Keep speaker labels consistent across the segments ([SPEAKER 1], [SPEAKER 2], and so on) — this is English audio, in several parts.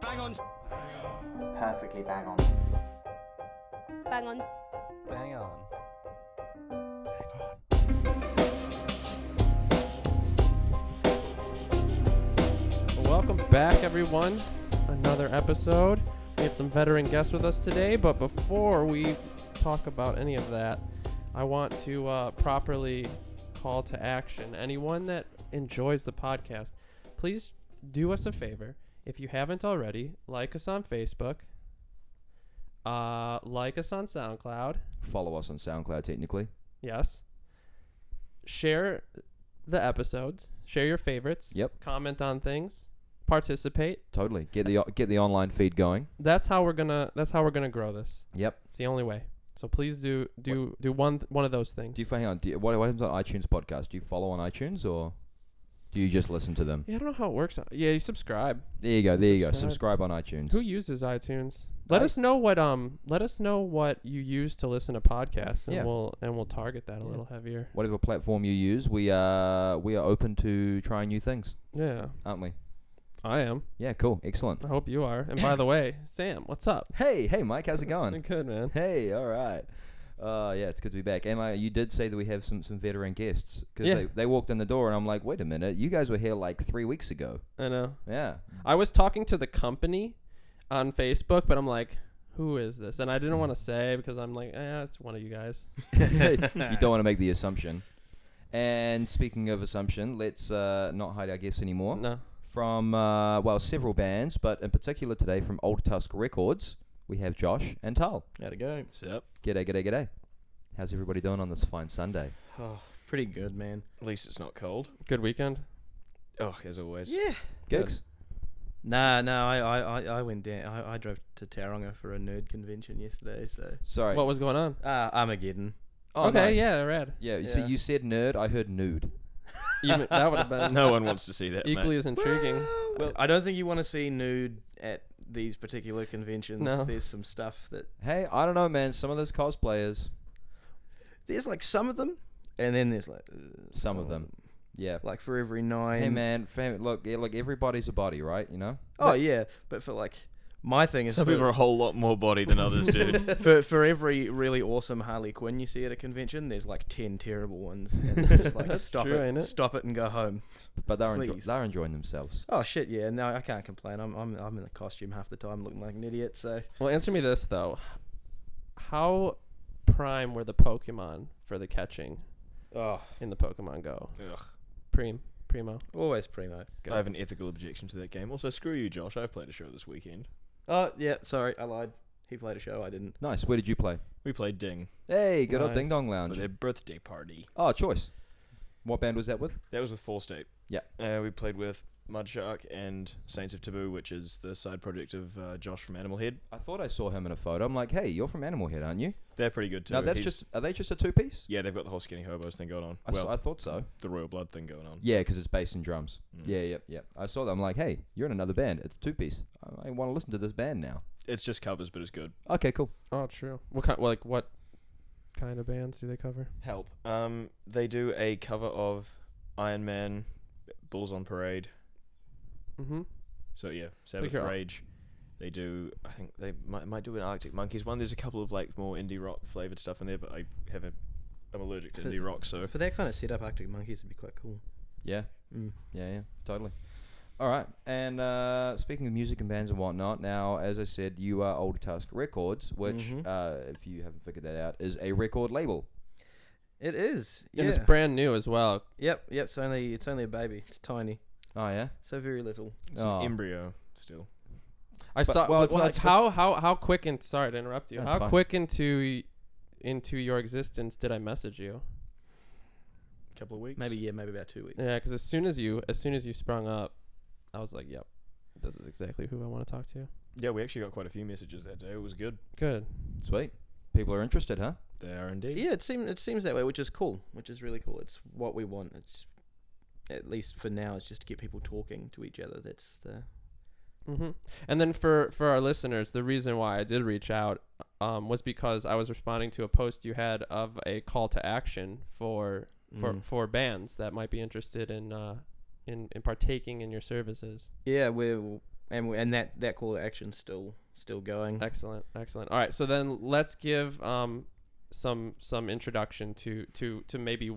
[SPEAKER 1] Bang on.
[SPEAKER 2] Perfectly bang on.
[SPEAKER 3] Bang on.
[SPEAKER 1] Bang on.
[SPEAKER 4] Welcome back, everyone. Another episode. We have some veteran guests with us today, but before we talk about any of that, I want to uh, properly call to action anyone that enjoys the podcast. Please do us a favor. If you haven't already, like us on Facebook, uh, like us on SoundCloud.
[SPEAKER 5] Follow us on SoundCloud, technically.
[SPEAKER 4] Yes. Share the episodes, share your favorites,
[SPEAKER 5] Yep,
[SPEAKER 4] comment on things, participate.
[SPEAKER 5] totally. Get the get the online feed going.
[SPEAKER 4] that's how we're gonna that's how we're gonna grow this
[SPEAKER 5] Yep.
[SPEAKER 4] it's the only way so please do do do one one of those things
[SPEAKER 5] Do you hang on? Do you, what, what happens on iTunes podcast? Do you follow on iTunes or do you just listen to them?
[SPEAKER 4] yeah i don't know how it works Uh, yeah you subscribe
[SPEAKER 5] There you go. There you go.
[SPEAKER 4] Subscribe.
[SPEAKER 5] Subscribe on iTunes.
[SPEAKER 4] who uses itunes let
[SPEAKER 5] I-
[SPEAKER 4] us know what um let us know what you use to listen to podcasts and
[SPEAKER 5] Yeah.
[SPEAKER 4] we'll and we'll target that a little heavier
[SPEAKER 5] Whatever platform you use, we are we are open to trying new things,
[SPEAKER 4] yeah
[SPEAKER 5] aren't we?
[SPEAKER 4] i am
[SPEAKER 5] Yeah. Cool. Excellent.
[SPEAKER 4] i hope you are and by the way sam what's up
[SPEAKER 5] Hey, hey, Mike. How's it going?
[SPEAKER 4] good man
[SPEAKER 5] Hey. All right. Uh, yeah, it's good to be back. And uh, you did say that we have some, some veteran guests because
[SPEAKER 4] Yeah.
[SPEAKER 5] they, they walked in the door and I'm like, wait a minute, you guys were here like three weeks ago.
[SPEAKER 4] i know
[SPEAKER 5] Yeah,
[SPEAKER 4] i was talking to the company on facebook but i'm like who is this and i didn't want to say because i'm like eh, it's one of you guys
[SPEAKER 5] you don't want to make the assumption. And speaking of assumption, let's uh, not hide our guests anymore.
[SPEAKER 4] no
[SPEAKER 5] From, uh, well, several bands, but in particular today from Old Tusk Records, we have Josh and Tal.
[SPEAKER 6] How'd it go?
[SPEAKER 1] Yep.
[SPEAKER 5] G'day, g'day, g'day. How's everybody doing on this fine Sunday?
[SPEAKER 6] Oh, pretty good, man.
[SPEAKER 1] At least it's not cold.
[SPEAKER 4] good weekend
[SPEAKER 1] Oh, as always.
[SPEAKER 5] Gigs?
[SPEAKER 6] Nah, no, I, I, I, I went down. I, I drove to Taronga for a nerd convention yesterday, so.
[SPEAKER 5] Sorry.
[SPEAKER 4] What was going on?
[SPEAKER 6] Ah, Armageddon.
[SPEAKER 5] Oh,
[SPEAKER 4] okay,
[SPEAKER 5] nice.
[SPEAKER 4] yeah, rad.
[SPEAKER 5] Yeah, you see,
[SPEAKER 6] Yeah.
[SPEAKER 5] you said nerd, I heard nude.
[SPEAKER 4] Even, that would have been
[SPEAKER 1] No one wants to see that.
[SPEAKER 4] equally
[SPEAKER 1] Mate.
[SPEAKER 4] as intriguing.
[SPEAKER 6] Well, I don't think you want to see nude at these particular conventions.
[SPEAKER 4] No.
[SPEAKER 6] There's some stuff that.
[SPEAKER 5] Hey, I don't know, man. Some of those cosplayers,
[SPEAKER 6] There's like some of them, and then there's like. uh,
[SPEAKER 5] some of them. Yeah.
[SPEAKER 6] Like for every nine.
[SPEAKER 5] Hey, man, fam, look, yeah, look, everybody's a body, right? You know?
[SPEAKER 6] Oh, yeah. But for like. My thing is
[SPEAKER 1] Some
[SPEAKER 6] for,
[SPEAKER 1] people are a whole lot more body than others, dude.
[SPEAKER 6] for, for every really awesome Harley Quinn you see at a convention, there's like 10 terrible ones. And it's just like,
[SPEAKER 4] That's
[SPEAKER 6] stop
[SPEAKER 4] true,
[SPEAKER 6] it,
[SPEAKER 4] ain't it?
[SPEAKER 6] Stop it and go home.
[SPEAKER 5] But they're, enjo-
[SPEAKER 6] Please.
[SPEAKER 5] they're enjoying themselves.
[SPEAKER 6] Oh shit, yeah. No, I can't complain. I'm I'm I'm in a costume half the time, looking like an idiot. So
[SPEAKER 4] well, answer me this though: How prime were the Pokemon for the catching
[SPEAKER 6] oh,
[SPEAKER 4] in the Pokemon Go?
[SPEAKER 1] Ugh.
[SPEAKER 4] Prim, primo.
[SPEAKER 6] always primo.
[SPEAKER 1] I have an ethical objection to that game. Also, screw you, Josh. I've played a show this weekend.
[SPEAKER 6] Oh yeah, sorry, I lied. He played a show, I didn't.
[SPEAKER 5] Nice. Where did you play?
[SPEAKER 1] We played Ding
[SPEAKER 5] Hey, good old
[SPEAKER 4] Nice.
[SPEAKER 5] Ding Dong
[SPEAKER 1] for
[SPEAKER 5] Lounge.
[SPEAKER 1] their birthday party.
[SPEAKER 5] Oh, choice. What band was that with?
[SPEAKER 1] That was with Four State.
[SPEAKER 5] Yeah.
[SPEAKER 1] Uh, we played with Mudshark and Saints of Taboo, which is the side project of uh, Josh from Animal Head.
[SPEAKER 5] I thought I saw him in a photo. I'm like, hey, you're from Animal Head, aren't you?
[SPEAKER 1] They're pretty good too.
[SPEAKER 5] Now that's
[SPEAKER 1] He's-
[SPEAKER 5] just are they just a two piece?
[SPEAKER 1] yeah, they've got the whole skinny hobos thing going on.
[SPEAKER 5] I,
[SPEAKER 1] well,
[SPEAKER 5] saw, I thought so.
[SPEAKER 1] the Royal Blood thing going on.
[SPEAKER 5] Yeah, because it's bass and drums.
[SPEAKER 1] Mm.
[SPEAKER 5] Yeah, yeah, yeah. I saw that. I'm like, hey, you're in another band. It's two piece. I, I want to listen to this band now.
[SPEAKER 1] Mm. It's just covers, but it's good.
[SPEAKER 5] Okay, cool.
[SPEAKER 4] Oh, true. What kind? Like what kind of bands do they cover?
[SPEAKER 1] Help. Um, they do a cover of Iron Man, Bulls on Parade.
[SPEAKER 4] Mm-hmm.
[SPEAKER 1] So yeah, Sabbath
[SPEAKER 4] you're-
[SPEAKER 1] Rage. They do. I think they might, might do an Arctic Monkeys one. There's a couple of like more indie rock flavored stuff in there, but I have a. I'm allergic to
[SPEAKER 6] For-
[SPEAKER 1] indie rock, so
[SPEAKER 6] For that kind of setup, Arctic Monkeys would be quite cool.
[SPEAKER 5] Yeah,
[SPEAKER 6] Mm.
[SPEAKER 5] yeah, yeah. Totally. All right. And uh, speaking of music and bands and whatnot, now as I said, you are Old Tusk Records, which,
[SPEAKER 1] Mm-hmm.
[SPEAKER 6] Mhm.
[SPEAKER 5] uh, if you haven't figured that out, is a record label.
[SPEAKER 6] It is. Yeah.
[SPEAKER 4] And it's brand new as well.
[SPEAKER 6] yep. Yep. It's only it's only a baby. It's tiny.
[SPEAKER 5] Oh yeah.
[SPEAKER 6] So very little.
[SPEAKER 1] it's
[SPEAKER 5] Oh.
[SPEAKER 1] an embryo still.
[SPEAKER 4] I
[SPEAKER 5] But-
[SPEAKER 4] saw.
[SPEAKER 5] well,
[SPEAKER 4] Well,
[SPEAKER 5] it's not- it's-
[SPEAKER 4] how how how quick and sorry to interrupt you.
[SPEAKER 5] No, it's
[SPEAKER 4] how
[SPEAKER 5] fine.
[SPEAKER 4] quick into into your existence did I message you?
[SPEAKER 1] Couple of weeks.
[SPEAKER 6] Maybe yeah. Maybe about two weeks.
[SPEAKER 4] Yeah, because as soon as you as soon as you sprung up, I was like, yep, this is exactly who I want to talk to.
[SPEAKER 1] Yeah, we actually got quite a few messages that day. It was good.
[SPEAKER 4] Good.
[SPEAKER 5] Sweet. People are interested, huh?
[SPEAKER 1] They are indeed.
[SPEAKER 6] Yeah. It seems it seems that way, which is cool. Which is really cool. It's what we want. It's at least for now. It's just to get people talking to each other. That's the
[SPEAKER 4] Mm-hmm. And then for for our listeners, the reason why I did reach out um, was because I was responding to a post you had of a call to action for for
[SPEAKER 6] Mm.
[SPEAKER 4] for bands that might be interested in uh, in in partaking in your services.
[SPEAKER 6] Yeah, we're and we, and that that call to action's still still going.
[SPEAKER 4] Excellent, excellent. All right, so then let's give um, some some introduction to to to maybe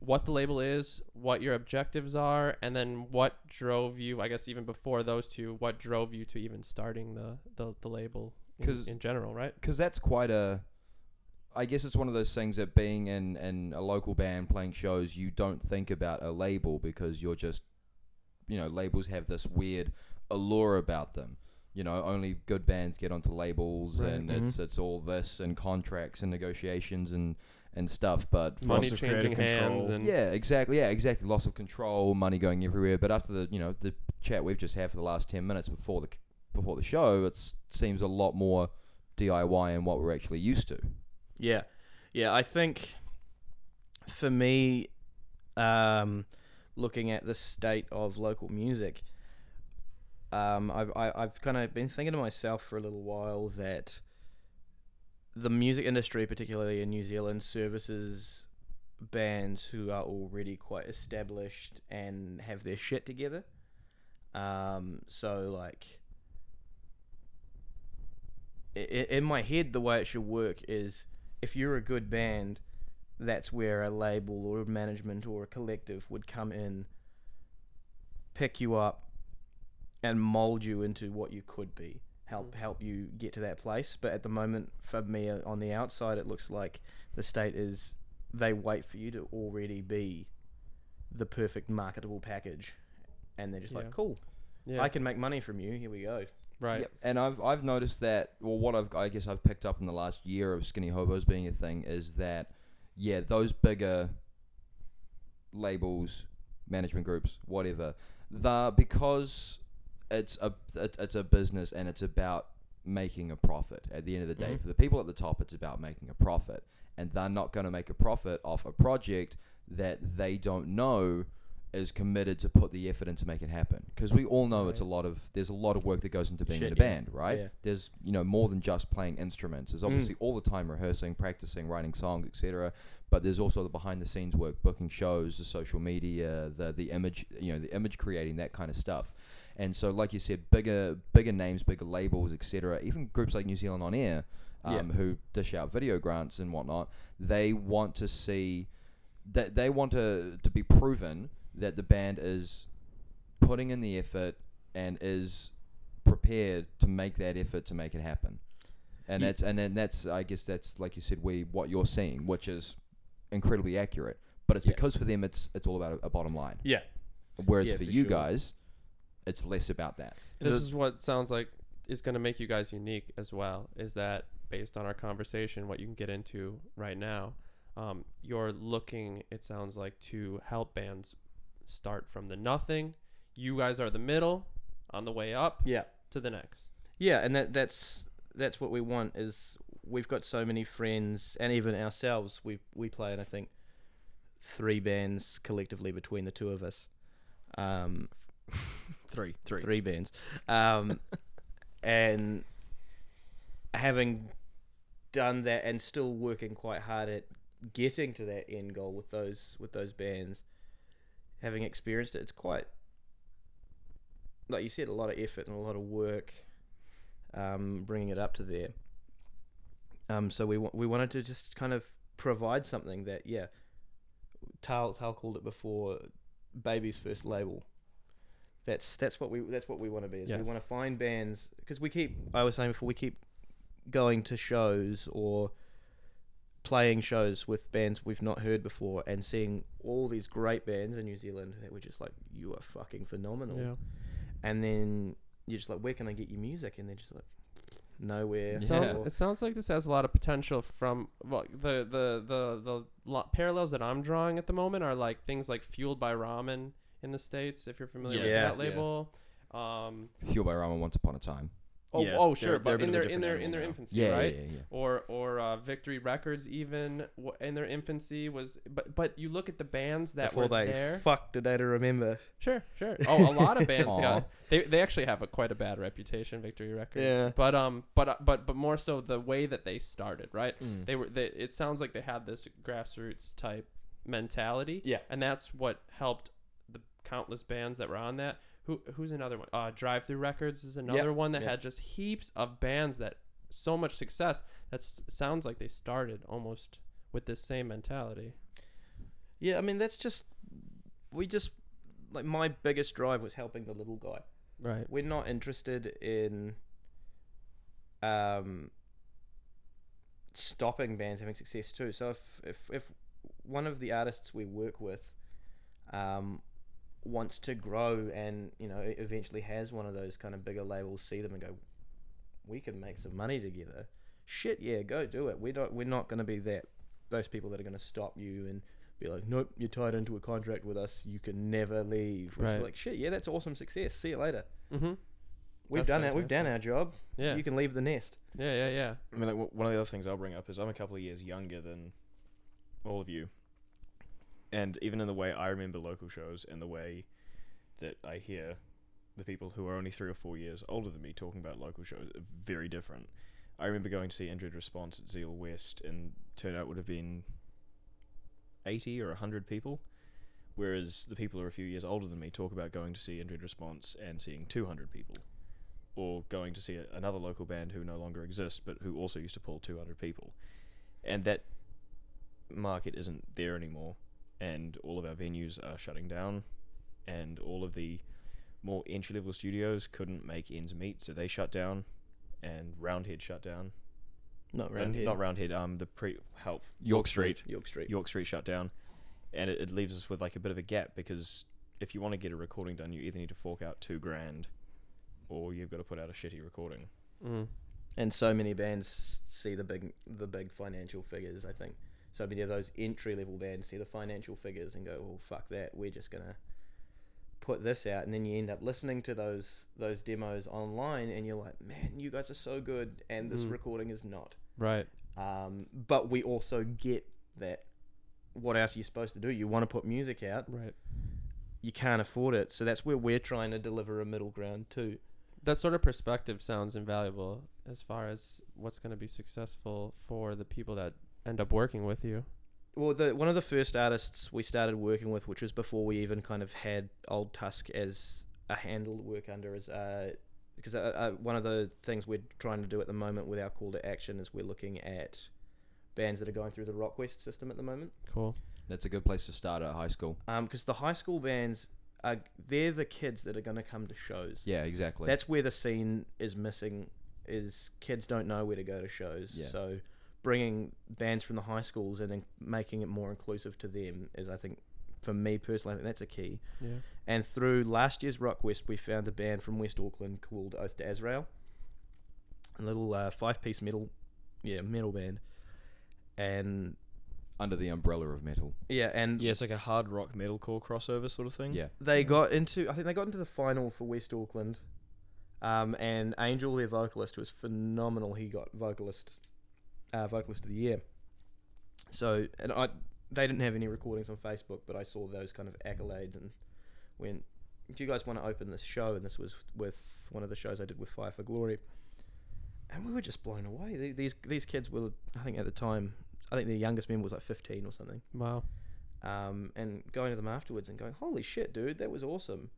[SPEAKER 4] what the label is, what your objectives are, and then what drove you. I guess even before those two, what drove you to even starting the the, the label in,
[SPEAKER 5] 'Cause-
[SPEAKER 4] in general, right?
[SPEAKER 5] because that's quite a. I guess it's one of those things that being in, in a local band playing shows, you don't think about a label because you're just, you know, labels have this weird allure about them. You know, only good bands get onto labels,
[SPEAKER 4] Right. Mm-hmm.
[SPEAKER 5] and
[SPEAKER 6] Mhm.
[SPEAKER 5] it's it's all this and contracts and negotiations and and stuff. But for
[SPEAKER 4] Money
[SPEAKER 1] Lots of creative
[SPEAKER 4] changing hands
[SPEAKER 1] control.
[SPEAKER 4] and
[SPEAKER 5] yeah, exactly. Yeah, exactly. Loss of control, money going everywhere. But after the you know the chat we've just had for the last ten minutes before the before the show, it seems a lot more DIY and what we're actually used to.
[SPEAKER 6] Yeah, yeah. I think for me, um, looking at the state of local music, um, I've I, I've kind of been thinking to myself for a little while that the music industry, particularly in New Zealand, services bands who are already quite established and have their shit together. Um, so like i- i- in my head, the way it should work is if you're a good band, that's where a label or a management or a collective would come in, pick you up, and mold you into what you could be. Help help you get to that place. But at the moment, for me, uh, on the outside, it looks like the state is they wait for you to already be the perfect marketable package, and they're just
[SPEAKER 4] Yeah.
[SPEAKER 6] like, cool,
[SPEAKER 4] yeah,
[SPEAKER 6] I can make money from you. Here we go.
[SPEAKER 4] right.
[SPEAKER 5] Yep. And I've I've noticed that. Well, what I've I guess I've picked up in the last year of skinny hobos being a thing is that yeah, those bigger labels, management groups, whatever, the because it's a it- it's a business and it's about making a profit at the end of the day
[SPEAKER 4] Mhm.
[SPEAKER 5] for the people at the top it's about making a profit and they're not going to make a profit off a project that they don't know is committed to put the effort in to make it happen because we all know it's a
[SPEAKER 4] Right.
[SPEAKER 5] lot of there's a lot of work that goes into being in a
[SPEAKER 6] Shit, yeah.
[SPEAKER 5] band right
[SPEAKER 6] Yeah. Mm.
[SPEAKER 5] there's you know more than just playing instruments there's obviously all the time rehearsing practicing writing songs etc but there's also the behind the scenes work booking shows the social media the the image you know the image creating that kind of stuff and so like you said bigger bigger names bigger labels etc even groups like new zealand on air
[SPEAKER 6] Yeah.
[SPEAKER 5] um, who dish out video grants and whatnot they want to see that they want to to be proven that the band is putting in the effort and is prepared to make that effort to make it happen. And
[SPEAKER 6] Ye-
[SPEAKER 5] that's and then that's I guess that's like you said we what you're seeing, which is incredibly accurate. But it's
[SPEAKER 6] Yeah.
[SPEAKER 5] because for them it's it's all about a, a bottom line.
[SPEAKER 6] Yeah.
[SPEAKER 5] Whereas
[SPEAKER 6] Yeah,
[SPEAKER 5] for,
[SPEAKER 6] for
[SPEAKER 5] you
[SPEAKER 6] sure.
[SPEAKER 5] guys, it's less about that.
[SPEAKER 4] this
[SPEAKER 5] The-
[SPEAKER 4] is what sounds like is going to make you guys unique as well is that based on our conversation what you can get into right now um, you're looking it sounds like to help bands start from the nothing you guys are the middle on the way up
[SPEAKER 6] Yeah.
[SPEAKER 4] to the next
[SPEAKER 6] Yeah, and that that's that's what we want is we've got so many friends and even ourselves we we play in I think three bands collectively between the two of us. Um
[SPEAKER 1] Three, three.
[SPEAKER 6] three bands. Um and having done that and still working quite hard at getting to that end goal with those with those bands having experienced it it's quite like you said a lot of effort and a lot of work um, bringing it up to there um, so we wa- we wanted to just kind of provide something that yeah Tal Tal called it before baby's first label that's that's what we that's what we want to be is we
[SPEAKER 4] Yes.
[SPEAKER 6] want to find bands because we keep I was saying before we keep going to shows or playing shows with bands we've not heard before and seeing all these great bands in New Zealand that were just like, you are fucking phenomenal. And then you're just like, where can I get your music? And they're just like, nowhere.
[SPEAKER 4] It sounds,
[SPEAKER 6] or-
[SPEAKER 4] it sounds like this has a lot of potential from well, the the the the lo- parallels that I'm drawing at the moment are like things like fueled by ramen in the states if you're familiar with
[SPEAKER 6] Yeah.
[SPEAKER 4] that
[SPEAKER 1] Yeah.
[SPEAKER 4] label um
[SPEAKER 5] Fuel by Ramen once upon a time.
[SPEAKER 4] oh,
[SPEAKER 1] Yeah,
[SPEAKER 4] oh
[SPEAKER 1] they're-
[SPEAKER 4] sure
[SPEAKER 1] they're a
[SPEAKER 4] but
[SPEAKER 1] bit of
[SPEAKER 4] in
[SPEAKER 1] a
[SPEAKER 4] their in
[SPEAKER 1] different
[SPEAKER 4] their in
[SPEAKER 1] animal
[SPEAKER 4] their
[SPEAKER 1] now.
[SPEAKER 4] infancy
[SPEAKER 5] Yeah,
[SPEAKER 4] right
[SPEAKER 5] yeah, yeah, yeah.
[SPEAKER 4] or or uh, Victory Records even w- in their infancy was but but you look at the bands that
[SPEAKER 6] before
[SPEAKER 4] were
[SPEAKER 6] they
[SPEAKER 4] there.
[SPEAKER 6] fuck did they to remember?
[SPEAKER 4] sure, sure. Oh, a lot of bands
[SPEAKER 5] Aw.
[SPEAKER 4] got they they actually have a quite a bad reputation Victory Records.
[SPEAKER 6] Yeah.
[SPEAKER 4] But um but uh, but but more so the way that they started, right?
[SPEAKER 1] Hmm.
[SPEAKER 5] Mm.
[SPEAKER 4] They were they, it sounds like they had this grassroots type mentality
[SPEAKER 6] Yeah.
[SPEAKER 4] and that's what helped the countless bands that were on that. Who who's another one? Uh, Drive Through Records is another one that
[SPEAKER 6] yep.
[SPEAKER 4] had just heaps of bands that so much success. That s- sounds like they started almost with this same mentality.
[SPEAKER 6] Yeah, I mean that's just we just like my biggest drive was helping the little guy.
[SPEAKER 4] Right.
[SPEAKER 6] We're not interested in um stopping bands having success too. So if if if one of the artists we work with um wants to grow and you know e- eventually has one of those kind of bigger labels see them and go we can make some money together shit yeah go do it we don't we're not going to be that those people that are going to stop you and be like nope you're tied into a contract with us you can never leave Which is
[SPEAKER 4] Right.
[SPEAKER 6] like shit yeah that's awesome success see you later
[SPEAKER 4] Mm-hmm.
[SPEAKER 6] we've
[SPEAKER 4] That's
[SPEAKER 6] done it we've done our job
[SPEAKER 4] Yeah.
[SPEAKER 6] you can leave the nest
[SPEAKER 4] yeah. Yeah. Yeah.
[SPEAKER 1] I mean, like w- one of the other things I'll bring up is I'm a couple of years younger than all of you, and even in the way I remember local shows and the way that I hear the people who are only three or four years older than me talking about local shows are very different. I remember going to see Injured Response at Zeal West, and turnout would have been eighty or hundred people, whereas the people who are a few years older than me talk about going to see Injured Response and seeing two hundred people or going to see a, another local band who no longer exists but who also used to pull 200 people and that market isn't there anymore and all of our venues are shutting down and all of the more entry level studios couldn't make ends meet so they shut down and roundhead shut down
[SPEAKER 6] not
[SPEAKER 1] Uh, not roundhead um the pre help
[SPEAKER 5] York Street.
[SPEAKER 6] york street
[SPEAKER 1] York Street shut down, and it, it leaves us with like a bit of a gap because if you want to get a recording done, you either need to fork out two grand, or you've got to put out a shitty recording.
[SPEAKER 4] Mm.
[SPEAKER 6] and so many bands see the big the big financial figures i think so many of those entry level bands see the financial figures and go well fuck that we're just gonna put this out and then you end up listening to those those demos online and you're like man you guys are so good and this
[SPEAKER 4] Mm.
[SPEAKER 6] recording is not
[SPEAKER 4] Right.
[SPEAKER 6] um, but we also get that what else are you supposed to do you want to put music out
[SPEAKER 4] Right.
[SPEAKER 6] you can't afford it so that's where we're trying to deliver a middle ground too
[SPEAKER 4] that sort of perspective sounds invaluable as far as what's going to be successful for the people that end up working with you.
[SPEAKER 6] well, the one of the first artists we started working with, which was before we even kind of had Old Tusk as a handle to work under, is uh, because uh, uh, one of the things we're trying to do at the moment with our call to action is we're looking at bands that are going through the Rockquest system at the moment.
[SPEAKER 4] Cool.
[SPEAKER 5] That's a good place to start at high school.
[SPEAKER 6] Because the high school bands are they're the kids that are going to come to shows.
[SPEAKER 5] Yeah, exactly.
[SPEAKER 6] That's where the scene is missing. Is kids don't know where to go to shows.
[SPEAKER 5] Yeah.
[SPEAKER 6] So bringing bands from the high schools and then making it more inclusive to them is, I think, for me personally, I think that's a key.
[SPEAKER 4] Yeah.
[SPEAKER 6] And through last year's Rock West, we found a band from West Auckland called Oath to Azrael, a little uh, five-piece metal, yeah, metal band, and
[SPEAKER 5] under the umbrella of metal.
[SPEAKER 6] yeah, and
[SPEAKER 1] Yeah, it's like a hard rock metalcore crossover sort of thing.
[SPEAKER 5] Yeah.
[SPEAKER 6] they got into I think they got into the final for West Auckland. Um, and Angel, their vocalist, was phenomenal. He got vocalist uh, vocalist of the year. So and I they didn't have any recordings on Facebook, but I saw those kind of accolades and went, Do you guys want to open this show? And this was with one of the shows I did with Fire for Glory. And we were just blown away. The- These these kids were I think at the time I think the youngest member was like fifteen or something
[SPEAKER 4] Wow.
[SPEAKER 6] um, and going to them afterwards and going, "Holy shit, dude, that was awesome!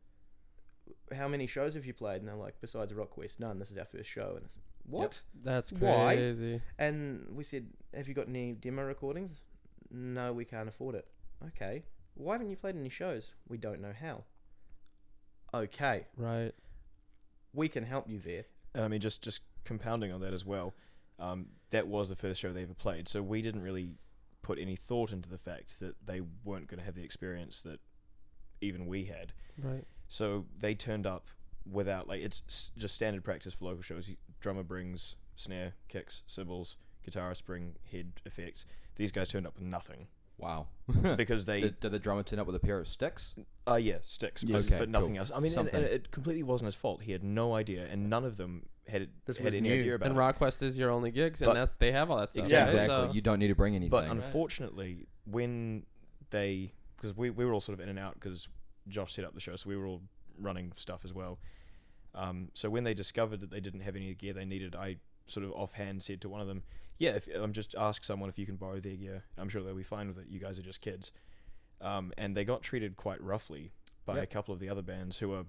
[SPEAKER 6] How many shows have you played?" And they're like, "Besides Rock Quest, none. This is our first show." And I said, "What?"
[SPEAKER 4] That's
[SPEAKER 6] Why?
[SPEAKER 4] crazy.
[SPEAKER 6] And we said, "Have you got any demo recordings?" No, we can't afford it. Okay, why haven't you played any shows? We don't know how. Okay,
[SPEAKER 4] Right.
[SPEAKER 6] we can help you there.
[SPEAKER 1] And I mean, just just compounding on that as well, um, that was the first show they ever played, so we didn't really put any thought into the fact that they weren't going to have the experience that even we had.
[SPEAKER 4] Right.
[SPEAKER 1] So they turned up without like it's s- just standard practice for local shows. You, drummer brings snare, kicks, cymbals. Guitarist bring head effects. These guys turned up with nothing
[SPEAKER 5] Wow.
[SPEAKER 1] because they
[SPEAKER 5] did, did the drummer turn up with a pair of sticks?
[SPEAKER 1] uh yeah sticks, but,
[SPEAKER 5] Okay,
[SPEAKER 1] but nothing
[SPEAKER 5] cool.
[SPEAKER 1] else. I mean, and,
[SPEAKER 5] Something.
[SPEAKER 1] and it completely wasn't his fault. He had no idea, and none of them had
[SPEAKER 6] This
[SPEAKER 1] had
[SPEAKER 6] was
[SPEAKER 1] any
[SPEAKER 6] new.
[SPEAKER 1] idea about
[SPEAKER 4] And
[SPEAKER 1] it.
[SPEAKER 4] RockQuest is your only gigs, and
[SPEAKER 1] But-
[SPEAKER 4] that's they have all that stuff.
[SPEAKER 1] Yeah,
[SPEAKER 5] exactly.
[SPEAKER 6] uh,
[SPEAKER 4] So-
[SPEAKER 5] You don't need to bring anything.
[SPEAKER 1] But unfortunately, when they, because we, we were all sort of in and out because Josh set up the show, so we were all running stuff as well. Um, so when they discovered that they didn't have any gear they needed, I sort of offhand said to one of them, "Yeah, if, I'm just ask someone if you can borrow their gear. I'm sure they'll be fine with it. You guys are just kids." Um, and they got treated quite roughly by a
[SPEAKER 5] Yep.
[SPEAKER 1] couple of the other bands who are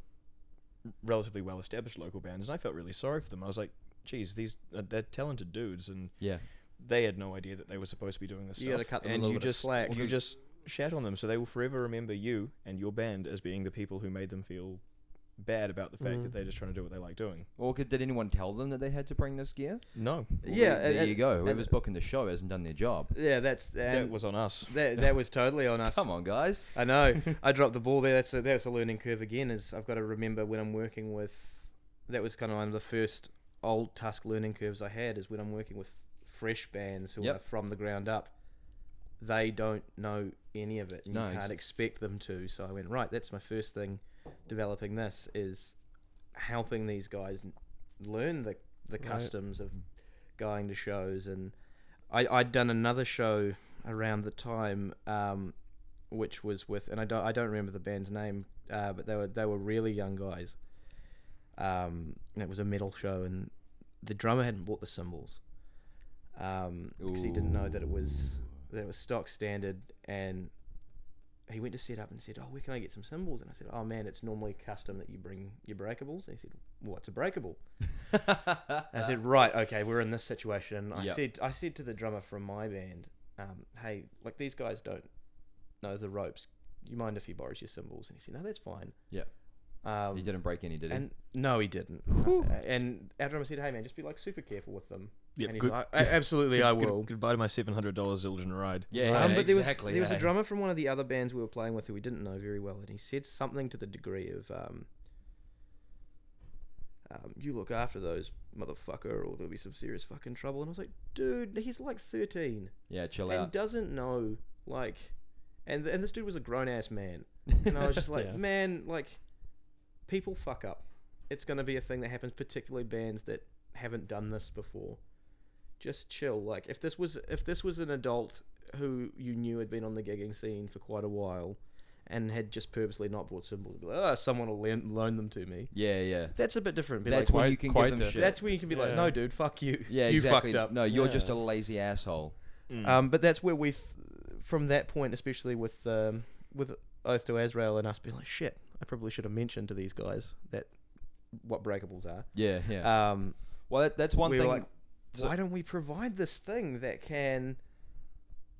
[SPEAKER 1] relatively well established local bands, and I felt really sorry for them. I was like, geez, these uh, they're talented dudes, and
[SPEAKER 5] Yeah.
[SPEAKER 1] they had no idea that they were supposed to be doing this
[SPEAKER 6] You
[SPEAKER 1] stuff.
[SPEAKER 6] gotta cut them a
[SPEAKER 1] and
[SPEAKER 6] little
[SPEAKER 1] you
[SPEAKER 6] bit of
[SPEAKER 1] just
[SPEAKER 6] slack.
[SPEAKER 1] you just shat on them, so they will forever remember you and your band as being the people who made them feel bad about the fact that they're just trying to do what they like doing.
[SPEAKER 5] Or could, did anyone tell them that they had to bring this gear?
[SPEAKER 1] No,
[SPEAKER 5] Well,
[SPEAKER 6] Yeah,
[SPEAKER 5] there, there
[SPEAKER 6] and-
[SPEAKER 5] you go.
[SPEAKER 6] and-
[SPEAKER 5] Whoever's booking the show hasn't done their job.
[SPEAKER 6] Yeah, that's
[SPEAKER 1] that
[SPEAKER 6] and
[SPEAKER 1] was on us.
[SPEAKER 6] that, that was totally on us.
[SPEAKER 5] Come on, guys.
[SPEAKER 6] I know. I dropped the ball there. That's a, that's a learning curve again. Is I've got to remember when I'm working with. That was kind of one of the first old Tusk learning curves I had. Is when I'm working with fresh bands who
[SPEAKER 5] Yep.
[SPEAKER 6] are from the ground up. They don't know any of it. And
[SPEAKER 5] No,
[SPEAKER 6] you
[SPEAKER 5] ex-
[SPEAKER 6] can't expect them to. So I went right. That's my first thing. Developing this is helping these guys n- learn the the
[SPEAKER 4] Right.
[SPEAKER 6] customs of going to shows and I, I'd done another show around the time, um, which was with, and I don't, I don't remember the band's name, uh, but they were they were really young guys. Um, and it was a metal show, and the drummer hadn't bought the cymbals um, because he didn't know that it was that it was stock standard, and he went to set up and said, "Oh, where can I get some cymbals?" And I said, "Oh man, it's normally custom that you bring your breakables." And he said, "What's a breakable?" I said, right, okay, we're in this situation. And I
[SPEAKER 5] Uh. Yep.
[SPEAKER 6] said, I said to the drummer from my band, um, hey, like these guys don't know the ropes. You mind if he borrows your cymbals? And he said, no, that's fine.
[SPEAKER 5] Yep.
[SPEAKER 6] Um,
[SPEAKER 5] he didn't break any, did he?
[SPEAKER 6] and no, he didn't. And our drummer said, hey man, just be like super careful with them.
[SPEAKER 1] Yep,
[SPEAKER 6] and he's
[SPEAKER 1] good-
[SPEAKER 6] like, "A- absolutely, I will.
[SPEAKER 1] goodbye to my seven hundred dollars Zildjian ride.
[SPEAKER 5] yeah,
[SPEAKER 6] Um,
[SPEAKER 5] yeah,
[SPEAKER 6] but there was
[SPEAKER 5] exactly.
[SPEAKER 6] there was
[SPEAKER 5] eh?
[SPEAKER 6] a drummer from one of the other bands we were playing with who we didn't know very well, and he said something to the degree of, um, um, "You look after those motherfucker, or there'll be some serious fucking trouble." And I was like, "Dude, he's like 13
[SPEAKER 5] Yeah, chill
[SPEAKER 6] and
[SPEAKER 5] out.
[SPEAKER 6] doesn't know like," and and this dude was a grown ass man, and I was just like,
[SPEAKER 4] Yeah.
[SPEAKER 6] "Man, like, people fuck up. It's gonna be a thing that happens, particularly bands that haven't done this before." just chill. Like if this was if this was an adult who you knew had been on the gigging scene for quite a while and had just purposely not brought symbols, be like, oh, someone will loan, loan them to me.
[SPEAKER 5] Yeah, yeah.
[SPEAKER 6] That's a bit different. Be
[SPEAKER 5] That's
[SPEAKER 6] like,
[SPEAKER 5] when
[SPEAKER 4] quite-
[SPEAKER 5] you can
[SPEAKER 4] quite
[SPEAKER 5] give them
[SPEAKER 4] different.
[SPEAKER 5] shit.
[SPEAKER 6] that's where you can be like,
[SPEAKER 4] Yeah.
[SPEAKER 6] no, dude, fuck you.
[SPEAKER 5] yeah,
[SPEAKER 6] you
[SPEAKER 5] exactly.
[SPEAKER 6] fucked up.
[SPEAKER 5] No, you're just
[SPEAKER 4] Yeah.
[SPEAKER 5] a lazy asshole.
[SPEAKER 1] Mm.
[SPEAKER 6] Um, but that's where we, th- from that point, especially with um, with Oath to Azrael and us being like, shit, I probably should have mentioned to these guys that what breakables are.
[SPEAKER 5] Yeah, yeah.
[SPEAKER 6] Um,
[SPEAKER 5] well, that, that's one
[SPEAKER 6] we were
[SPEAKER 5] thing.
[SPEAKER 6] like,
[SPEAKER 5] So-
[SPEAKER 6] why don't we provide this thing that can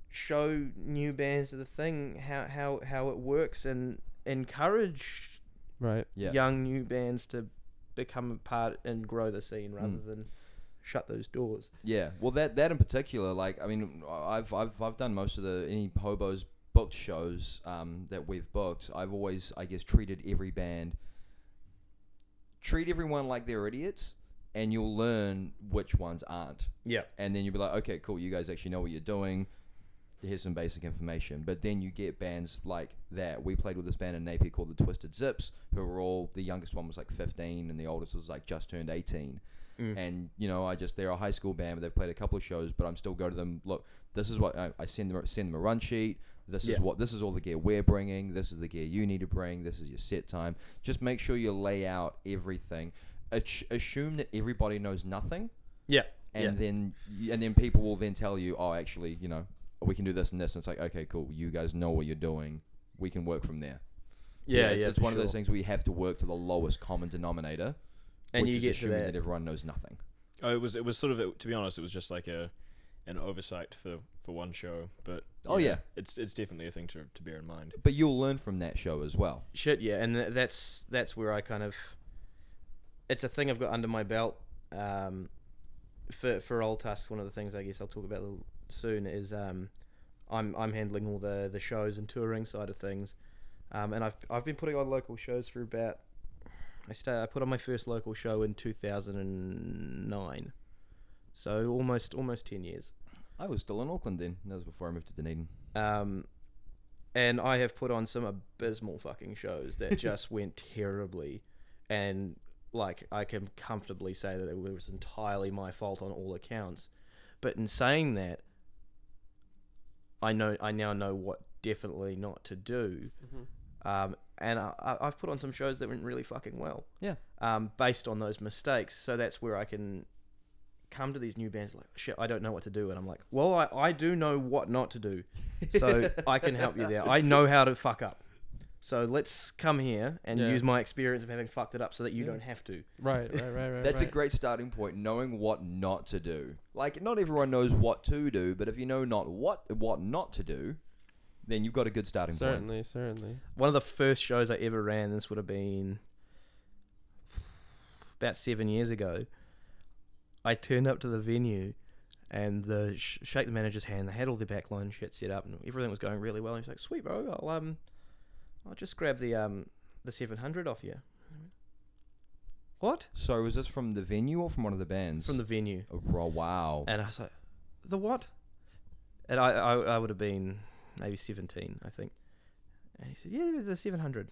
[SPEAKER 6] show new bands to the thing how how how it works and encourage
[SPEAKER 4] Right.
[SPEAKER 5] yeah.
[SPEAKER 6] young new bands to become a part and grow the scene
[SPEAKER 5] Mm.
[SPEAKER 6] rather than shut those doors.
[SPEAKER 5] Yeah, well, that that in particular, like I mean, I've I've I've done most of the any hobos booked shows um, that we've booked. I've always, I guess, treated every band, treat everyone like they're idiots, and you'll learn which ones aren't,
[SPEAKER 6] Yeah.
[SPEAKER 5] and then you'll be like, okay, cool, you guys actually know what you're doing. Here's some basic information, but then you get bands like that. We played with this band in Napier called the Twisted Zips, who were all the youngest one was like 15, and the oldest was like just turned 18
[SPEAKER 6] Mm.
[SPEAKER 5] and you know I just they're a high school band but they've played a couple of shows but I'm still go to them look this is what I, I send them send them a run sheet this is
[SPEAKER 6] Yeah.
[SPEAKER 5] what this is all the gear we're bringing this is the gear you need to bring this is your set time just make sure you lay out everything Ach- assume that everybody knows nothing
[SPEAKER 6] Yeah.
[SPEAKER 5] and then and then people will then tell you oh actually you know we can do this and this and it's like okay cool you guys know what you're doing we can work from there it's, it's one of those things where you have to work to the lowest common denominator
[SPEAKER 6] And
[SPEAKER 5] which
[SPEAKER 6] you
[SPEAKER 5] is
[SPEAKER 6] get to
[SPEAKER 5] assuming
[SPEAKER 6] that-
[SPEAKER 5] that everyone knows nothing
[SPEAKER 1] Oh, it was it was sort of to be honest, it was just like a an oversight for for one show, but
[SPEAKER 5] Oh, yeah.
[SPEAKER 1] it's it's definitely a thing to to bear in mind.
[SPEAKER 5] but you'll learn from that show as well.
[SPEAKER 6] shit yeah and th- that's that's where i kind of it's a thing i've got under my belt um for for old tasks one of the things i guess i'll talk about l- soon is um i'm i'm handling all the the shows and touring side of things um and i've i've been putting on local shows for about i start i put on my first local show in 2009 so almost almost 10 years
[SPEAKER 5] I was still in Auckland then. That was before I moved to Dunedin.
[SPEAKER 6] um, and I have put on some abysmal fucking shows that just went terribly, and like I can comfortably say that it was entirely my fault on all accounts. But in saying that, I know I now know what definitely not to do, um, and I, I- I've put on some shows that went really fucking well
[SPEAKER 5] Yeah.
[SPEAKER 6] um, based on those mistakes. So that's where I can come to these new bands like, shit, I don't know what to do. And I'm like, well, I, I do know what not to do. So I can help you there. I know how to fuck up. So let's come here and
[SPEAKER 4] Yeah.
[SPEAKER 6] use my experience of having fucked it up so that you
[SPEAKER 4] Yeah.
[SPEAKER 6] don't have to.
[SPEAKER 4] Right, right, right,
[SPEAKER 6] Oh,
[SPEAKER 4] right.
[SPEAKER 5] That's a
[SPEAKER 4] right.
[SPEAKER 5] great starting point, knowing what not to do. Like not everyone knows what to do, but if you know not what what not to do, then you've got a good starting point.
[SPEAKER 4] Certainly, certainly.
[SPEAKER 6] One of the first shows I ever ran, this would have been about seven years ago. I turned up to the venue and the sh- shake the manager's hand. They had all their backline shit set up and everything was going really well. He's like, "Sweet bro, I'll um, I'll just grab the um the seven hundred off you." What?
[SPEAKER 5] So is this from the venue or from one of the bands?
[SPEAKER 6] From the venue.
[SPEAKER 5] Oh, bro, wow.
[SPEAKER 6] And I was like, the what? And I, I, I would have been maybe 17, I think. And he said, yeah, the 700.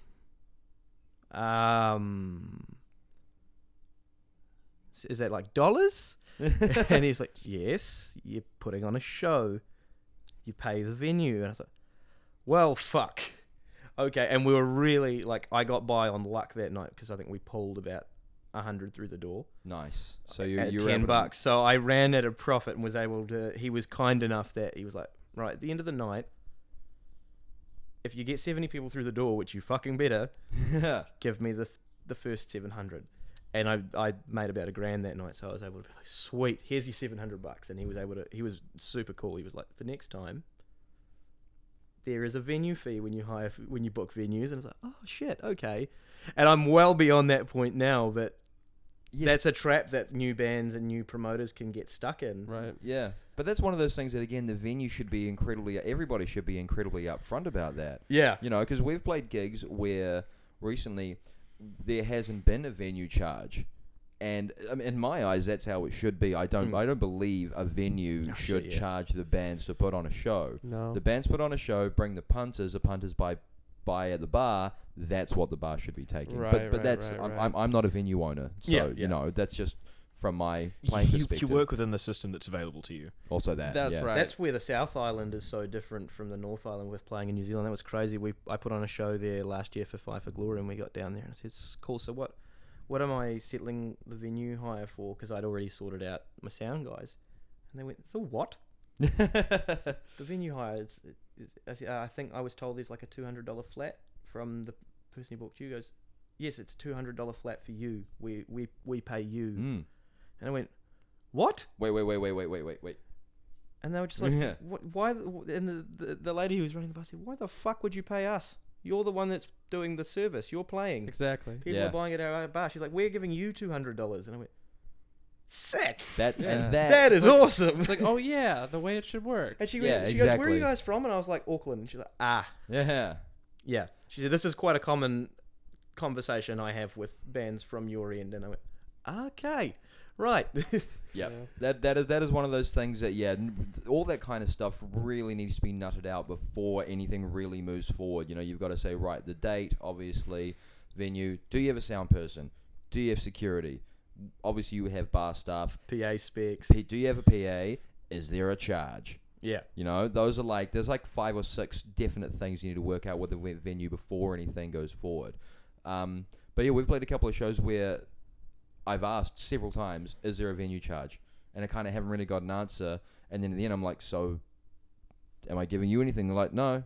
[SPEAKER 6] Um, s- is that like dollars? and he's like, yes, you're putting on a show. You pay the venue. And I was like, well, fuck. Okay. And we were really like, I got by on luck that night because I think we pulled about 100 through the door
[SPEAKER 5] nice. So you
[SPEAKER 6] at
[SPEAKER 5] you were
[SPEAKER 6] ten
[SPEAKER 5] able to-
[SPEAKER 6] bucks. So I ran at a profit and was able to. He was kind enough that he was like, right at the end of the night, if you get seventy people through the door, which you fucking better, give me the f- the first seven hundred. And I I made about a grand that night, so I was able to be like, sweet, here's your seven hundred bucks. And he was able to. He was super cool. He was like, for next time. There is a venue fee when you hire f- when you book venues, and I was like, oh shit, okay, and I'm well beyond that point now. But
[SPEAKER 5] Yes,
[SPEAKER 6] that's a trap that new bands and new promoters can get stuck in.
[SPEAKER 4] Right.
[SPEAKER 5] Yeah, but that's one of those things that again the venue should be incredibly. Everybody should be incredibly upfront about that.
[SPEAKER 6] Yeah.
[SPEAKER 5] You know, because we've played gigs where recently there hasn't been a venue charge, and um, in my eyes, that's how it should be. I don't. I don't believe a venue
[SPEAKER 6] Oh,
[SPEAKER 5] should
[SPEAKER 6] shit, yeah.
[SPEAKER 5] charge the bands to put on a show.
[SPEAKER 4] No.
[SPEAKER 5] The bands put on a show, bring the punters. The punters buy buy at the bar. That's what the bar should be taking.
[SPEAKER 4] Right,
[SPEAKER 5] but but
[SPEAKER 4] right,
[SPEAKER 5] that's
[SPEAKER 4] right,
[SPEAKER 5] I'm,
[SPEAKER 4] right.
[SPEAKER 5] I'm I'm not a venue owner, so
[SPEAKER 6] Yeah, yeah.
[SPEAKER 5] you know that's just from my playing
[SPEAKER 1] you, you
[SPEAKER 5] perspective.
[SPEAKER 1] work within the system that's available to you.
[SPEAKER 5] also that.
[SPEAKER 4] That's
[SPEAKER 5] yeah.
[SPEAKER 4] right.
[SPEAKER 6] That's where the South Island is so different from the North Island with playing in New Zealand. That was crazy. We I put on a show there last year for Five for Glory, and we got down there and I said, "S- "Cool. So what? What am I settling the venue hire for? Because I'd already sorted out my sound guys." And they went, "The what? The venue hire?" It's, it's, I, said, "Uh, I think I was told there's like a two hundred dollar flat from the person who booked you. He Goes, yes, it's two hundred dollar flat for you. We we we pay you."
[SPEAKER 5] Mm.
[SPEAKER 6] And I went, "What?"
[SPEAKER 5] Wait, wait, wait, wait, wait, wait, wait, wait.
[SPEAKER 6] And they were just like,
[SPEAKER 5] Yeah.
[SPEAKER 6] "What? Why?" the- wh- And the, the the lady who was running the bus said, "Why the fuck would you pay us? You're the one that's doing the service. You're playing.
[SPEAKER 4] Exactly.
[SPEAKER 6] People
[SPEAKER 5] Yeah.
[SPEAKER 6] are buying at our bar." She's like, "We're giving you two hundred dollars." And I went, "Sick.
[SPEAKER 5] That
[SPEAKER 4] Yeah.
[SPEAKER 5] and that.
[SPEAKER 6] that is awesome."
[SPEAKER 4] It's like, oh yeah, the way it should work.
[SPEAKER 6] and she
[SPEAKER 5] Yeah,
[SPEAKER 6] went, she goes, "Where are
[SPEAKER 5] exactly.
[SPEAKER 6] you guys from?" And I was like, "Auckland." And she's like, "Ah,
[SPEAKER 5] yeah.
[SPEAKER 6] yeah." She said, "This is quite a common conversation I have with bands from your end." And I went, "Okay, right."
[SPEAKER 5] Yep.
[SPEAKER 4] Yeah.
[SPEAKER 5] That that is that is one of those things that yeah, n- all that kind of stuff really needs to be nutted out before anything really moves forward. You know, you've got to say right the date, obviously, venue. Do you have a sound person? Do you have security? Obviously, you have bar staff.
[SPEAKER 6] PA specs.
[SPEAKER 5] P- do you have a PA? Is there a charge?
[SPEAKER 6] yeah.
[SPEAKER 5] You know, those are like there's like five or six definite things you need to work out with the ve- venue before anything goes forward. Um, but yeah, we've played a couple of shows where I've asked several times, "Is there a venue charge?" and I kind of haven't really got an answer. And then at the end, I'm like, "So, am I giving you anything?" They're like, "No,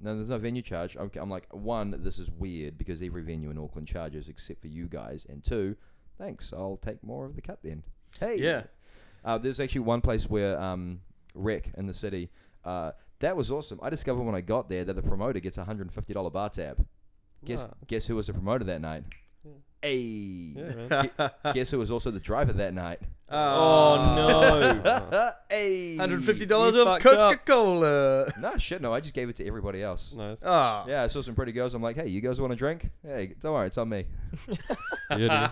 [SPEAKER 5] no, there's no venue charge." I'm, I'm like, one, this is weird because every venue in Auckland charges except for you guys, and two, thanks, I'll take more of the cut then. Hey,
[SPEAKER 6] Yeah.
[SPEAKER 5] uh, there's actually one place where um, Rec in the city. Uh, that was awesome. I discovered when I got there that the promoter gets a hundred and fifty dollar bar tab. Guess
[SPEAKER 4] Wow.
[SPEAKER 5] guess who was the promoter that night?
[SPEAKER 4] Yeah.
[SPEAKER 5] Hey.
[SPEAKER 4] Yeah, man.
[SPEAKER 5] guess who was also the driver that night?
[SPEAKER 6] Oh,
[SPEAKER 5] hey.
[SPEAKER 6] Hundred fifty dollars
[SPEAKER 4] You
[SPEAKER 6] of
[SPEAKER 4] fucked up.
[SPEAKER 6] Coca Cola.
[SPEAKER 5] Nah, shit, no. I just gave it to everybody else.
[SPEAKER 4] Nice.
[SPEAKER 6] Ah,
[SPEAKER 5] Yeah, I saw some pretty girls. I'm like, hey, you guys want a drink? Hey, don't worry, it's on me. yeah.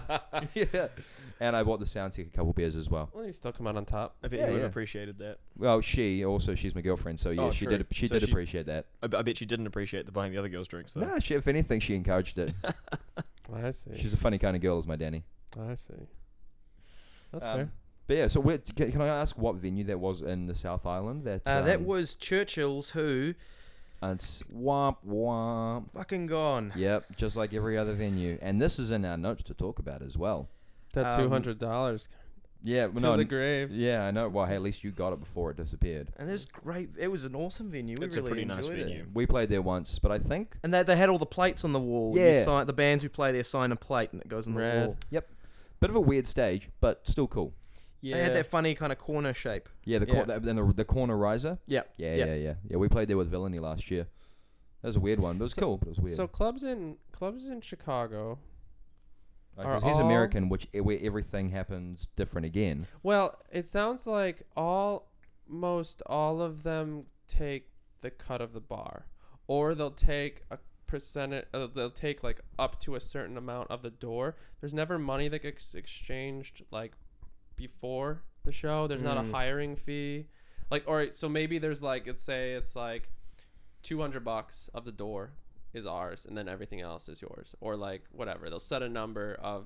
[SPEAKER 5] And I bought the sound tech a couple beers as well.
[SPEAKER 4] Well, you still come out on top.
[SPEAKER 1] I bet
[SPEAKER 5] Yeah,
[SPEAKER 1] you would
[SPEAKER 5] yeah.
[SPEAKER 1] have appreciated that.
[SPEAKER 5] Well, she also she's my girlfriend, so yeah,
[SPEAKER 1] Oh,
[SPEAKER 5] she
[SPEAKER 1] true.
[SPEAKER 5] did she
[SPEAKER 1] So
[SPEAKER 5] did
[SPEAKER 1] she-
[SPEAKER 5] appreciate that.
[SPEAKER 1] I, b- I bet you didn't appreciate the buying the other girls drinks though.
[SPEAKER 5] Nah, she, if anything, she encouraged it.
[SPEAKER 4] I see.
[SPEAKER 5] She's a funny kind of girl, is my Danny.
[SPEAKER 4] I see. That's
[SPEAKER 5] Um,
[SPEAKER 4] fair.
[SPEAKER 5] But yeah, so where, can, can I ask what venue that was in the South Island? That
[SPEAKER 6] uh, that
[SPEAKER 5] um,
[SPEAKER 6] was Churchill's. Who
[SPEAKER 5] and s- womp womp.
[SPEAKER 6] fucking gone?
[SPEAKER 5] Yep, just like every other venue, and this is in our notes to talk about as well.
[SPEAKER 4] That
[SPEAKER 6] um,
[SPEAKER 4] two hundred dollars.
[SPEAKER 5] Yeah, well,
[SPEAKER 4] to
[SPEAKER 5] no,
[SPEAKER 4] the
[SPEAKER 5] n-
[SPEAKER 4] grave.
[SPEAKER 5] yeah, I know. Well, hey, at least you got it before it disappeared.
[SPEAKER 6] And it was great. It was an awesome venue. We
[SPEAKER 1] It's a
[SPEAKER 6] really
[SPEAKER 1] pretty nice
[SPEAKER 6] enjoyed it.
[SPEAKER 1] venue.
[SPEAKER 5] We played there once, but I think
[SPEAKER 6] And they, they had all the plates on the wall. You
[SPEAKER 5] Yeah.
[SPEAKER 6] sign- the bands who play there sign a plate and it goes on the
[SPEAKER 4] Rad.
[SPEAKER 6] wall.
[SPEAKER 5] bit of a weird stage, but still cool.
[SPEAKER 4] Yeah.
[SPEAKER 6] They had that funny kind of corner shape.
[SPEAKER 5] Yeah, the
[SPEAKER 6] Yeah.
[SPEAKER 5] Cor- then the, the corner riser.
[SPEAKER 6] Yep.
[SPEAKER 5] Yeah,
[SPEAKER 6] Yep.
[SPEAKER 5] yeah, yeah, yeah. We played there with Villainy last year. That was a weird one, but it was
[SPEAKER 4] So-
[SPEAKER 5] cool. But it was weird.
[SPEAKER 4] So clubs in clubs in Chicago.
[SPEAKER 5] Like, 'cause
[SPEAKER 4] are
[SPEAKER 5] he's
[SPEAKER 4] all-
[SPEAKER 5] American, which eh, where everything happens different again.
[SPEAKER 4] Well, it sounds like all most all of them take the cut of the bar, or they'll take a percentage. Uh, they'll take like up to a certain amount of the door. There's never money that gets exchanged like before the show. There's not a
[SPEAKER 6] Mm.
[SPEAKER 4] hiring fee, like all right. So maybe there's like let's say it's like two hundred bucks of the door is ours, and then everything else is yours, or like whatever. They'll set a number of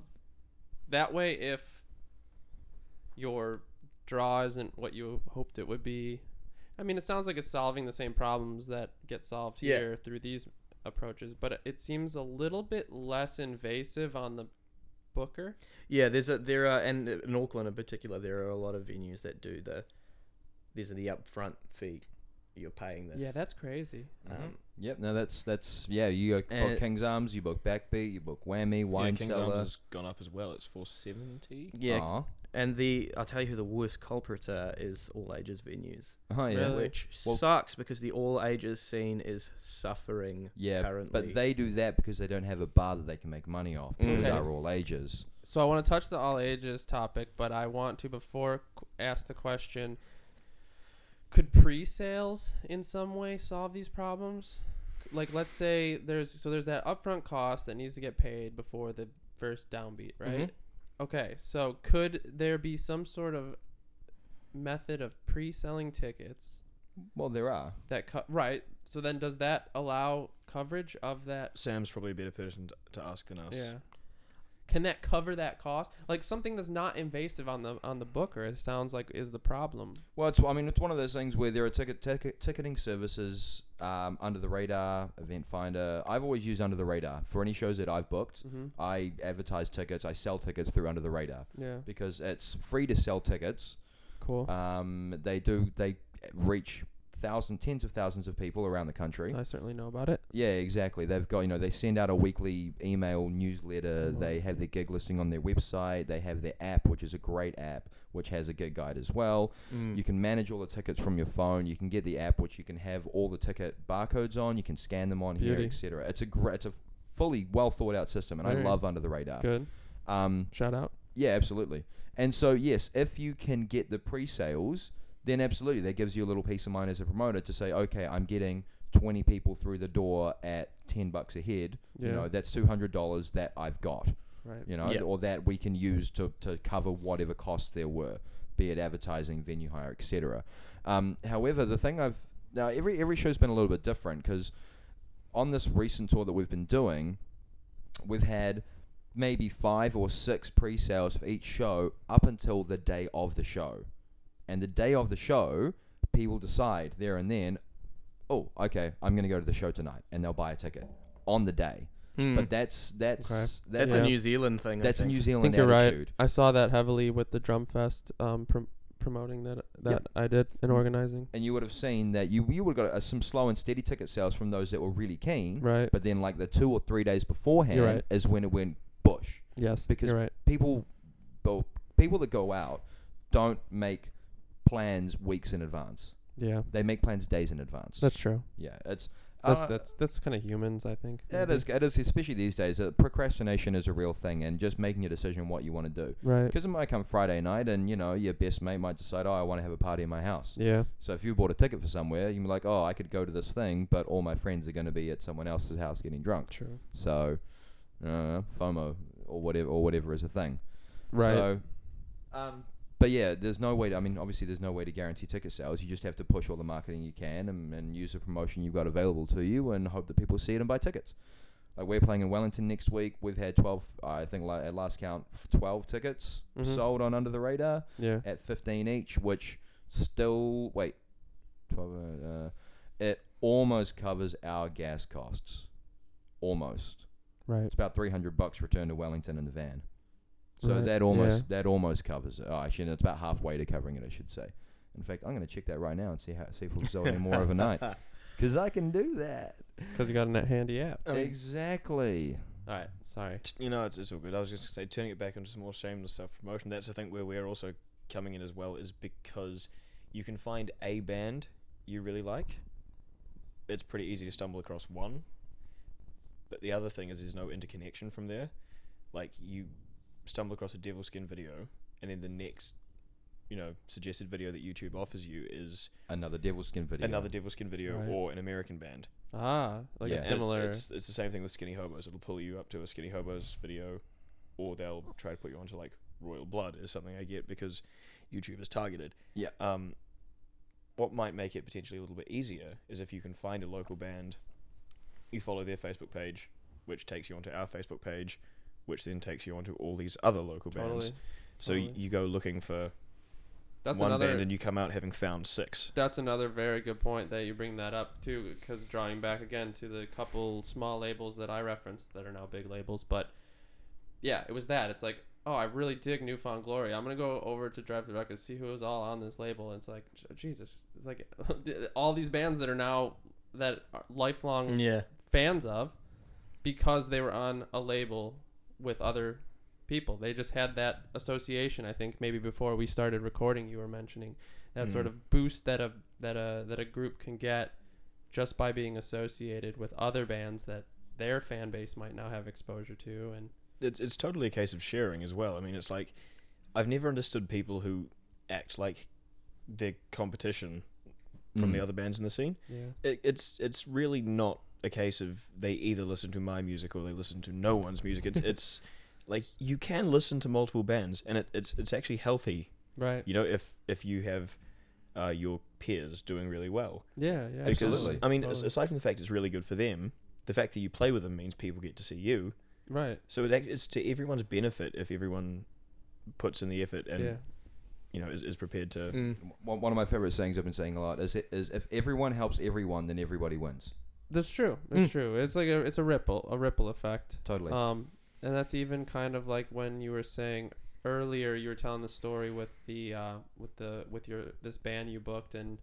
[SPEAKER 4] that way if your draw isn't what you hoped it would be. I mean, it sounds like it's solving the same problems that get solved
[SPEAKER 6] Yeah.
[SPEAKER 4] here through these approaches, but it- it seems a little bit less invasive on the booker.
[SPEAKER 6] Yeah, there's a there are and in Auckland in particular there are a lot of venues that do the there's the upfront fee. You're paying this.
[SPEAKER 4] Yeah, that's crazy.
[SPEAKER 6] Um,
[SPEAKER 5] Yep. No, that's that's yeah. You book
[SPEAKER 6] And-
[SPEAKER 5] King's Arms, you book Backbeat, you book Whammy,
[SPEAKER 1] Yeah,
[SPEAKER 5] Wine
[SPEAKER 1] King's
[SPEAKER 5] Cellar.
[SPEAKER 1] Arms has gone up as well. It's 470.
[SPEAKER 6] yeah.
[SPEAKER 5] Aw.
[SPEAKER 6] And the I'll tell you who the worst culprits are is all ages venues.
[SPEAKER 5] Oh, yeah.
[SPEAKER 4] Really?
[SPEAKER 6] Which
[SPEAKER 5] Well-
[SPEAKER 6] sucks because the all ages scene is suffering
[SPEAKER 5] Yeah,
[SPEAKER 6] currently.
[SPEAKER 5] but they do that because they don't have a bar that they can make money off because
[SPEAKER 4] Okay.
[SPEAKER 5] they're all ages.
[SPEAKER 4] So I want to touch the all ages topic, but I want to before qu- ask the question: Could pre-sales in some way solve these problems? Like, let's say there's so there's that upfront cost that needs to get paid before the first downbeat, right? Okay, so could there be some sort of method of pre-selling tickets
[SPEAKER 5] Well, there are.
[SPEAKER 4] that co- right? So then, does that allow coverage of that
[SPEAKER 1] Sam's probably a better person to, to ask than us.
[SPEAKER 4] yeah. Can that cover that cost? Like something that's not invasive on the on the booker. It sounds like is the problem.
[SPEAKER 5] Well, it's I mean it's one of those things where there are ticket, ticket ticketing services um, under the radar, Event Finder. I've always used under the radar for any shows that I've booked.
[SPEAKER 4] Mm-hmm.
[SPEAKER 5] I advertise tickets. I sell tickets through under the radar
[SPEAKER 4] Yeah.
[SPEAKER 5] because it's free to sell tickets.
[SPEAKER 4] Cool.
[SPEAKER 5] Um, they do they reach thousands, tens of thousands of people around the country.
[SPEAKER 4] I certainly know about it.
[SPEAKER 5] Yeah, exactly. They've got you know they send out a weekly email newsletter.
[SPEAKER 4] Mm-hmm.
[SPEAKER 5] They have their gig listing on their website. They have their app, which is a great app, which has a gig guide as well.
[SPEAKER 4] Mm.
[SPEAKER 6] Mm.
[SPEAKER 5] You can manage all the tickets from your phone. You can get the app, which you can have all the ticket barcodes on. You can scan them on
[SPEAKER 4] Beauty.
[SPEAKER 5] here, etc. It's a great, it's a fully well thought out system, and
[SPEAKER 4] Very
[SPEAKER 5] I love under the radar.
[SPEAKER 4] Good.
[SPEAKER 5] Um,
[SPEAKER 4] Shout out.
[SPEAKER 5] yeah, absolutely. And so, yes, if you can get the pre sales, then absolutely that gives you a little peace of mind as a promoter to say, okay, I'm getting 20 people through the door at 10 bucks a head.
[SPEAKER 4] Yeah.
[SPEAKER 5] You know, that's $200 that I've got,
[SPEAKER 4] Right.
[SPEAKER 5] you know,
[SPEAKER 6] Yeah.
[SPEAKER 5] or that we can use to, to cover whatever costs there were, be it advertising, venue hire, etc. Um, however, the thing I've now every every show's been a little bit different because on this recent tour that we've been doing, we've had maybe five or six pre-sales for each show up until the day of the show, and the day of the show, people decide there and then, oh, okay, I'm going to go to the show tonight, and they'll buy a ticket on the day.
[SPEAKER 6] Mm.
[SPEAKER 5] But that's that's
[SPEAKER 6] that's
[SPEAKER 5] that's
[SPEAKER 6] a
[SPEAKER 4] Yeah.
[SPEAKER 6] New Zealand thing. I
[SPEAKER 5] that's a
[SPEAKER 6] think.
[SPEAKER 5] New
[SPEAKER 4] I
[SPEAKER 5] Zealand
[SPEAKER 4] think you're
[SPEAKER 5] attitude.
[SPEAKER 4] right. I saw that heavily with the drum fest um, prom- promoting that that I did and
[SPEAKER 5] Mm-hmm.
[SPEAKER 4] organizing.
[SPEAKER 5] And you would have seen that you you would have got uh, some slow and steady ticket sales from those that were really keen,
[SPEAKER 4] Right.
[SPEAKER 5] But then, like the two or three days beforehand,
[SPEAKER 4] right.
[SPEAKER 5] is when it went bush.
[SPEAKER 4] yes.
[SPEAKER 5] because
[SPEAKER 4] you're right.
[SPEAKER 5] People, well, people that go out don't make plans weeks in advance.
[SPEAKER 4] Yeah.
[SPEAKER 5] They make plans days in advance.
[SPEAKER 4] That's true.
[SPEAKER 5] yeah, it's
[SPEAKER 4] That's
[SPEAKER 5] uh,
[SPEAKER 4] that's that's kind of humans, I think.
[SPEAKER 5] It
[SPEAKER 4] maybe.
[SPEAKER 5] is, it is, especially these days. Uh, procrastination is a real thing, and just making a decision what you want to do.
[SPEAKER 4] Right.
[SPEAKER 5] Because it might come Friday night, and you know your best mate might decide, oh, I want to have a party in my house.
[SPEAKER 4] Yeah.
[SPEAKER 5] So if you bought a ticket for somewhere, you can be like, oh, I could go to this thing, but all my friends are going to be at someone else's house getting drunk.
[SPEAKER 4] True.
[SPEAKER 5] So, uh, FOMO or whatever or whatever is a thing.
[SPEAKER 4] Right.
[SPEAKER 5] So, um, but yeah, there's no way. To, I mean, obviously, there's no way to guarantee ticket sales. You just have to push all the marketing you can and, and use the promotion you've got available to you, and hope that people see it and buy tickets. Like we're playing in Wellington next week. We've had 12, I think, la- at last count, 12 tickets
[SPEAKER 4] Mhm.
[SPEAKER 5] sold on Under the Radar
[SPEAKER 4] yeah.
[SPEAKER 5] at 15 each, which still wait 12 uh, uh, it almost covers our gas costs almost
[SPEAKER 4] Right.
[SPEAKER 5] it's about 300 bucks return to Wellington in the van So
[SPEAKER 4] Right,
[SPEAKER 5] that almost that almost covers it. Oh, actually, no, it's about halfway to covering it, I should say. In fact, I'm going to check that right now and see how see if we'll sell any more overnight, because I can do that.
[SPEAKER 4] Because you got a handy app.
[SPEAKER 5] exactly.
[SPEAKER 4] All right, sorry.
[SPEAKER 1] T- you know, it's, it's all good. I was just going to say, turning it back into some more shameless self promotion, that's the thing where we're also coming in as well, is because you can find a band you really like. It's pretty easy to stumble across one. But the other thing is, there's no interconnection from there. Like, you stumble across a Devil Skin video, and then the next, you know, suggested video that YouTube offers you is
[SPEAKER 5] Another devil skin video.
[SPEAKER 1] another Devil Skin video
[SPEAKER 4] Right.
[SPEAKER 1] or an American band.
[SPEAKER 4] Ah, like
[SPEAKER 1] And
[SPEAKER 4] a
[SPEAKER 5] Yeah.
[SPEAKER 1] it's-
[SPEAKER 4] similar.
[SPEAKER 1] It's, it's the same thing with Skinny Hobos. It'll pull you up to a Skinny Hobos video, or they'll try to put you onto like Royal Blood is something I get because YouTube is targeted.
[SPEAKER 5] Yeah.
[SPEAKER 1] Um, what might make it potentially a little bit easier is if you can find a local band, you follow their Facebook page, which takes you onto our Facebook page, which then takes you onto all these other local
[SPEAKER 4] totally.
[SPEAKER 1] bands. So y
[SPEAKER 4] totally.
[SPEAKER 1] you go looking for
[SPEAKER 4] That's
[SPEAKER 1] one
[SPEAKER 4] another.
[SPEAKER 1] band and you come out having found six.
[SPEAKER 4] that's another very good point that you bring that up too because drawing back again to the couple small labels that i referenced that are now big labels but yeah it was that it's like oh i really dig newfound glory i'm gonna go over to drive the record see who's all on this label and it's like j- jesus it's like all these bands that are now that are lifelong
[SPEAKER 6] yeah.
[SPEAKER 4] fans of because they were on a label with other people. They just had that association. I think maybe before we started recording, you were mentioning that sort
[SPEAKER 1] Mm.
[SPEAKER 4] of boost that a that a that a group can get just by being associated with other bands that their fan base might now have exposure to. And
[SPEAKER 1] it's it's totally a case of sharing as well. I mean, it's like I've never understood people who act like they're competition from the
[SPEAKER 5] Mm.
[SPEAKER 1] other bands in the scene.
[SPEAKER 4] yeah,
[SPEAKER 1] It, it's it's really not a case of they either listen to my music or they listen to no one's music. It's it's like you can listen to multiple bands, and it, it's it's actually healthy.
[SPEAKER 4] right.
[SPEAKER 1] You know, if if you have uh, your peers doing really well,
[SPEAKER 4] Yeah, yeah.
[SPEAKER 1] because
[SPEAKER 5] Absolutely.
[SPEAKER 1] I mean, as-
[SPEAKER 4] Totally.
[SPEAKER 1] aside from the fact it's really good for them, the fact that you play with them means people get to see you.
[SPEAKER 4] right.
[SPEAKER 1] So it, act- it's to everyone's benefit if everyone puts in the effort and
[SPEAKER 4] yeah,
[SPEAKER 1] you know is, is prepared to.
[SPEAKER 6] Mm.
[SPEAKER 5] One one of my favorite sayings I've been saying a lot is it is if everyone helps everyone, then everybody wins.
[SPEAKER 4] that's true. That's true. It's like a it's a ripple a ripple effect.
[SPEAKER 5] Totally.
[SPEAKER 4] Um, and that's even kind of like when you were saying earlier, you were telling the story with the uh, with the with your this band you booked, and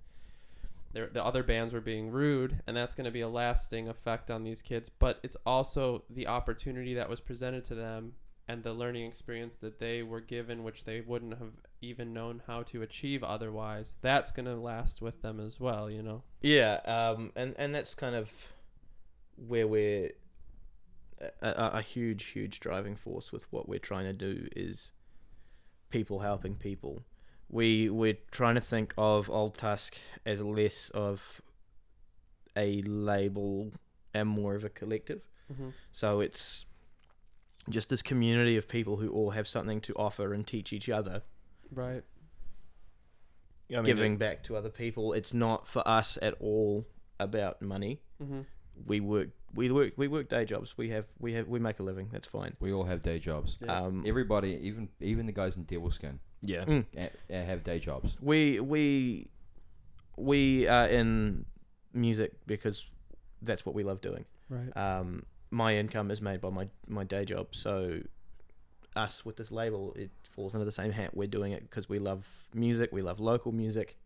[SPEAKER 4] there, the other bands were being rude, and that's going to be a lasting effect on these kids. But it's also the opportunity that was presented to them and the learning experience that they were given, which they wouldn't have even known how to achieve otherwise. That's going to last with them as well, you know.
[SPEAKER 6] Yeah, um, and and that's kind of where we're a, a, a huge, huge driving force with what we're trying to do is people helping people. We we're trying to think of Old Tusk as less of a label and more of a collective.
[SPEAKER 4] Mm-hmm.
[SPEAKER 6] So it's just this community of people who all have something to offer and teach each other
[SPEAKER 4] Right.
[SPEAKER 1] I mean,
[SPEAKER 6] giving back to other people. It's not for us at all about money.
[SPEAKER 4] Mm-hmm.
[SPEAKER 6] We work, we work, we work day jobs. We have, we have, we make a living. That's fine.
[SPEAKER 5] we all have day jobs.
[SPEAKER 4] Yeah.
[SPEAKER 6] Um,
[SPEAKER 5] Everybody, even even the guys in devil skin,
[SPEAKER 1] yeah,
[SPEAKER 6] Mm.
[SPEAKER 5] eh, eh, have day jobs.
[SPEAKER 6] we we we are in music because that's what we love doing.
[SPEAKER 4] Right.
[SPEAKER 6] Um, my income is made by my my day job. So us with this label, it falls under the same hat. We're doing it because we love music. We love local music,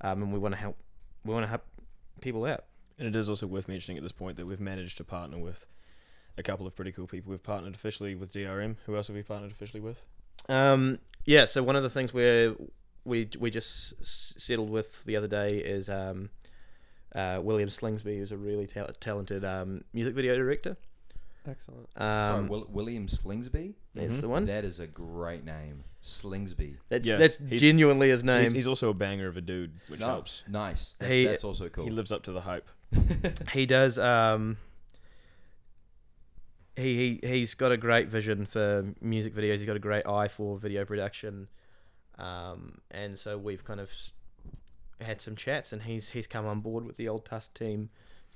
[SPEAKER 6] um, and we want to help. We want to help people out.
[SPEAKER 1] and it is also worth mentioning at this point that we've managed to partner with a couple of pretty cool people. We've partnered officially with DRM. Who else have we partnered officially with?
[SPEAKER 6] Um, yeah. So one of the things we we we just s- settled with the other day is um, uh, William Slingsby, who's a really ta- talented um, music video director.
[SPEAKER 4] Excellent.
[SPEAKER 6] Um,
[SPEAKER 5] Sorry, Will, William Slingsby.
[SPEAKER 6] that's
[SPEAKER 1] Mhm.
[SPEAKER 6] the one.
[SPEAKER 5] That is a great name, Slingsby.
[SPEAKER 6] That's
[SPEAKER 1] Yeah,
[SPEAKER 6] that's
[SPEAKER 1] he's-
[SPEAKER 6] genuinely his
[SPEAKER 1] He's,
[SPEAKER 6] name.
[SPEAKER 1] he's also a banger of a dude, which
[SPEAKER 5] No,
[SPEAKER 1] helps.
[SPEAKER 5] Nice. That-
[SPEAKER 6] He-
[SPEAKER 5] that's also cool.
[SPEAKER 1] He lives up to the hype.
[SPEAKER 6] he does. Um, he he he's got a great vision for music videos. He's got a great eye for video production, um, and so we've kind of s- had some chats, and he's he's come on board with the Old Tusk team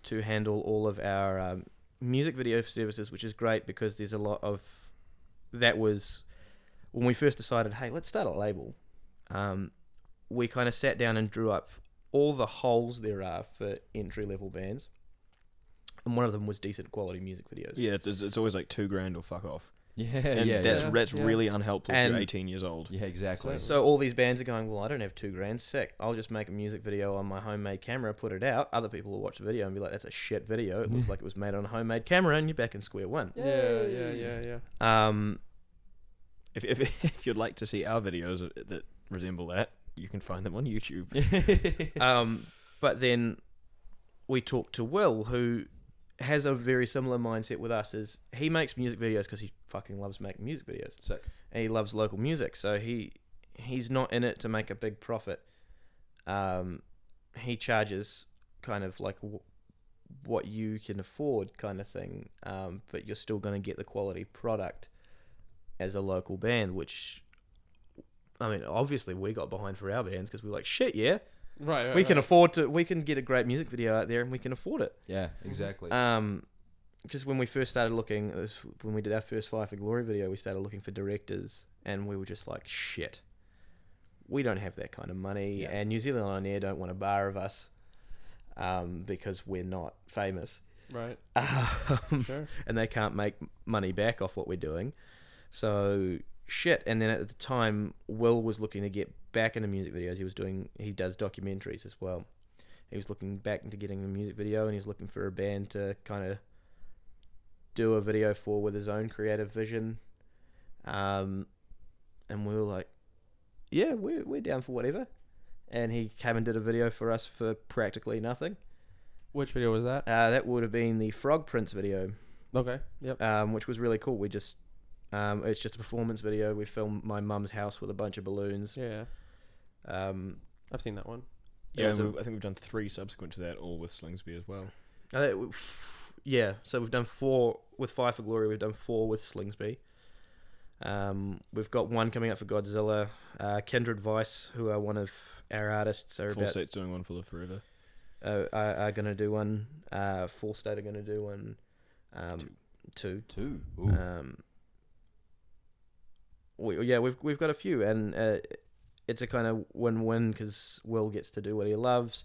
[SPEAKER 6] to handle all of our um, music video services, which is great because there's a lot of that was when we first decided, hey, let's start a label. Um, we kind of sat down and drew up all the holes there are for entry level bands, and one of them was decent quality music videos.
[SPEAKER 1] Yeah, it's, it's, it's always like two grand or fuck off.
[SPEAKER 5] Yeah,
[SPEAKER 1] and
[SPEAKER 5] Uh, yeah,
[SPEAKER 1] that's
[SPEAKER 5] yeah.
[SPEAKER 1] that's
[SPEAKER 4] Yeah.
[SPEAKER 1] really unhelpful if
[SPEAKER 6] And-
[SPEAKER 1] you're 18 years old.
[SPEAKER 5] yeah, exactly.
[SPEAKER 6] So all these bands are going, well, I don't have two grand, sick. I'll just make a music video on my homemade camera, put it out. Other people will watch the video and be like, that's a shit video. It looks like it was made on a homemade camera, and you're back in square one.
[SPEAKER 4] Yeah, yeah, yeah, yeah.
[SPEAKER 6] Um,
[SPEAKER 1] If, if if you'd like to see our videos that resemble that, you can find them on YouTube.
[SPEAKER 6] um, but then we talked to Will, who has a very similar mindset with us. Is he makes music videos because he fucking loves making music videos.
[SPEAKER 5] Sick.
[SPEAKER 6] and he loves local music, so he he's not in it to make a big profit. Um, he charges kind of like w- what you can afford, kind of thing, um, but you're still going to get the quality product as a local band, which. I mean, obviously, we got behind for our bands because we were like, "Shit, yeah,
[SPEAKER 4] Right, right.
[SPEAKER 6] we can
[SPEAKER 4] right.
[SPEAKER 6] afford to. We can get a great music video out there, and we can afford it."
[SPEAKER 5] Yeah, exactly.
[SPEAKER 6] Um, just when we first started looking, this, when we did our first Fire for Glory video, we started looking for directors, and we were just like, shit, we don't have that kind of money,
[SPEAKER 5] Yeah.
[SPEAKER 6] and New Zealand on air don't want a bar of us, um, because we're not famous,
[SPEAKER 4] right.
[SPEAKER 6] um,
[SPEAKER 4] Sure.
[SPEAKER 6] and they can't make money back off what we're doing, so shit. And then at the time, Will was looking to get back into music videos. He was doing, he does documentaries as well. He was looking back into getting a music video, and he was looking for a band to kind of do a video for with his own creative vision. Um, and we were like, yeah, we're, we're down for whatever. And he came and did a video for us for practically nothing.
[SPEAKER 4] Which video was that?
[SPEAKER 6] Uh, that would have been the Frog Prince video,
[SPEAKER 4] Okay. Yep.
[SPEAKER 6] um, which was really cool. We just, um, it's just a performance video. We filmed my mum's house with a bunch of balloons.
[SPEAKER 4] Yeah, yeah.
[SPEAKER 6] Um,
[SPEAKER 4] I've seen that one.
[SPEAKER 6] it
[SPEAKER 1] yeah,
[SPEAKER 6] was
[SPEAKER 1] and
[SPEAKER 6] a-
[SPEAKER 1] we- I think we've done three subsequent to that, all with Slingsby as well.
[SPEAKER 6] I think we- yeah, so we've done four with Fire for Glory. We've done four with Slingsby. Um, we've got one coming up for Godzilla. Uh, Kindred Vice, who are one of our artists, are
[SPEAKER 1] Full
[SPEAKER 6] about
[SPEAKER 1] State's doing one for Live Forever.
[SPEAKER 6] uh, are, are going to do one. Uh, Full State are going to do one. Um, two.
[SPEAKER 5] Two.
[SPEAKER 6] Um, we, yeah, we've we've got a few, and uh, it's a kind of win-win because Will gets to do what he loves.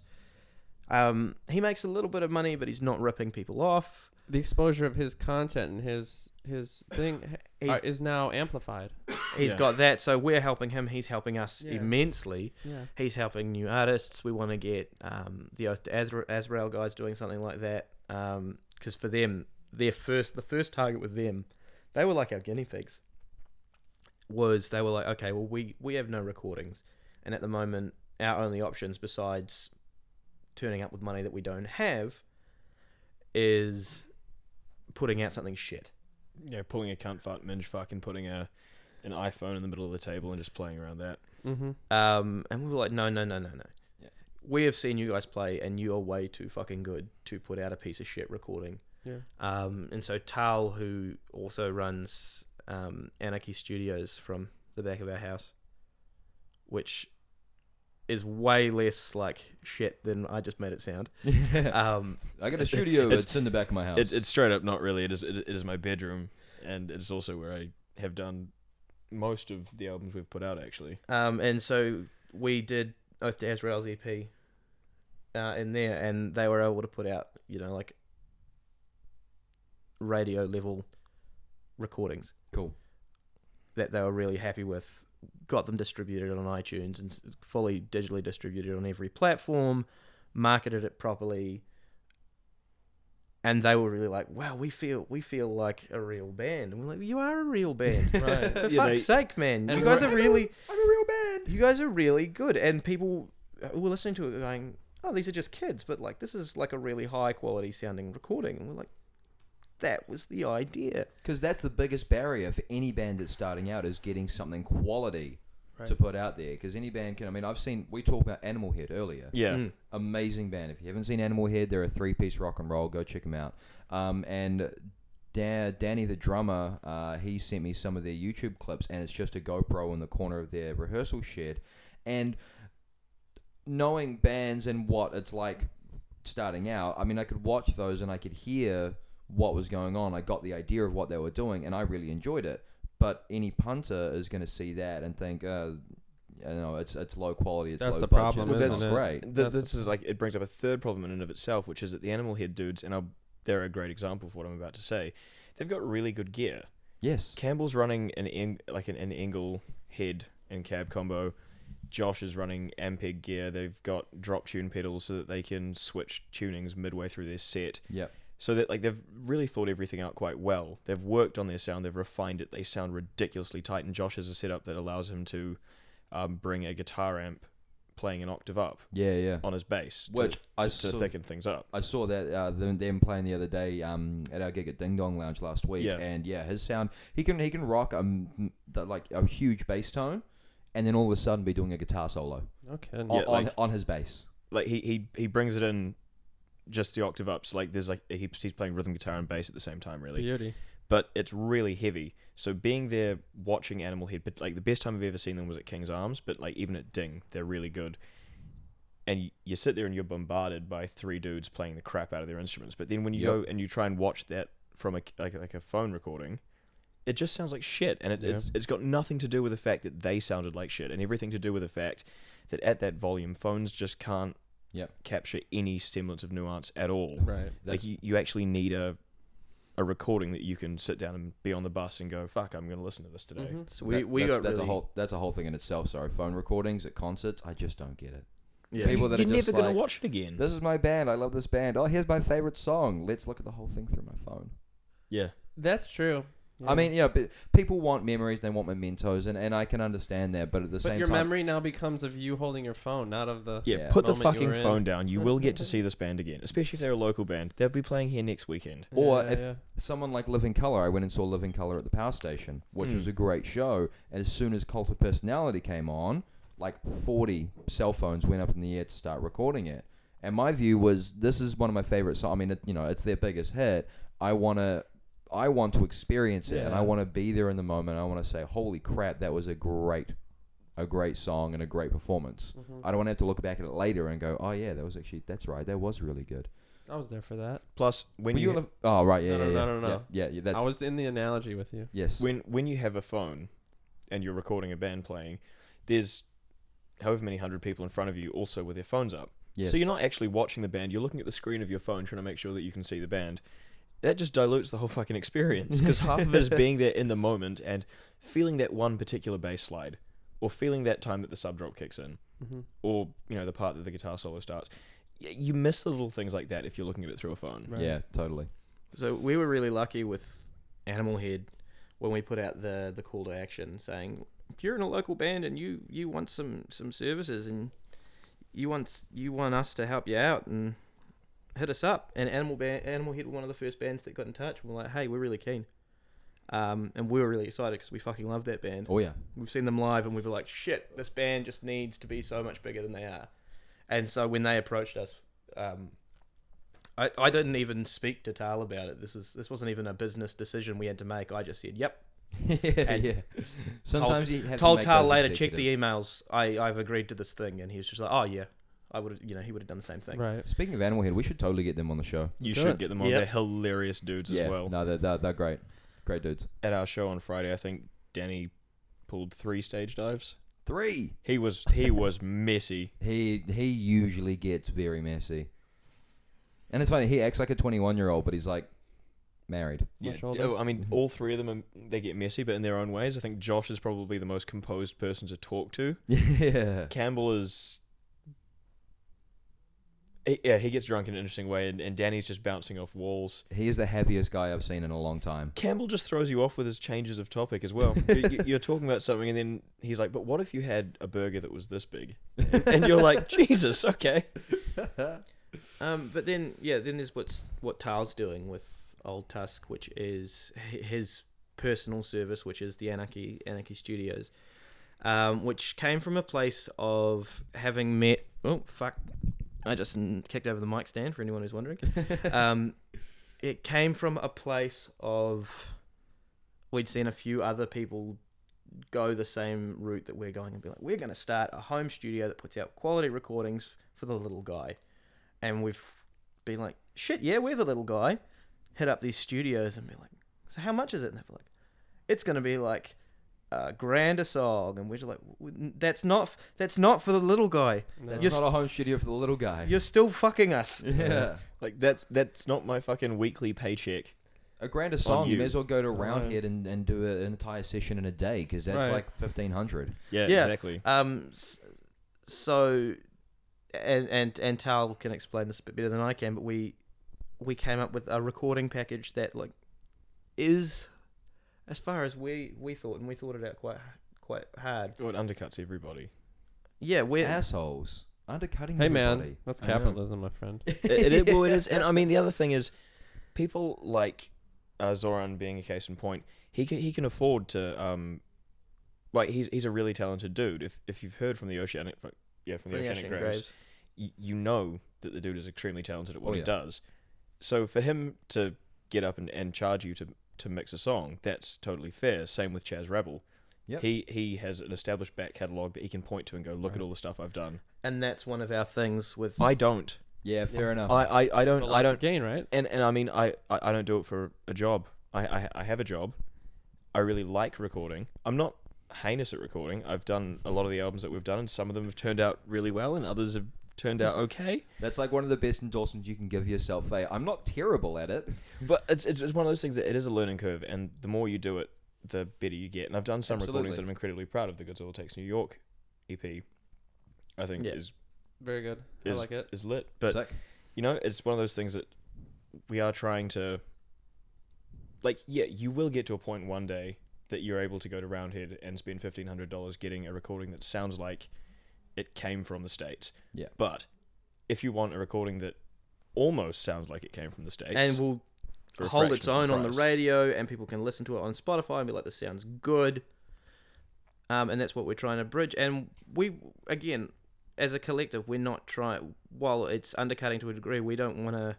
[SPEAKER 6] Um, he makes a little bit of money, but he's not ripping people off.
[SPEAKER 4] The exposure of his content and his his thing h-
[SPEAKER 6] He's-
[SPEAKER 4] are- is now amplified.
[SPEAKER 6] He's
[SPEAKER 1] Yeah.
[SPEAKER 6] got that, so we're helping him. He's helping us
[SPEAKER 4] Yeah.
[SPEAKER 6] immensely.
[SPEAKER 4] Yeah.
[SPEAKER 6] He's helping new artists. We want to get um, the Oath to Azra- Azrael guys doing something like that because for them, their first the first target with them, they were like our guinea pigs. Was they were like, okay, well we we have no recordings, and at the moment our only options besides turning up with money that we don't have is putting out something shit.
[SPEAKER 1] Yeah, pulling a cunt fart minge fuck and putting a an iPhone in the middle of the table and just playing around that.
[SPEAKER 4] Mm-hmm.
[SPEAKER 6] Um, and we were like, no, no, no, no, no.
[SPEAKER 5] Yeah.
[SPEAKER 6] We have seen you guys play, and you are way too fucking good to put out a piece of shit recording.
[SPEAKER 4] Yeah.
[SPEAKER 6] Um, and so Tal, who also runs um, Anarchy Studios from the back of our house, which is way less like shit than I just made it sound. Um,
[SPEAKER 5] I got a studio.
[SPEAKER 1] it's-
[SPEAKER 5] It's, in the back of my house.
[SPEAKER 1] It, it's straight up not really. It is it, it is my bedroom, and it's also where I have done most of the albums we've put out. Actually,
[SPEAKER 6] Um, and so we did Oath to Azrael's EP uh, in there, and they were able to put out, you know, like radio level recordings
[SPEAKER 5] cool.
[SPEAKER 6] that they were really happy with. Got them distributed on iTunes and s- fully digitally distributed on every platform, marketed it properly, and they were really like, "Wow, we feel we feel like a real band." And we're like, "You are a real band,
[SPEAKER 4] Right.
[SPEAKER 6] for
[SPEAKER 1] Yeah, they-
[SPEAKER 6] fuck's sake, man!
[SPEAKER 4] And
[SPEAKER 6] You guys
[SPEAKER 4] we're-
[SPEAKER 6] are really."
[SPEAKER 5] I'm a real band.
[SPEAKER 6] you guys are really good and people were listening to it going oh these are just kids but like this is like a really high quality sounding recording and we're like that was the idea
[SPEAKER 5] Because that's the biggest barrier for any band that's starting out is getting something quality to put out there. Because any band can. I mean, I've seen. We talked about Animal Head earlier.
[SPEAKER 1] yeah,
[SPEAKER 6] Mm.
[SPEAKER 5] amazing band. If you haven't seen Animal Head, they're a three-piece rock and roll. Go check them out. Um, and da- Danny, the drummer, uh, he sent me some of their YouTube clips, and it's just a GoPro in the corner of their rehearsal shed. And knowing bands and what it's like starting out, I mean, I could watch those and I could hear what was going on. I got the idea of what they were doing, and I really enjoyed it. But any punter is going to see that and think, uh, you know, it's it's low quality. It's
[SPEAKER 4] That's
[SPEAKER 5] low
[SPEAKER 4] the
[SPEAKER 5] budget.
[SPEAKER 4] problem,
[SPEAKER 5] It's
[SPEAKER 1] isn't
[SPEAKER 5] not
[SPEAKER 1] it?
[SPEAKER 5] great.
[SPEAKER 1] Th-
[SPEAKER 4] That's the
[SPEAKER 1] this is like it brings up a third problem in and of itself, which is that the animal head dudes, and I'll, they're a great example of what I'm about to say. They've got really good gear,
[SPEAKER 5] Yes.
[SPEAKER 1] Campbell's running an in, like an, an Ingle head and cab combo. Josh is running Ampeg gear. They've got drop tune pedals so that they can switch tunings midway through their set.
[SPEAKER 5] Yep.
[SPEAKER 1] So that like they've really thought everything out quite well. They've worked on their sound. They've refined it. They sound ridiculously tight. And Josh has a setup that allows him to um, bring a guitar amp playing an octave up
[SPEAKER 5] Yeah, yeah.
[SPEAKER 1] on his bass, to-
[SPEAKER 5] Which
[SPEAKER 1] to,
[SPEAKER 5] I
[SPEAKER 1] Oh, to
[SPEAKER 5] saw-
[SPEAKER 1] thicken things up.
[SPEAKER 5] I saw that uh, them, them playing the other day um, at our gig at Ding Dong Lounge last week,
[SPEAKER 1] Yeah.
[SPEAKER 5] and yeah, his sound he can he can rock um the, like a huge bass tone, and then all of a sudden be doing a guitar solo
[SPEAKER 4] Okay.
[SPEAKER 5] on,
[SPEAKER 1] Yeah, like-
[SPEAKER 5] on, on his bass.
[SPEAKER 1] Like he he he brings it in just the octave ups. Like there's like he, he's playing rhythm guitar and bass at the same time. Really,
[SPEAKER 4] Beauty.
[SPEAKER 1] but it's really heavy. So being there watching Animal Head, but like the best time I've ever seen them was at King's Arms, but like even at Ding, they're really good. And y- you sit there and you're bombarded by three dudes playing the crap out of their instruments. But then when you go and you try and watch that from a like, like a phone recording, it just sounds like shit. And it, it's it's got nothing to do with the fact that they sounded like shit, and everything to do with the fact that at that volume, phones just can't
[SPEAKER 5] Yep.
[SPEAKER 1] capture any semblance of nuance at all
[SPEAKER 4] Right.
[SPEAKER 1] like you, you actually need a a recording that you can sit down and be on the bus and go fuck i'm going to listen to this today
[SPEAKER 5] Mm-hmm.
[SPEAKER 4] Mhm.
[SPEAKER 6] So we,
[SPEAKER 5] That-
[SPEAKER 6] we
[SPEAKER 5] that's,
[SPEAKER 6] got
[SPEAKER 5] that's
[SPEAKER 6] really,
[SPEAKER 5] a whole that's a whole thing in itself. Sorry, phone recordings at concerts, I just don't get it.
[SPEAKER 6] yeah.
[SPEAKER 5] People that
[SPEAKER 1] you're
[SPEAKER 5] are just
[SPEAKER 1] never
[SPEAKER 5] like,
[SPEAKER 1] going to watch it again
[SPEAKER 5] this is my band, I love this band. Oh, here's my favorite song. Let's look at the whole thing through my phone.
[SPEAKER 1] yeah
[SPEAKER 4] That's true.
[SPEAKER 5] I mean, you know, but people want memories, they want mementos, and, and I can understand that. But at the
[SPEAKER 4] but
[SPEAKER 5] same
[SPEAKER 4] your
[SPEAKER 5] time,
[SPEAKER 4] memory now becomes of you holding your phone, not of the.
[SPEAKER 1] yeah,
[SPEAKER 5] Yeah.
[SPEAKER 1] put the
[SPEAKER 4] Moment you
[SPEAKER 1] fucking
[SPEAKER 4] were in.
[SPEAKER 1] phone down you will get to see this band again especially if they're a local band they'll be playing here next weekend
[SPEAKER 5] Or
[SPEAKER 4] Yeah,
[SPEAKER 5] if
[SPEAKER 4] yeah.
[SPEAKER 5] someone like Living Color, I went and saw Living Color at the Power Station, which was
[SPEAKER 1] Mm.
[SPEAKER 4] Hmm.
[SPEAKER 5] a great show. And as soon as Cult of Personality came on, like 40 cell phones went up in the air to start recording it. And my view was, this is one of my favorite songs. I mean, it, you know, it's their biggest hit. I want to. I want to experience it, and I
[SPEAKER 4] Yeah.
[SPEAKER 5] want to be there in the moment. I want to say, "Holy crap, that was a great, a great song and a great performance."
[SPEAKER 4] Mm-hmm.
[SPEAKER 5] I don't want to have to look back at it later and go, "Oh yeah, that was actually that's right, that was really good."
[SPEAKER 4] I was there for that.
[SPEAKER 1] plus when
[SPEAKER 5] Were
[SPEAKER 1] you,
[SPEAKER 5] you on a- oh right, yeah,
[SPEAKER 4] No, no,
[SPEAKER 5] yeah,
[SPEAKER 4] no, no,
[SPEAKER 5] yeah.
[SPEAKER 4] no.
[SPEAKER 5] yeah, yeah, that's
[SPEAKER 4] I was in the analogy with you.
[SPEAKER 5] Yes.
[SPEAKER 1] when when you have a phone and you're recording a band playing there's however many hundred people in front of you also with their phones up
[SPEAKER 5] yes.
[SPEAKER 1] so you're not actually watching the band you're looking at the screen of your phone trying to make sure that you can see the band that just dilutes the whole fucking experience because half of it is being there in the moment and feeling that one particular bass slide or feeling that time that the sub drop kicks in
[SPEAKER 4] Mm-hmm.
[SPEAKER 1] or you know the part that the guitar solo starts Y- you miss the little things like that if you're looking at it through a phone
[SPEAKER 4] Right.
[SPEAKER 5] Yeah, totally.
[SPEAKER 6] So we were really lucky with Animal Head when we put out the the call to action saying if you're in a local band and you you want some some services and you want you want us to help you out and hit us up and Animal band, Animal Head were one of the first bands that got in touch and we're like hey we're really keen um, and we were really excited because we fucking love that band
[SPEAKER 5] Oh yeah.
[SPEAKER 6] we've seen them live and we were like shit this band just needs to be so much bigger than they are and so when they approached us um, I, I didn't even speak to Tal about it this was this wasn't even a business decision we had to make I just said yep
[SPEAKER 5] yeah,
[SPEAKER 6] And
[SPEAKER 5] yeah. Sometimes you have
[SPEAKER 6] told
[SPEAKER 5] to make
[SPEAKER 6] Tal
[SPEAKER 5] those
[SPEAKER 6] later check the
[SPEAKER 5] executive-
[SPEAKER 6] emails I, I've agreed to this thing and he was just like oh yeah I would you know he would have done the same thing
[SPEAKER 4] Right.
[SPEAKER 5] Speaking of Animal Head, we should totally get them on the show.
[SPEAKER 1] you
[SPEAKER 4] Do
[SPEAKER 1] should
[SPEAKER 4] it.
[SPEAKER 1] get them on
[SPEAKER 6] Yep.
[SPEAKER 1] they're hilarious dudes
[SPEAKER 5] yeah.
[SPEAKER 1] as well
[SPEAKER 5] No, they're, they're, they're great. Great dudes.
[SPEAKER 1] at our show on friday i think danny pulled three stage dives
[SPEAKER 5] Three.
[SPEAKER 1] he was he was messy
[SPEAKER 5] He he usually gets very messy. And it's funny, he acts like a 21 year old, but he's like married.
[SPEAKER 1] Yeah,
[SPEAKER 4] Much older.
[SPEAKER 1] oh, I mean, all three of them are, they get messy, but in their own ways. I think Josh is probably the most composed person to talk to.
[SPEAKER 5] Yeah.
[SPEAKER 1] Campbell is, he- yeah, he gets drunk in an interesting way, and, and Danny's just bouncing off walls.
[SPEAKER 5] He is the happiest guy I've seen in a long time.
[SPEAKER 1] Campbell just throws you off with his changes of topic as well. You- you, you're talking about something, and then he's like, "But what if you had a burger that was this big?" And you're like, "Jesus, okay."
[SPEAKER 6] Um, but then, yeah, then there's what's what Tal's doing with Old Tusk, which is hi- his personal service, which is the Anarchy Anarchy Studios, um, which came from a place of having met. Oh fuck! I just n- kicked over the mic stand for anyone who's wondering. um, it came from a place of we'd seen a few other people go the same route that we're going and be like, we're going to start a home studio that puts out quality recordings for the little guy and we've been like, shit, yeah, we're the little guy. Hit up these studios and be like, so how much is it? And they're like, it's going to be like a grand a song. And we're just like, "W- that's not f- that's not for the little guy.
[SPEAKER 5] That's
[SPEAKER 6] You're,
[SPEAKER 5] not
[SPEAKER 6] st-
[SPEAKER 5] a home studio for the little guy.
[SPEAKER 6] you're still fucking us.
[SPEAKER 5] yeah.
[SPEAKER 1] Like that's that's not my fucking weekly paycheck.
[SPEAKER 5] a grander song, you
[SPEAKER 1] you.
[SPEAKER 5] may as well go to
[SPEAKER 4] know.
[SPEAKER 5] Roundhead and, and do a, an entire session in a day because that's
[SPEAKER 4] Right.
[SPEAKER 5] like fifteen hundred.
[SPEAKER 1] Yeah,
[SPEAKER 6] Yeah.
[SPEAKER 1] exactly.
[SPEAKER 6] Um, s- so, and and and Tal can explain this a bit better than I can, but we we came up with a recording package that like is as far as we we thought, and we thought it out quite quite hard.
[SPEAKER 1] Well, it undercuts everybody.
[SPEAKER 6] Yeah, we're
[SPEAKER 5] Assholes undercutting.
[SPEAKER 4] Hey
[SPEAKER 5] everybody.
[SPEAKER 4] man, that's
[SPEAKER 1] I know.
[SPEAKER 4] capitalism, my friend.
[SPEAKER 1] it, it, well, it is, and I mean the other thing is, people like uh, Zoran being a case in point. He can he can afford to um, like he's he's a really talented dude. If if you've heard from the oceanic, fr- yeah, from the
[SPEAKER 6] From the
[SPEAKER 1] oceanic
[SPEAKER 6] Oceanic
[SPEAKER 1] graves,
[SPEAKER 6] Graves.
[SPEAKER 1] y- you know that the dude is extremely talented at what
[SPEAKER 5] Oh,
[SPEAKER 1] he
[SPEAKER 5] yeah.
[SPEAKER 1] does. So for him to get up and, and charge you to to mix a song, that's totally fair. Same with Chaz Rebel.
[SPEAKER 5] Yep.
[SPEAKER 1] He he has an established back catalog that he can point to and go, look at all the stuff I've done.
[SPEAKER 6] and that's one of our things with
[SPEAKER 1] I don't.
[SPEAKER 5] Yeah, fair enough.
[SPEAKER 1] I I, I don't.
[SPEAKER 4] Got
[SPEAKER 1] I
[SPEAKER 4] a lot to
[SPEAKER 1] don't.
[SPEAKER 4] gain, right?
[SPEAKER 1] and and I mean I, I I don't do it for a job. I, I I have a job. I really like recording. I'm not heinous at recording. I've done a lot of the albums that we've done, and some of them have turned out really well, and others have turned out okay.
[SPEAKER 5] that's like one of the best endorsements you can give yourself. Hey, I'm not terrible at it.
[SPEAKER 1] But it's, it's it's one of those things that it is a learning curve, and the more you do it, the better you get. And I've done some recordings
[SPEAKER 5] Absolutely.
[SPEAKER 1] that I'm incredibly proud of. The Godzilla Takes New York EP, I think
[SPEAKER 6] Yeah.
[SPEAKER 1] is
[SPEAKER 4] Very good. I
[SPEAKER 1] is
[SPEAKER 4] like it.
[SPEAKER 1] is lit. But
[SPEAKER 5] Sick.
[SPEAKER 1] you know, it's one of those things that we are trying to like yeah, you will get to a point one day that you're able to go to Roundhead and spend fifteen hundred dollars getting a recording that sounds like it came from the States.
[SPEAKER 5] Yeah.
[SPEAKER 1] But if you want a recording that almost sounds like it came from the States
[SPEAKER 6] and will
[SPEAKER 1] for a
[SPEAKER 6] hold
[SPEAKER 1] fraction
[SPEAKER 6] its
[SPEAKER 1] of
[SPEAKER 6] own on the
[SPEAKER 1] price,
[SPEAKER 6] radio, and people can listen to it on Spotify and be like, "This sounds good." Um, and that's what we're trying to bridge. And we, again, as a collective, we're not trying. While it's undercutting to a degree, we don't want to.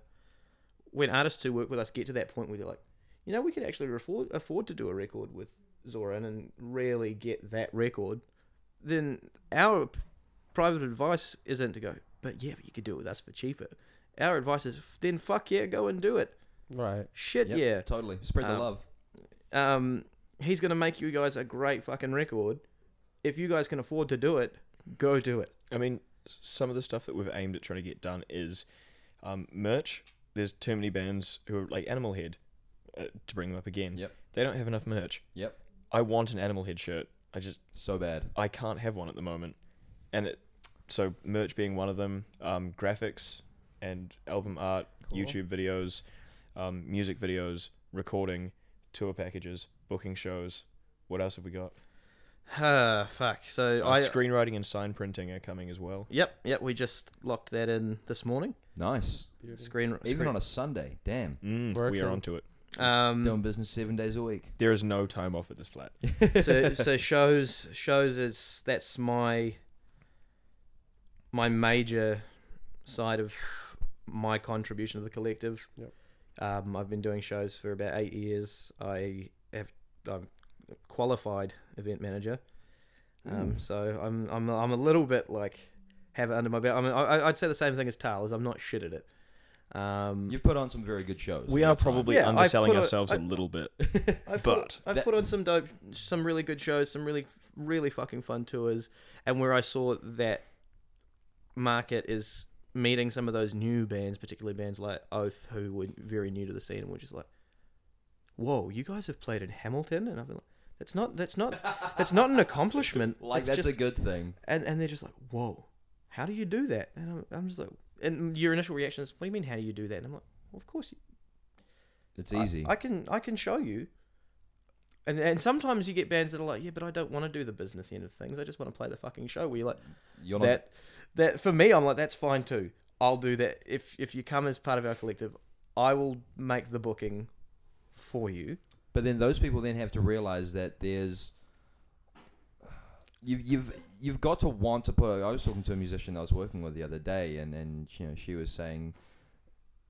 [SPEAKER 6] When artists who work with us get to that point where they're like, you know, we could actually afford afford to do a record with Zoran and really get that record, then our p- private advice isn't to go. But yeah, but you could do it with us for cheaper. Our advice is then fuck yeah, go and do it.
[SPEAKER 4] Right.
[SPEAKER 6] Shit
[SPEAKER 5] Yep,
[SPEAKER 6] yeah.
[SPEAKER 5] totally. Spread the
[SPEAKER 6] Um,
[SPEAKER 5] love.
[SPEAKER 6] Um, he's gonna make you guys a great fucking record. If you guys can afford to do it, go do it.
[SPEAKER 1] I mean, s- some of the stuff that we've aimed at trying to get done is um, merch. There's too many bands who are like Animal Head, uh, to bring them up again.
[SPEAKER 5] Yep.
[SPEAKER 1] They don't have enough merch.
[SPEAKER 5] Yep.
[SPEAKER 1] I want an Animal Head shirt. I just
[SPEAKER 5] So bad.
[SPEAKER 1] I can't have one at the moment, and it, so merch being one of them, um, graphics and album art,
[SPEAKER 4] Cool.
[SPEAKER 1] YouTube videos, um, music videos, recording, tour packages, booking shows. What else have we got?
[SPEAKER 6] Ah, fuck. So
[SPEAKER 1] Uh,
[SPEAKER 6] I.
[SPEAKER 1] screenwriting and sign printing are coming as well.
[SPEAKER 6] Yep, yep. We just locked that in this morning.
[SPEAKER 5] Nice.
[SPEAKER 6] Screen.
[SPEAKER 5] Even on a Sunday. Damn.
[SPEAKER 1] Mm, we
[SPEAKER 4] Working.
[SPEAKER 1] are onto it.
[SPEAKER 6] screen- um.
[SPEAKER 1] Mm.
[SPEAKER 5] Doing business seven days a week.
[SPEAKER 1] There is no time off at this flat.
[SPEAKER 6] so, so shows shows is that's my my major side of my contribution to the collective.
[SPEAKER 4] Yep.
[SPEAKER 6] Um, I've been doing shows for about eight years. I have I'm a qualified event manager. Um, so I'm I'm I'm a little bit like have it under my belt. I mean, I, I'd say the same thing as Tal is I'm not shit at it. Um,
[SPEAKER 5] You've put on some very good shows.
[SPEAKER 1] We
[SPEAKER 5] in
[SPEAKER 1] are
[SPEAKER 5] your time.
[SPEAKER 1] probably
[SPEAKER 6] Yeah, I've
[SPEAKER 1] underselling
[SPEAKER 6] put a-
[SPEAKER 1] ourselves a
[SPEAKER 6] I-
[SPEAKER 1] little bit,
[SPEAKER 6] I've
[SPEAKER 1] but
[SPEAKER 6] I've
[SPEAKER 5] That-
[SPEAKER 6] put on some dope, some really good shows, some really, really fucking fun tours, and where I saw that market is meeting some of those new bands, particularly bands like Oath, who were very new to the scene and were just like, "Whoa, you guys have played in Hamilton," and I've been like, "That's not, that's not, that's not an accomplishment."
[SPEAKER 5] Like
[SPEAKER 6] It's
[SPEAKER 5] that's
[SPEAKER 6] just-
[SPEAKER 5] a good thing.
[SPEAKER 6] and and they're just like, "Whoa, how do you do that?" And I'm, I'm just like, and your initial reaction is, "What do you mean, how do you do that?" And I'm like, well, "Of course, you
[SPEAKER 5] It's
[SPEAKER 6] I-
[SPEAKER 5] easy.
[SPEAKER 6] I, can I can show you. And and sometimes you get bands that are like, yeah, but I don't want to do the business end of things. I just want to play the fucking show. Where you're like,
[SPEAKER 5] You're not
[SPEAKER 6] that that for me, I'm like, that's fine too. I'll do that if if you come as part of our collective, I will make the booking for you.
[SPEAKER 5] But then those people then have to realize that there's you've you've you've got to want to put. I was talking to a musician I was working with the other day, and and you know she was saying.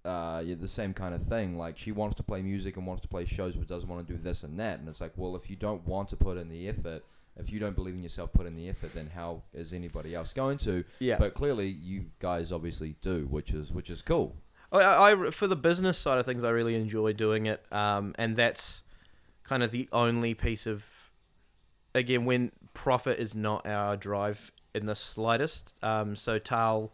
[SPEAKER 5] Uh, yeah, the same kind of thing. Like she wants to play music and wants to play shows, but doesn't want to do this and that. And it's like, well, if you don't want to put in the effort, if you don't believe in yourself, put in the effort, then how is anybody else going to?
[SPEAKER 6] Yeah.
[SPEAKER 5] But clearly, you guys obviously do, which is which is cool.
[SPEAKER 6] I, I I- for the business side of things, I really enjoy doing it, um, and that's kind of the only piece of again when profit is not our drive in the slightest. Um, so Tal,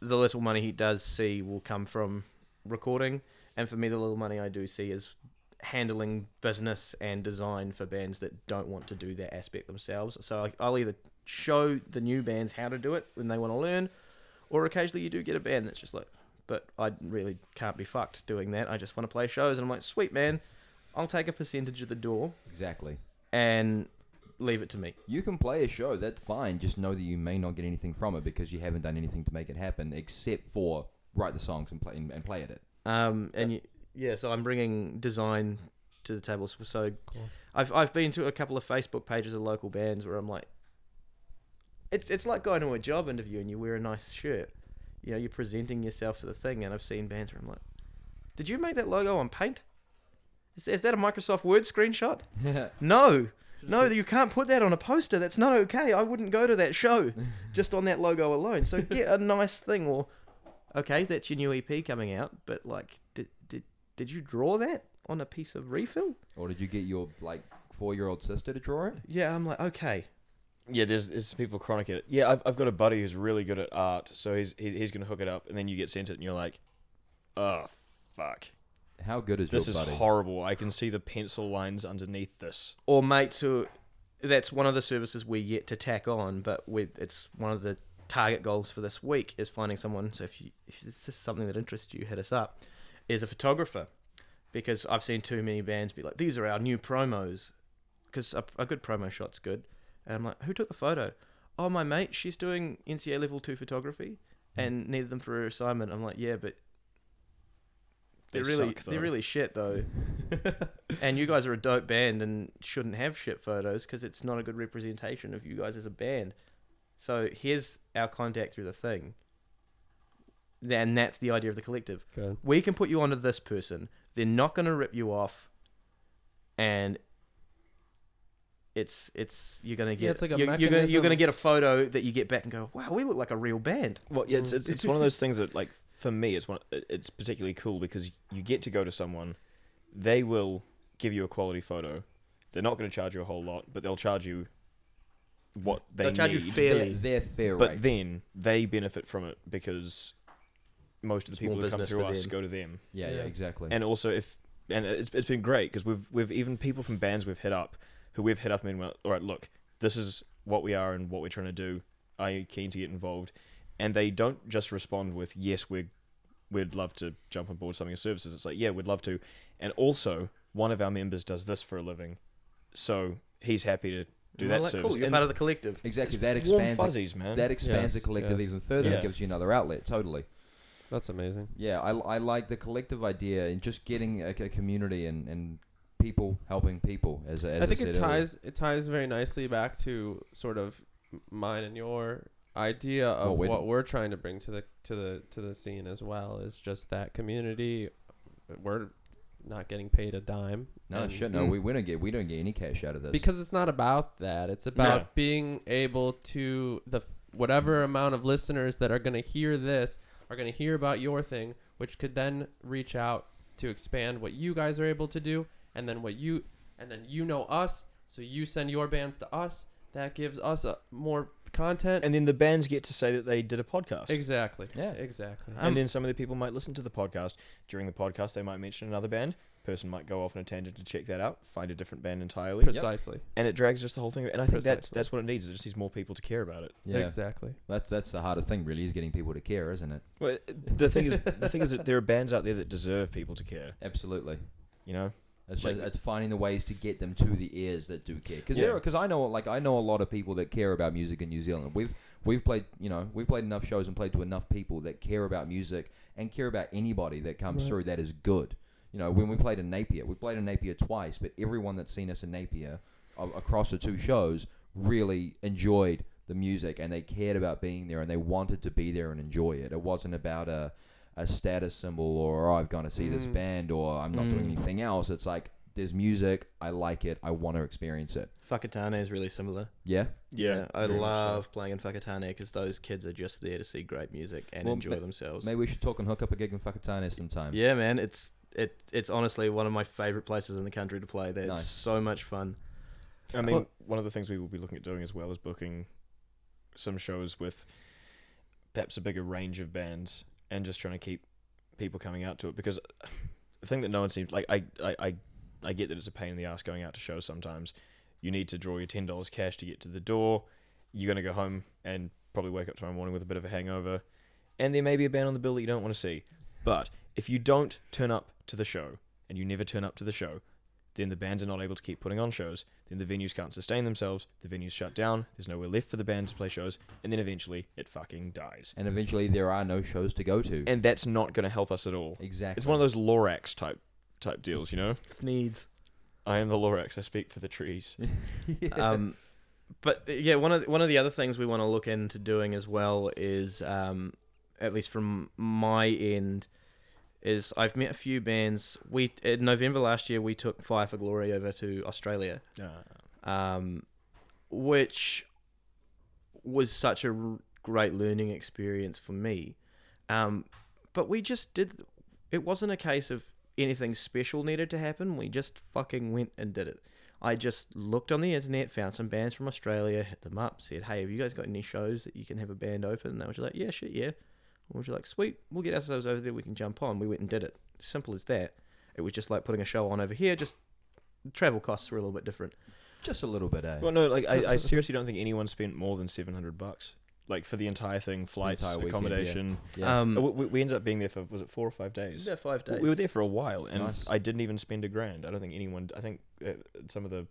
[SPEAKER 6] the little money he does see will come from recording, And for me, the little money I do see is handling business and design for bands that don't want to do that aspect themselves. So I, I'll either show the new bands how to do it when they want to learn, or occasionally you do get a band that's just like, but I really can't be fucked doing that. I just want to play shows, and I'm like, sweet man, I'll take a percentage of the door
[SPEAKER 5] Exactly.
[SPEAKER 6] and leave it to me.
[SPEAKER 5] You can play a show, that's fine. Just know that you may not get anything from it because you haven't done anything to make it happen except for write the songs and play and, and play at it.
[SPEAKER 6] Um, and you, yeah, so I'm bringing design to the table. So, so I've I've been to a couple of Facebook pages of local bands where I'm like, it's it's like going to a job interview and you wear a nice shirt, you know, you're presenting yourself for the thing. And I've seen bands where I'm like, did you make that logo on Paint? Is, is that a Microsoft Word screenshot? No. No, you can't put that on a poster. That's not okay. I wouldn't go to that show just on that logo alone. So get a nice thing or okay, that's your new EP coming out, but like did did, did you draw that on a piece of refill?
[SPEAKER 5] or did you get your like four year old sister to draw it?
[SPEAKER 6] Yeah, I'm like, okay.
[SPEAKER 1] Yeah, there's, there's people chronic at it. Yeah, I've, I've got a buddy who's really good at art, so he's he, he's gonna hook it up, and then you get sent it, and you're like, oh fuck,
[SPEAKER 5] How good is
[SPEAKER 1] this
[SPEAKER 5] your
[SPEAKER 1] is
[SPEAKER 5] buddy?
[SPEAKER 1] horrible. I can see the pencil lines underneath this.
[SPEAKER 6] Or mates who that's one of the services we're yet to tack on, but we it's one of the target goals for this week is finding someone. So if you if this is something that interests you, hit us up. Is a photographer because I've seen too many bands be like, these are our new promos because a, a good promo shot's good. And I'm like, who took the photo? Oh, my mate, she's doing NCA level two photography and needed them for her assignment. I'm like, yeah, but they're
[SPEAKER 1] They
[SPEAKER 6] really
[SPEAKER 1] suck, though."
[SPEAKER 6] they're really shit though. and you guys are a dope band and shouldn't have shit photos because it's not a good representation of you guys as a band. So here's our contact through the thing. Then that's the idea of the collective
[SPEAKER 4] Good.
[SPEAKER 6] we can put you onto this person. They're not going to rip you off, and it's it's you're going to get
[SPEAKER 4] Yeah, it's like
[SPEAKER 6] you're,
[SPEAKER 4] a
[SPEAKER 6] you're gonna, you're
[SPEAKER 4] mechanism.
[SPEAKER 6] going to get a photo that you get back and go, wow, we look like a real band.
[SPEAKER 1] Well, yeah, it's, it's, it's one of those things that, like, for me, it's one it- it's particularly cool because you get to go to someone, they will give you a quality photo. They're not going to charge you a whole lot, but they'll charge you what they
[SPEAKER 6] They'll charge you
[SPEAKER 1] need.
[SPEAKER 5] They're,
[SPEAKER 6] fairly.
[SPEAKER 5] they're fair
[SPEAKER 1] but
[SPEAKER 5] rate.
[SPEAKER 1] then they benefit from it because most of the
[SPEAKER 6] It's more
[SPEAKER 1] people who come
[SPEAKER 6] business
[SPEAKER 1] through
[SPEAKER 6] for
[SPEAKER 1] us
[SPEAKER 6] them.
[SPEAKER 1] go to them.
[SPEAKER 5] yeah, yeah,
[SPEAKER 4] Yeah.
[SPEAKER 5] exactly.
[SPEAKER 1] And also, if and it's it's been great because we've we've even people from bands we've hit up who we've hit up and went, all right, look, this is what we are and what we're trying to do. Are you keen to get involved? And they don't just respond with yes, we're we'd love to jump on board something of services. It's like yeah, we'd love to. And also, one of our members does this for a living, so he's happy to do
[SPEAKER 6] And I'm
[SPEAKER 1] that
[SPEAKER 6] like,
[SPEAKER 1] service.
[SPEAKER 6] cool, you're
[SPEAKER 1] And
[SPEAKER 6] part of the collective.
[SPEAKER 5] exactly. That
[SPEAKER 1] warm
[SPEAKER 5] expands. the-
[SPEAKER 1] fuzzies, man.
[SPEAKER 5] That expands the
[SPEAKER 4] Yes,
[SPEAKER 5] collective
[SPEAKER 4] yes.
[SPEAKER 5] even further.
[SPEAKER 1] Yeah.
[SPEAKER 5] and gives you another outlet. Totally.
[SPEAKER 4] That's amazing.
[SPEAKER 5] Yeah, I, I like the collective idea and just getting a, a community and, and people helping people. As, as
[SPEAKER 4] I think it
[SPEAKER 5] said earlier.
[SPEAKER 4] ties it ties very nicely back to sort of m- mine and your idea
[SPEAKER 5] Well,
[SPEAKER 4] of
[SPEAKER 5] we-
[SPEAKER 4] what we're trying to bring to the to the to the scene as well is just that community. We're not getting paid a dime.
[SPEAKER 5] No
[SPEAKER 4] and-
[SPEAKER 5] shit.
[SPEAKER 1] Mm.
[SPEAKER 5] No, we, we don't get we don't get any cash out of this.
[SPEAKER 4] because it's not about that. It's about
[SPEAKER 1] Yeah.
[SPEAKER 4] being able to the f- whatever amount of listeners that are going to hear this are going to hear about your thing, which could then reach out to expand what you guys are able to do, and then what you and then you know us, so you send your bands to us. That gives us a, more content.
[SPEAKER 1] and then the bands get to say that they did a podcast.
[SPEAKER 4] exactly.
[SPEAKER 5] Yeah.
[SPEAKER 4] Exactly.
[SPEAKER 1] and then some of the people might listen to the podcast. During the podcast, they might mention another band. Person might go off on a tangent to check that out, find a different band entirely,
[SPEAKER 4] Precisely.
[SPEAKER 1] and it drags just the whole thing. And I think that's
[SPEAKER 4] Precisely.
[SPEAKER 1] that's what it needs. It just needs more people to care about it.
[SPEAKER 5] yeah,
[SPEAKER 4] Exactly.
[SPEAKER 5] that's that's the hardest thing really is getting people to care, isn't it?
[SPEAKER 1] Well, the thing is, the thing is that there are bands out there that deserve people to care.
[SPEAKER 5] Absolutely.
[SPEAKER 1] You know,
[SPEAKER 5] It's
[SPEAKER 1] Like-
[SPEAKER 5] just it's finding the ways to get them to the ears that do care. Because
[SPEAKER 1] Yeah.
[SPEAKER 5] because I know like I know a lot of people that care about music in New Zealand. We've we've played you know we've played enough shows and played to enough people that care about music and care about anybody that comes
[SPEAKER 4] Right.
[SPEAKER 5] through that is good. You know when we played in Napier, we played in Napier twice, but everyone that's seen us in Napier a- across the two shows really enjoyed the music and they cared about being there and they wanted to be there and enjoy it. It wasn't about a a status symbol or oh, I've gone to see this
[SPEAKER 4] Mm.
[SPEAKER 5] band or I'm not
[SPEAKER 6] Hmm.
[SPEAKER 5] doing anything else. It's like there's music, I like it, I want to experience it.
[SPEAKER 6] Fakatane is really similar.
[SPEAKER 5] Yeah,
[SPEAKER 6] I
[SPEAKER 1] very much so.
[SPEAKER 6] love playing in Fakatane because those kids are just there to see great music and
[SPEAKER 5] Well,
[SPEAKER 6] enjoy
[SPEAKER 5] ma-
[SPEAKER 6] themselves.
[SPEAKER 5] maybe we should talk and hook up a gig in Fakatane sometime.
[SPEAKER 6] Yeah, man, it's it it's honestly one of my favorite places in the country to play. There,
[SPEAKER 5] Nice.
[SPEAKER 6] it's so much fun.
[SPEAKER 1] I mean,
[SPEAKER 4] Well-
[SPEAKER 1] one of the things we will be looking at doing as well is booking some shows with perhaps a bigger range of bands and just trying to keep people coming out to it because the thing that no one seems like I, I I I get that it's a pain in the ass going out to shows sometimes. You need to draw your ten dollars cash to get to the door. You're gonna go home and probably wake up tomorrow morning with a bit of a hangover, and there may be a band on the bill that you don't want to see. But if you don't turn up to the show and you never turn up to the show, then the bands are not able to keep putting on shows. Then the venues can't sustain themselves. The venues shut down. There's nowhere left for the bands to play shows, and then eventually it fucking dies.
[SPEAKER 5] and eventually there are no shows to go to.
[SPEAKER 1] And that's not gonna help us at all.
[SPEAKER 5] exactly.
[SPEAKER 1] It's one of those Lorax type type deals, you know.
[SPEAKER 6] needs.
[SPEAKER 1] I am the Lorax. I speak for the trees.
[SPEAKER 6] um, but uh, yeah, one of the, one of the other things we want to look into doing as well is, um, at least from my end, is I've met a few bands. We in November last year we took Fire for Glory over to Australia, um, which was such a r- great learning experience for me. Um, but we just did. It wasn't a case of anything special needed to happen. We just fucking went and did it. I just looked on the internet, found some bands from Australia, hit them up, said, "Hey, have you guys got any shows that you can have a band open?" And they were just like, "Yeah, shit, yeah." And we were just like, "Sweet, we'll get ourselves over there. We can jump on." We went and did it. Simple as that. It was just like putting a show on over here. Just travel costs were a little bit different.
[SPEAKER 5] Just a little bit, eh?
[SPEAKER 1] Well, no, like I, I seriously don't think anyone spent more than seven hundred bucks, like for the entire thing, flights,
[SPEAKER 5] entire weekend, yeah.
[SPEAKER 1] accommodation.
[SPEAKER 5] Yeah.
[SPEAKER 6] Um,
[SPEAKER 1] Uh, We, we ended up being there for was it four or five days?
[SPEAKER 6] Yeah, five days.
[SPEAKER 1] We were there for a while, and
[SPEAKER 5] Nice.
[SPEAKER 1] I didn't even spend a grand. I don't think anyone. I think uh, some of the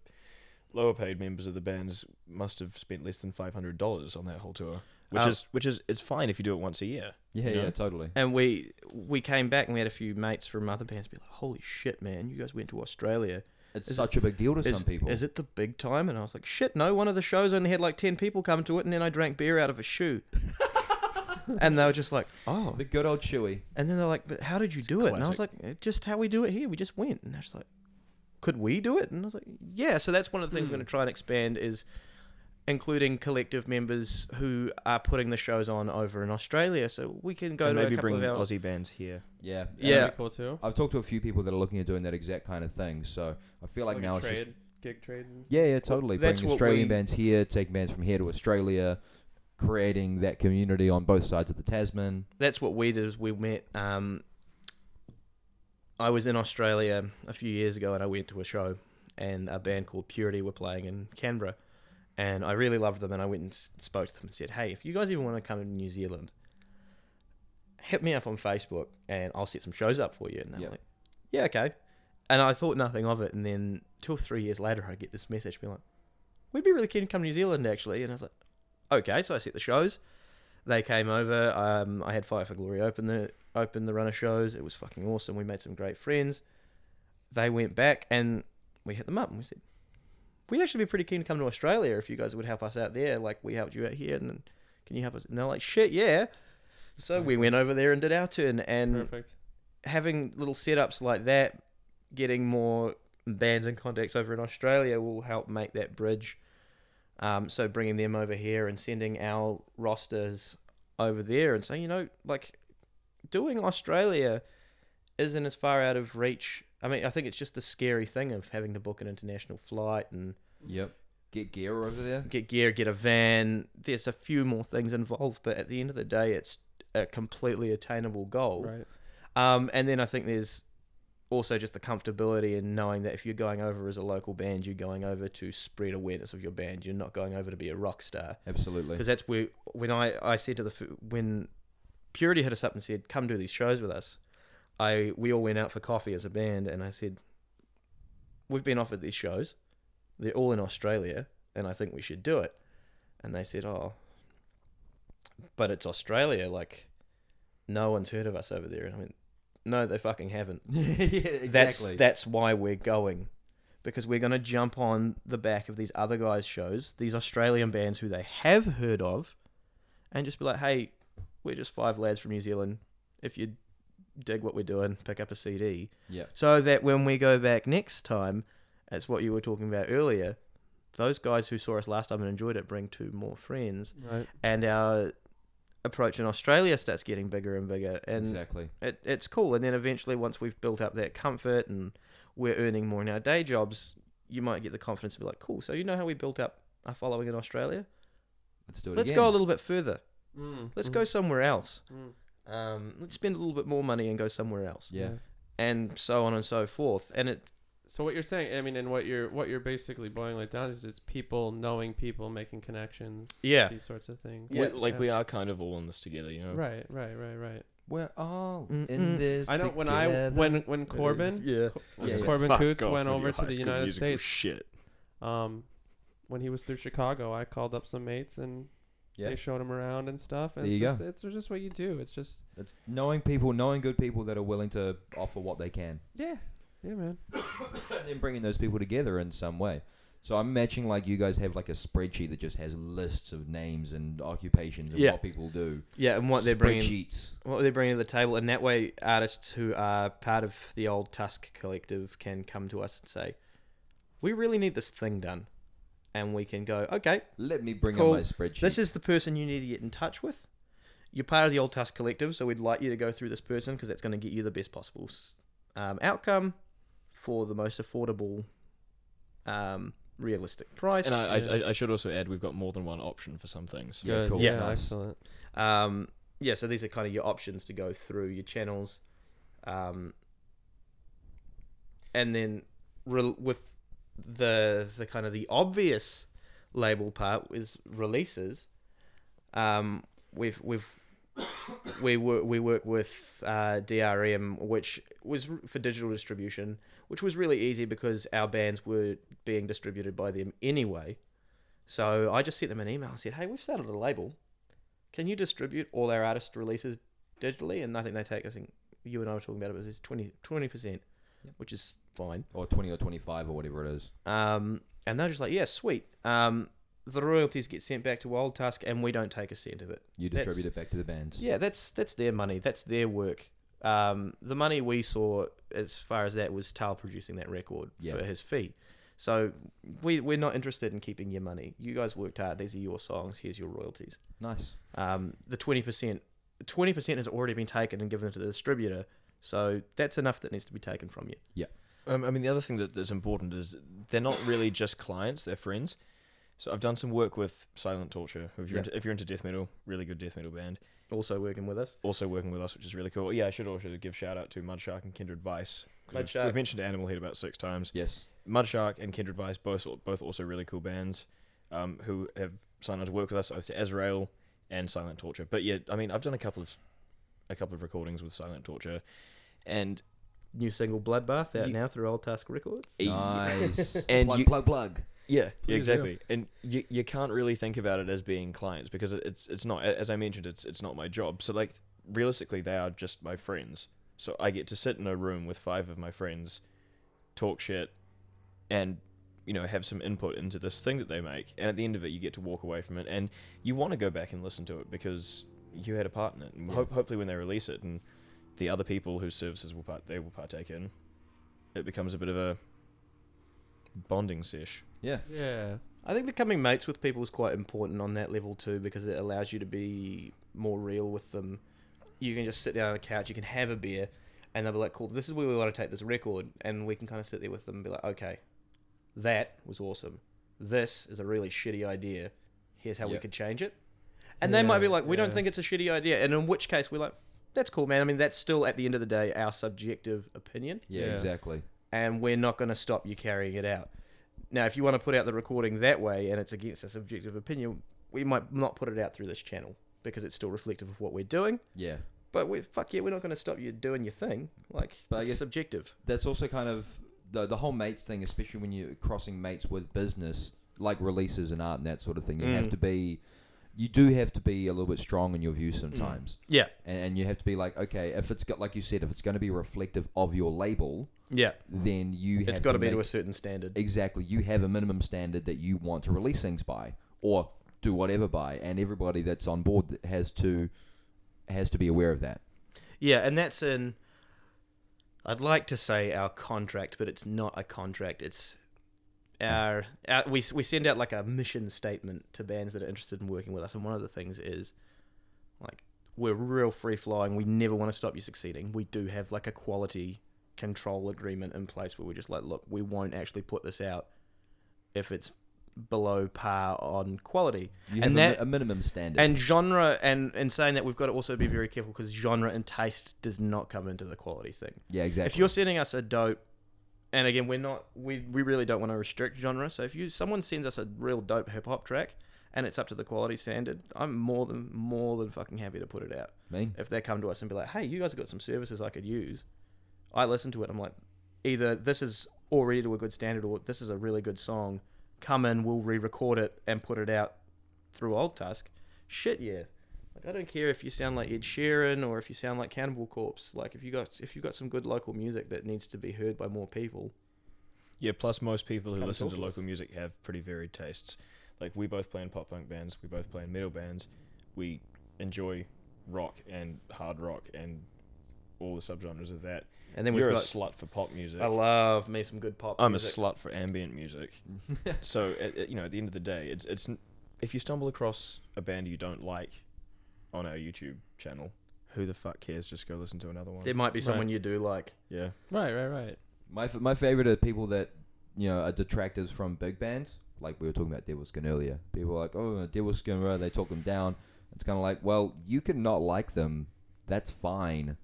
[SPEAKER 1] lower paid members of the bands must have spent less than five hundred dollars on that whole tour, which
[SPEAKER 6] Um,
[SPEAKER 1] is which is it's fine if you do it once a year.
[SPEAKER 5] yeah,
[SPEAKER 1] you know?
[SPEAKER 5] yeah, totally.
[SPEAKER 6] And we we came back and we had a few mates from other bands be like, "Holy shit, man! You guys went to Australia.
[SPEAKER 5] It's
[SPEAKER 6] Is
[SPEAKER 5] such a big deal to
[SPEAKER 6] Is,
[SPEAKER 5] some people.
[SPEAKER 6] is it the big time?" And I was like, "Shit, no. One of the shows only had like ten people come to it, and then I drank beer out of a shoe." and they were just like, "Oh."
[SPEAKER 5] The good old Chewy.
[SPEAKER 6] And then they're like, "But how did you do it?" And I was like, "Eh, "Just how we do it here. We just went." And they're just like, "Could we do it?" And I was like, "Yeah." So that's one of the things we're
[SPEAKER 1] Hmm.
[SPEAKER 6] going to try and expand is including collective members who are putting the shows on over in Australia, so we can go
[SPEAKER 1] and
[SPEAKER 6] to
[SPEAKER 1] maybe
[SPEAKER 6] a couple
[SPEAKER 1] bring
[SPEAKER 6] of our
[SPEAKER 1] Aussie bands here.
[SPEAKER 5] Yeah. And
[SPEAKER 6] Yeah.
[SPEAKER 4] That'd be cool too.
[SPEAKER 5] I've talked to a few people that are looking at doing that exact kind of thing. So I feel like,
[SPEAKER 4] a
[SPEAKER 5] now it's just
[SPEAKER 4] trade gig trade. and-
[SPEAKER 5] Yeah, yeah, totally.
[SPEAKER 6] that's
[SPEAKER 5] Bringing
[SPEAKER 6] what
[SPEAKER 5] Australian
[SPEAKER 6] we-
[SPEAKER 5] bands here, taking bands from here to Australia, creating that community on both sides of the Tasman.
[SPEAKER 6] that's what we did is we met um I was in Australia a few years ago and I went to a show and a band called Purity were playing in Canberra and I really loved them and I went and s- spoke to them and said, "Hey, if you guys even want to come to New Zealand, hit me up on Facebook and I'll set some shows up for you." And they're
[SPEAKER 5] Yep.
[SPEAKER 6] like, "Yeah, okay." And I thought nothing of it and then 2 or 3 years later I get this message being like, "We'd be really keen to come to New Zealand actually." And I was like, "Okay." So I set the shows they came over. Um, I had Fire for Glory open the open the runner shows. It was fucking awesome. We made some great friends. They went back and we hit them up and we said, "We'd actually be pretty keen to come to Australia if you guys would help us out there, like we helped you out here." And then, can you help us? And they're like, "Shit, yeah." So we went over there and did our turn. And
[SPEAKER 4] Perfect.
[SPEAKER 6] having little setups like that, getting more bands and contacts over in Australia will help make that bridge. Um, so bringing them over here and sending our rosters over there and saying, you know, like doing Australia isn't as far out of reach. I mean, I think it's just the scary thing of having to book an international flight and
[SPEAKER 5] Yep. Get gear over there.
[SPEAKER 6] get gear, get a van. There's a few more things involved, but at the end of the day, it's a completely attainable goal.
[SPEAKER 4] Right.
[SPEAKER 6] Um, and then I think there's also just the comfortability in knowing that if you're going over as a local band, you're going over to spread awareness of your band. You're not going over to be a rock star
[SPEAKER 5] Absolutely.
[SPEAKER 6] because that's where when I I said to the f- when Purity hit us up and said come do these shows with us. I we all went out for coffee as a band and I said we've been offered these shows. They're all in Australia and I think we should do it. And they said, "Oh, but it's Australia like no one's heard of us over there." And I went, "No, they fucking haven't."
[SPEAKER 5] yeah, exactly.
[SPEAKER 6] That's that's why we're going. Because we're going to jump on the back of these other guys' shows, these Australian bands who they have heard of, and just be like, hey, we're just five lads from New Zealand. If you dig what we're doing, pick up a CD.
[SPEAKER 5] Yeah.
[SPEAKER 6] So that when we go back next time, that's what you were talking about earlier. Those guys who saw us last time and enjoyed it bring two more friends,
[SPEAKER 4] Right.
[SPEAKER 6] and our approach in Australia starts getting bigger and bigger. And
[SPEAKER 5] exactly.
[SPEAKER 6] it, it's cool. And then eventually, once we've built up that comfort and we're earning more in our day jobs, you might get the confidence to be like, cool. So you know how we built up our following in Australia?
[SPEAKER 5] Let's do it
[SPEAKER 6] Let's
[SPEAKER 5] again. Mm-hmm.
[SPEAKER 6] go a little bit further.
[SPEAKER 4] Mm.
[SPEAKER 6] Let's go somewhere else.
[SPEAKER 4] Mm.
[SPEAKER 6] Um, let's spend a little bit more money and go somewhere else.
[SPEAKER 5] Yeah.
[SPEAKER 6] and so on and so forth. And it
[SPEAKER 4] So what you're saying, I mean, and what you're what you're basically boiling it down is it's people knowing people, making connections,
[SPEAKER 6] Yeah.
[SPEAKER 4] these sorts of things.
[SPEAKER 1] We- like
[SPEAKER 4] Yeah.
[SPEAKER 1] we are kind of all in this together, you know.
[SPEAKER 4] Right, right, right, right.
[SPEAKER 5] We're all
[SPEAKER 6] Mm-mm.
[SPEAKER 5] in this.
[SPEAKER 4] I know when I
[SPEAKER 5] together.
[SPEAKER 4] when when Corbin
[SPEAKER 6] yeah.
[SPEAKER 1] I was
[SPEAKER 5] Oh, Yeah,
[SPEAKER 1] like,
[SPEAKER 4] Corbin
[SPEAKER 1] "Fuck
[SPEAKER 4] Coutts
[SPEAKER 1] off
[SPEAKER 4] went
[SPEAKER 1] with
[SPEAKER 4] over
[SPEAKER 1] your
[SPEAKER 4] to
[SPEAKER 1] High
[SPEAKER 4] the
[SPEAKER 1] School
[SPEAKER 4] United
[SPEAKER 1] Musical
[SPEAKER 4] States.
[SPEAKER 1] Shit.
[SPEAKER 4] um when he was through Chicago, I called up some mates and
[SPEAKER 5] Yeah.
[SPEAKER 4] they showed him around and stuff. And
[SPEAKER 5] There
[SPEAKER 4] it's,
[SPEAKER 5] you
[SPEAKER 4] just,
[SPEAKER 5] go.
[SPEAKER 4] it's just what you do. It's just
[SPEAKER 5] It's knowing people, knowing good people that are willing to offer what they can,
[SPEAKER 4] yeah, yeah, man.
[SPEAKER 5] and then bringing those people together in some way. So I'm matching like you guys have like a spreadsheet that just has lists of names and occupations and
[SPEAKER 6] Yeah.
[SPEAKER 5] what people do.
[SPEAKER 6] Yeah, and what they're bringing
[SPEAKER 5] spreadsheets.
[SPEAKER 6] what they're bringing to the table, and that way artists who are part of the old Tusk collective can come to us and say, "We really need this thing done," and we can go, "Okay,
[SPEAKER 5] Let me bring
[SPEAKER 6] Cool.
[SPEAKER 5] up my spreadsheet.
[SPEAKER 6] this is the person you need to get in touch with. You're part of the old Tusk collective, so we'd like you to go through this person because that's going to get you the best possible s- um, outcome for the most affordable, um, realistic price."
[SPEAKER 1] And I,
[SPEAKER 4] Yeah.
[SPEAKER 1] I, I should also add, we've got more than one option for some things.
[SPEAKER 5] Yeah, cool.
[SPEAKER 4] Yeah,
[SPEAKER 5] Nice.
[SPEAKER 4] excellent.
[SPEAKER 6] Um, yeah, so these are kind of your options to go through your channels, um, and then re- with the the kind of the obvious label part is releases. Um, we've we've we work we work with uh, DRM, which was r- for digital distribution, which was really easy because our bands were being distributed by them anyway. So I just sent them an email and said, "Hey, we've started a label. Can you distribute all our artist releases digitally?" And I think they take I think you and I were talking about it was 20 percent,
[SPEAKER 5] Yep.
[SPEAKER 6] which is fine.
[SPEAKER 5] or 20 or 25 or whatever it is.
[SPEAKER 6] Um, and they're just like, "Yeah, sweet." Um, the royalties get sent back to Old Tusk, and we don't take a cent of it.
[SPEAKER 5] You
[SPEAKER 6] That's-
[SPEAKER 5] distribute it back to the bands.
[SPEAKER 6] Yeah, that's that's their money. That's their work. Um, the money we saw as far as that was Tal producing that record
[SPEAKER 5] Yeah.
[SPEAKER 6] for his fee. So we we're not interested in keeping your money. You guys worked hard. These are your songs. Here's your royalties.
[SPEAKER 5] Nice.
[SPEAKER 6] Um, the twenty percent twenty percent has already been taken and given to the distributor. So that's enough that needs to be taken from you.
[SPEAKER 1] Um, I mean, the other thing that, that's important is they're not really just clients; they're friends. So I've done some work with Silent Torture. If you're
[SPEAKER 5] Yeah.
[SPEAKER 1] into, if you're into death metal, really good death metal band.
[SPEAKER 6] Also working with us.
[SPEAKER 1] Also working with us, which is really cool. Yeah, I should also give shout out to Mudshark and Kindred Vice. 'cause we've-
[SPEAKER 6] Mudshark.
[SPEAKER 1] We've mentioned Animal Head about six times.
[SPEAKER 5] Yes.
[SPEAKER 1] Mudshark and Kindred Vice both both also really cool bands, um, who have signed on to work with us both to Azrael and Silent Torture. But yeah, I mean, I've done a couple of a couple of recordings with Silent Torture, and
[SPEAKER 6] New single Bloodbath out
[SPEAKER 1] You-
[SPEAKER 6] now through Old Tusk Records.
[SPEAKER 5] Nice.
[SPEAKER 1] And
[SPEAKER 5] plug,
[SPEAKER 1] you-
[SPEAKER 5] plug, plug.
[SPEAKER 1] Yeah,
[SPEAKER 4] Please,
[SPEAKER 1] exactly. And you, you can't really think about it as being clients because it- it's it's not as I mentioned it's it's not my job. So like realistically they are just my friends. So I get to sit in a room with five of my friends, talk shit and you know have some input into this thing that they make. And at the end of it you get to walk away from it and you want to go back and listen to it because you had a part in it. And hope, hopefully when they release it and the other people whose services will part, they will partake in, it becomes a bit of a bonding sesh.
[SPEAKER 5] Yeah.
[SPEAKER 4] Yeah,
[SPEAKER 6] I think becoming mates with people is quite important on that level too because it allows you to be more real with them. You can just sit down on a couch, you can have a beer, and they'll be like, cool, this is where we want to take this record. And we can kind of sit there with them and be like, okay, that was awesome. This is a really shitty idea. Here's how we
[SPEAKER 5] Yeah.
[SPEAKER 6] could change it. And they might be
[SPEAKER 4] Yeah,
[SPEAKER 6] like, we don't
[SPEAKER 4] yeah.
[SPEAKER 6] think it's a shitty idea. And in which case, we're like, that's cool, man. I mean, that's still at the end of the day our subjective opinion
[SPEAKER 5] yeah.
[SPEAKER 4] Yeah.
[SPEAKER 5] exactly.
[SPEAKER 6] and we're not going to stop you carrying it out. Now, if you want to put out the recording that way and it's against a subjective opinion, we might not put it out through this channel because it's still reflective of what we're doing.
[SPEAKER 5] Yeah.
[SPEAKER 6] But we fuck yeah, we're not going to stop you doing your thing. Like
[SPEAKER 5] But I
[SPEAKER 6] it's
[SPEAKER 5] guess-
[SPEAKER 6] subjective.
[SPEAKER 5] That's also kind of the, the whole mates thing, especially when you're crossing mates with business, like releases and art and that sort of thing. You have
[SPEAKER 6] Mm.
[SPEAKER 5] to be, you do have to be a little bit strong in your view sometimes.
[SPEAKER 6] Mm. Yeah,
[SPEAKER 5] And, and you have to be like, okay, if it's got, like you said, if it's going to be reflective of your label,
[SPEAKER 6] yeah.
[SPEAKER 5] then you have
[SPEAKER 6] It's got to be
[SPEAKER 5] make
[SPEAKER 6] to a certain standard.
[SPEAKER 5] exactly you have a minimum standard that you want to release things by or do whatever by and everybody that's on board that has to has to be aware of that
[SPEAKER 6] Yeah, and that's in. I'd like to say our contract, but it's not a contract. It's our, our we we send out like a mission statement to bands that are interested in working with us, and one of the things is like we're real free flying. We never want to stop you succeeding. We do have like a quality control agreement in place where we're just like, look, we won't actually put this out if it's below par on quality.
[SPEAKER 5] You
[SPEAKER 6] and
[SPEAKER 5] have a, mi-
[SPEAKER 6] that
[SPEAKER 5] a minimum standard.
[SPEAKER 6] and genre and and saying that we've got to also be very careful because genre and taste does not come into the quality thing.
[SPEAKER 5] yeah, exactly.
[SPEAKER 6] If you're sending us a dope, and again, we're not, we, we really don't want to restrict genre. So if you someone sends us a real dope hip hop track, and it's up to the quality standard, I'm more than more than fucking happy to put it out.
[SPEAKER 5] mean,
[SPEAKER 6] If they come to us and be like, hey, you guys have got some services I could use, I listen to it. I'm like, either this is already to a good standard, or this is a really good song. Come in, we'll re-record it and put it out through Old Tusk. Shit, yeah. Like I don't care if you sound like Ed Sheeran or if you sound like Cannibal Corpse. Like if you got if you got some good local music that needs to be heard by more people.
[SPEAKER 1] Yeah, plus most people who
[SPEAKER 6] Kinda
[SPEAKER 1] listen to
[SPEAKER 6] talk to us.
[SPEAKER 1] local music have pretty varied tastes. Like we both play in pop punk bands, we both play in metal bands, we enjoy rock and hard rock and all the subgenres of that.
[SPEAKER 6] And then we've
[SPEAKER 1] You're a
[SPEAKER 6] got
[SPEAKER 1] slut for pop music.
[SPEAKER 6] I love me some good pop.
[SPEAKER 1] I'm a
[SPEAKER 6] music.
[SPEAKER 1] slut for ambient music. so at, at- you know, at the end of the day, it's it's n- if you stumble across a band you don't like on our YouTube channel, who the fuck cares? Just go listen to another one.
[SPEAKER 6] There might be
[SPEAKER 4] Right.
[SPEAKER 6] someone you do like.
[SPEAKER 1] Yeah,
[SPEAKER 4] Right, right, right.
[SPEAKER 5] my f- my favorite are people that you know are detractors from big bands. Like we were talking about Devil Skin earlier. People are like, oh, Devil Skin, uh, they talk them down. It's kind of like, well, you can not like them. That's fine.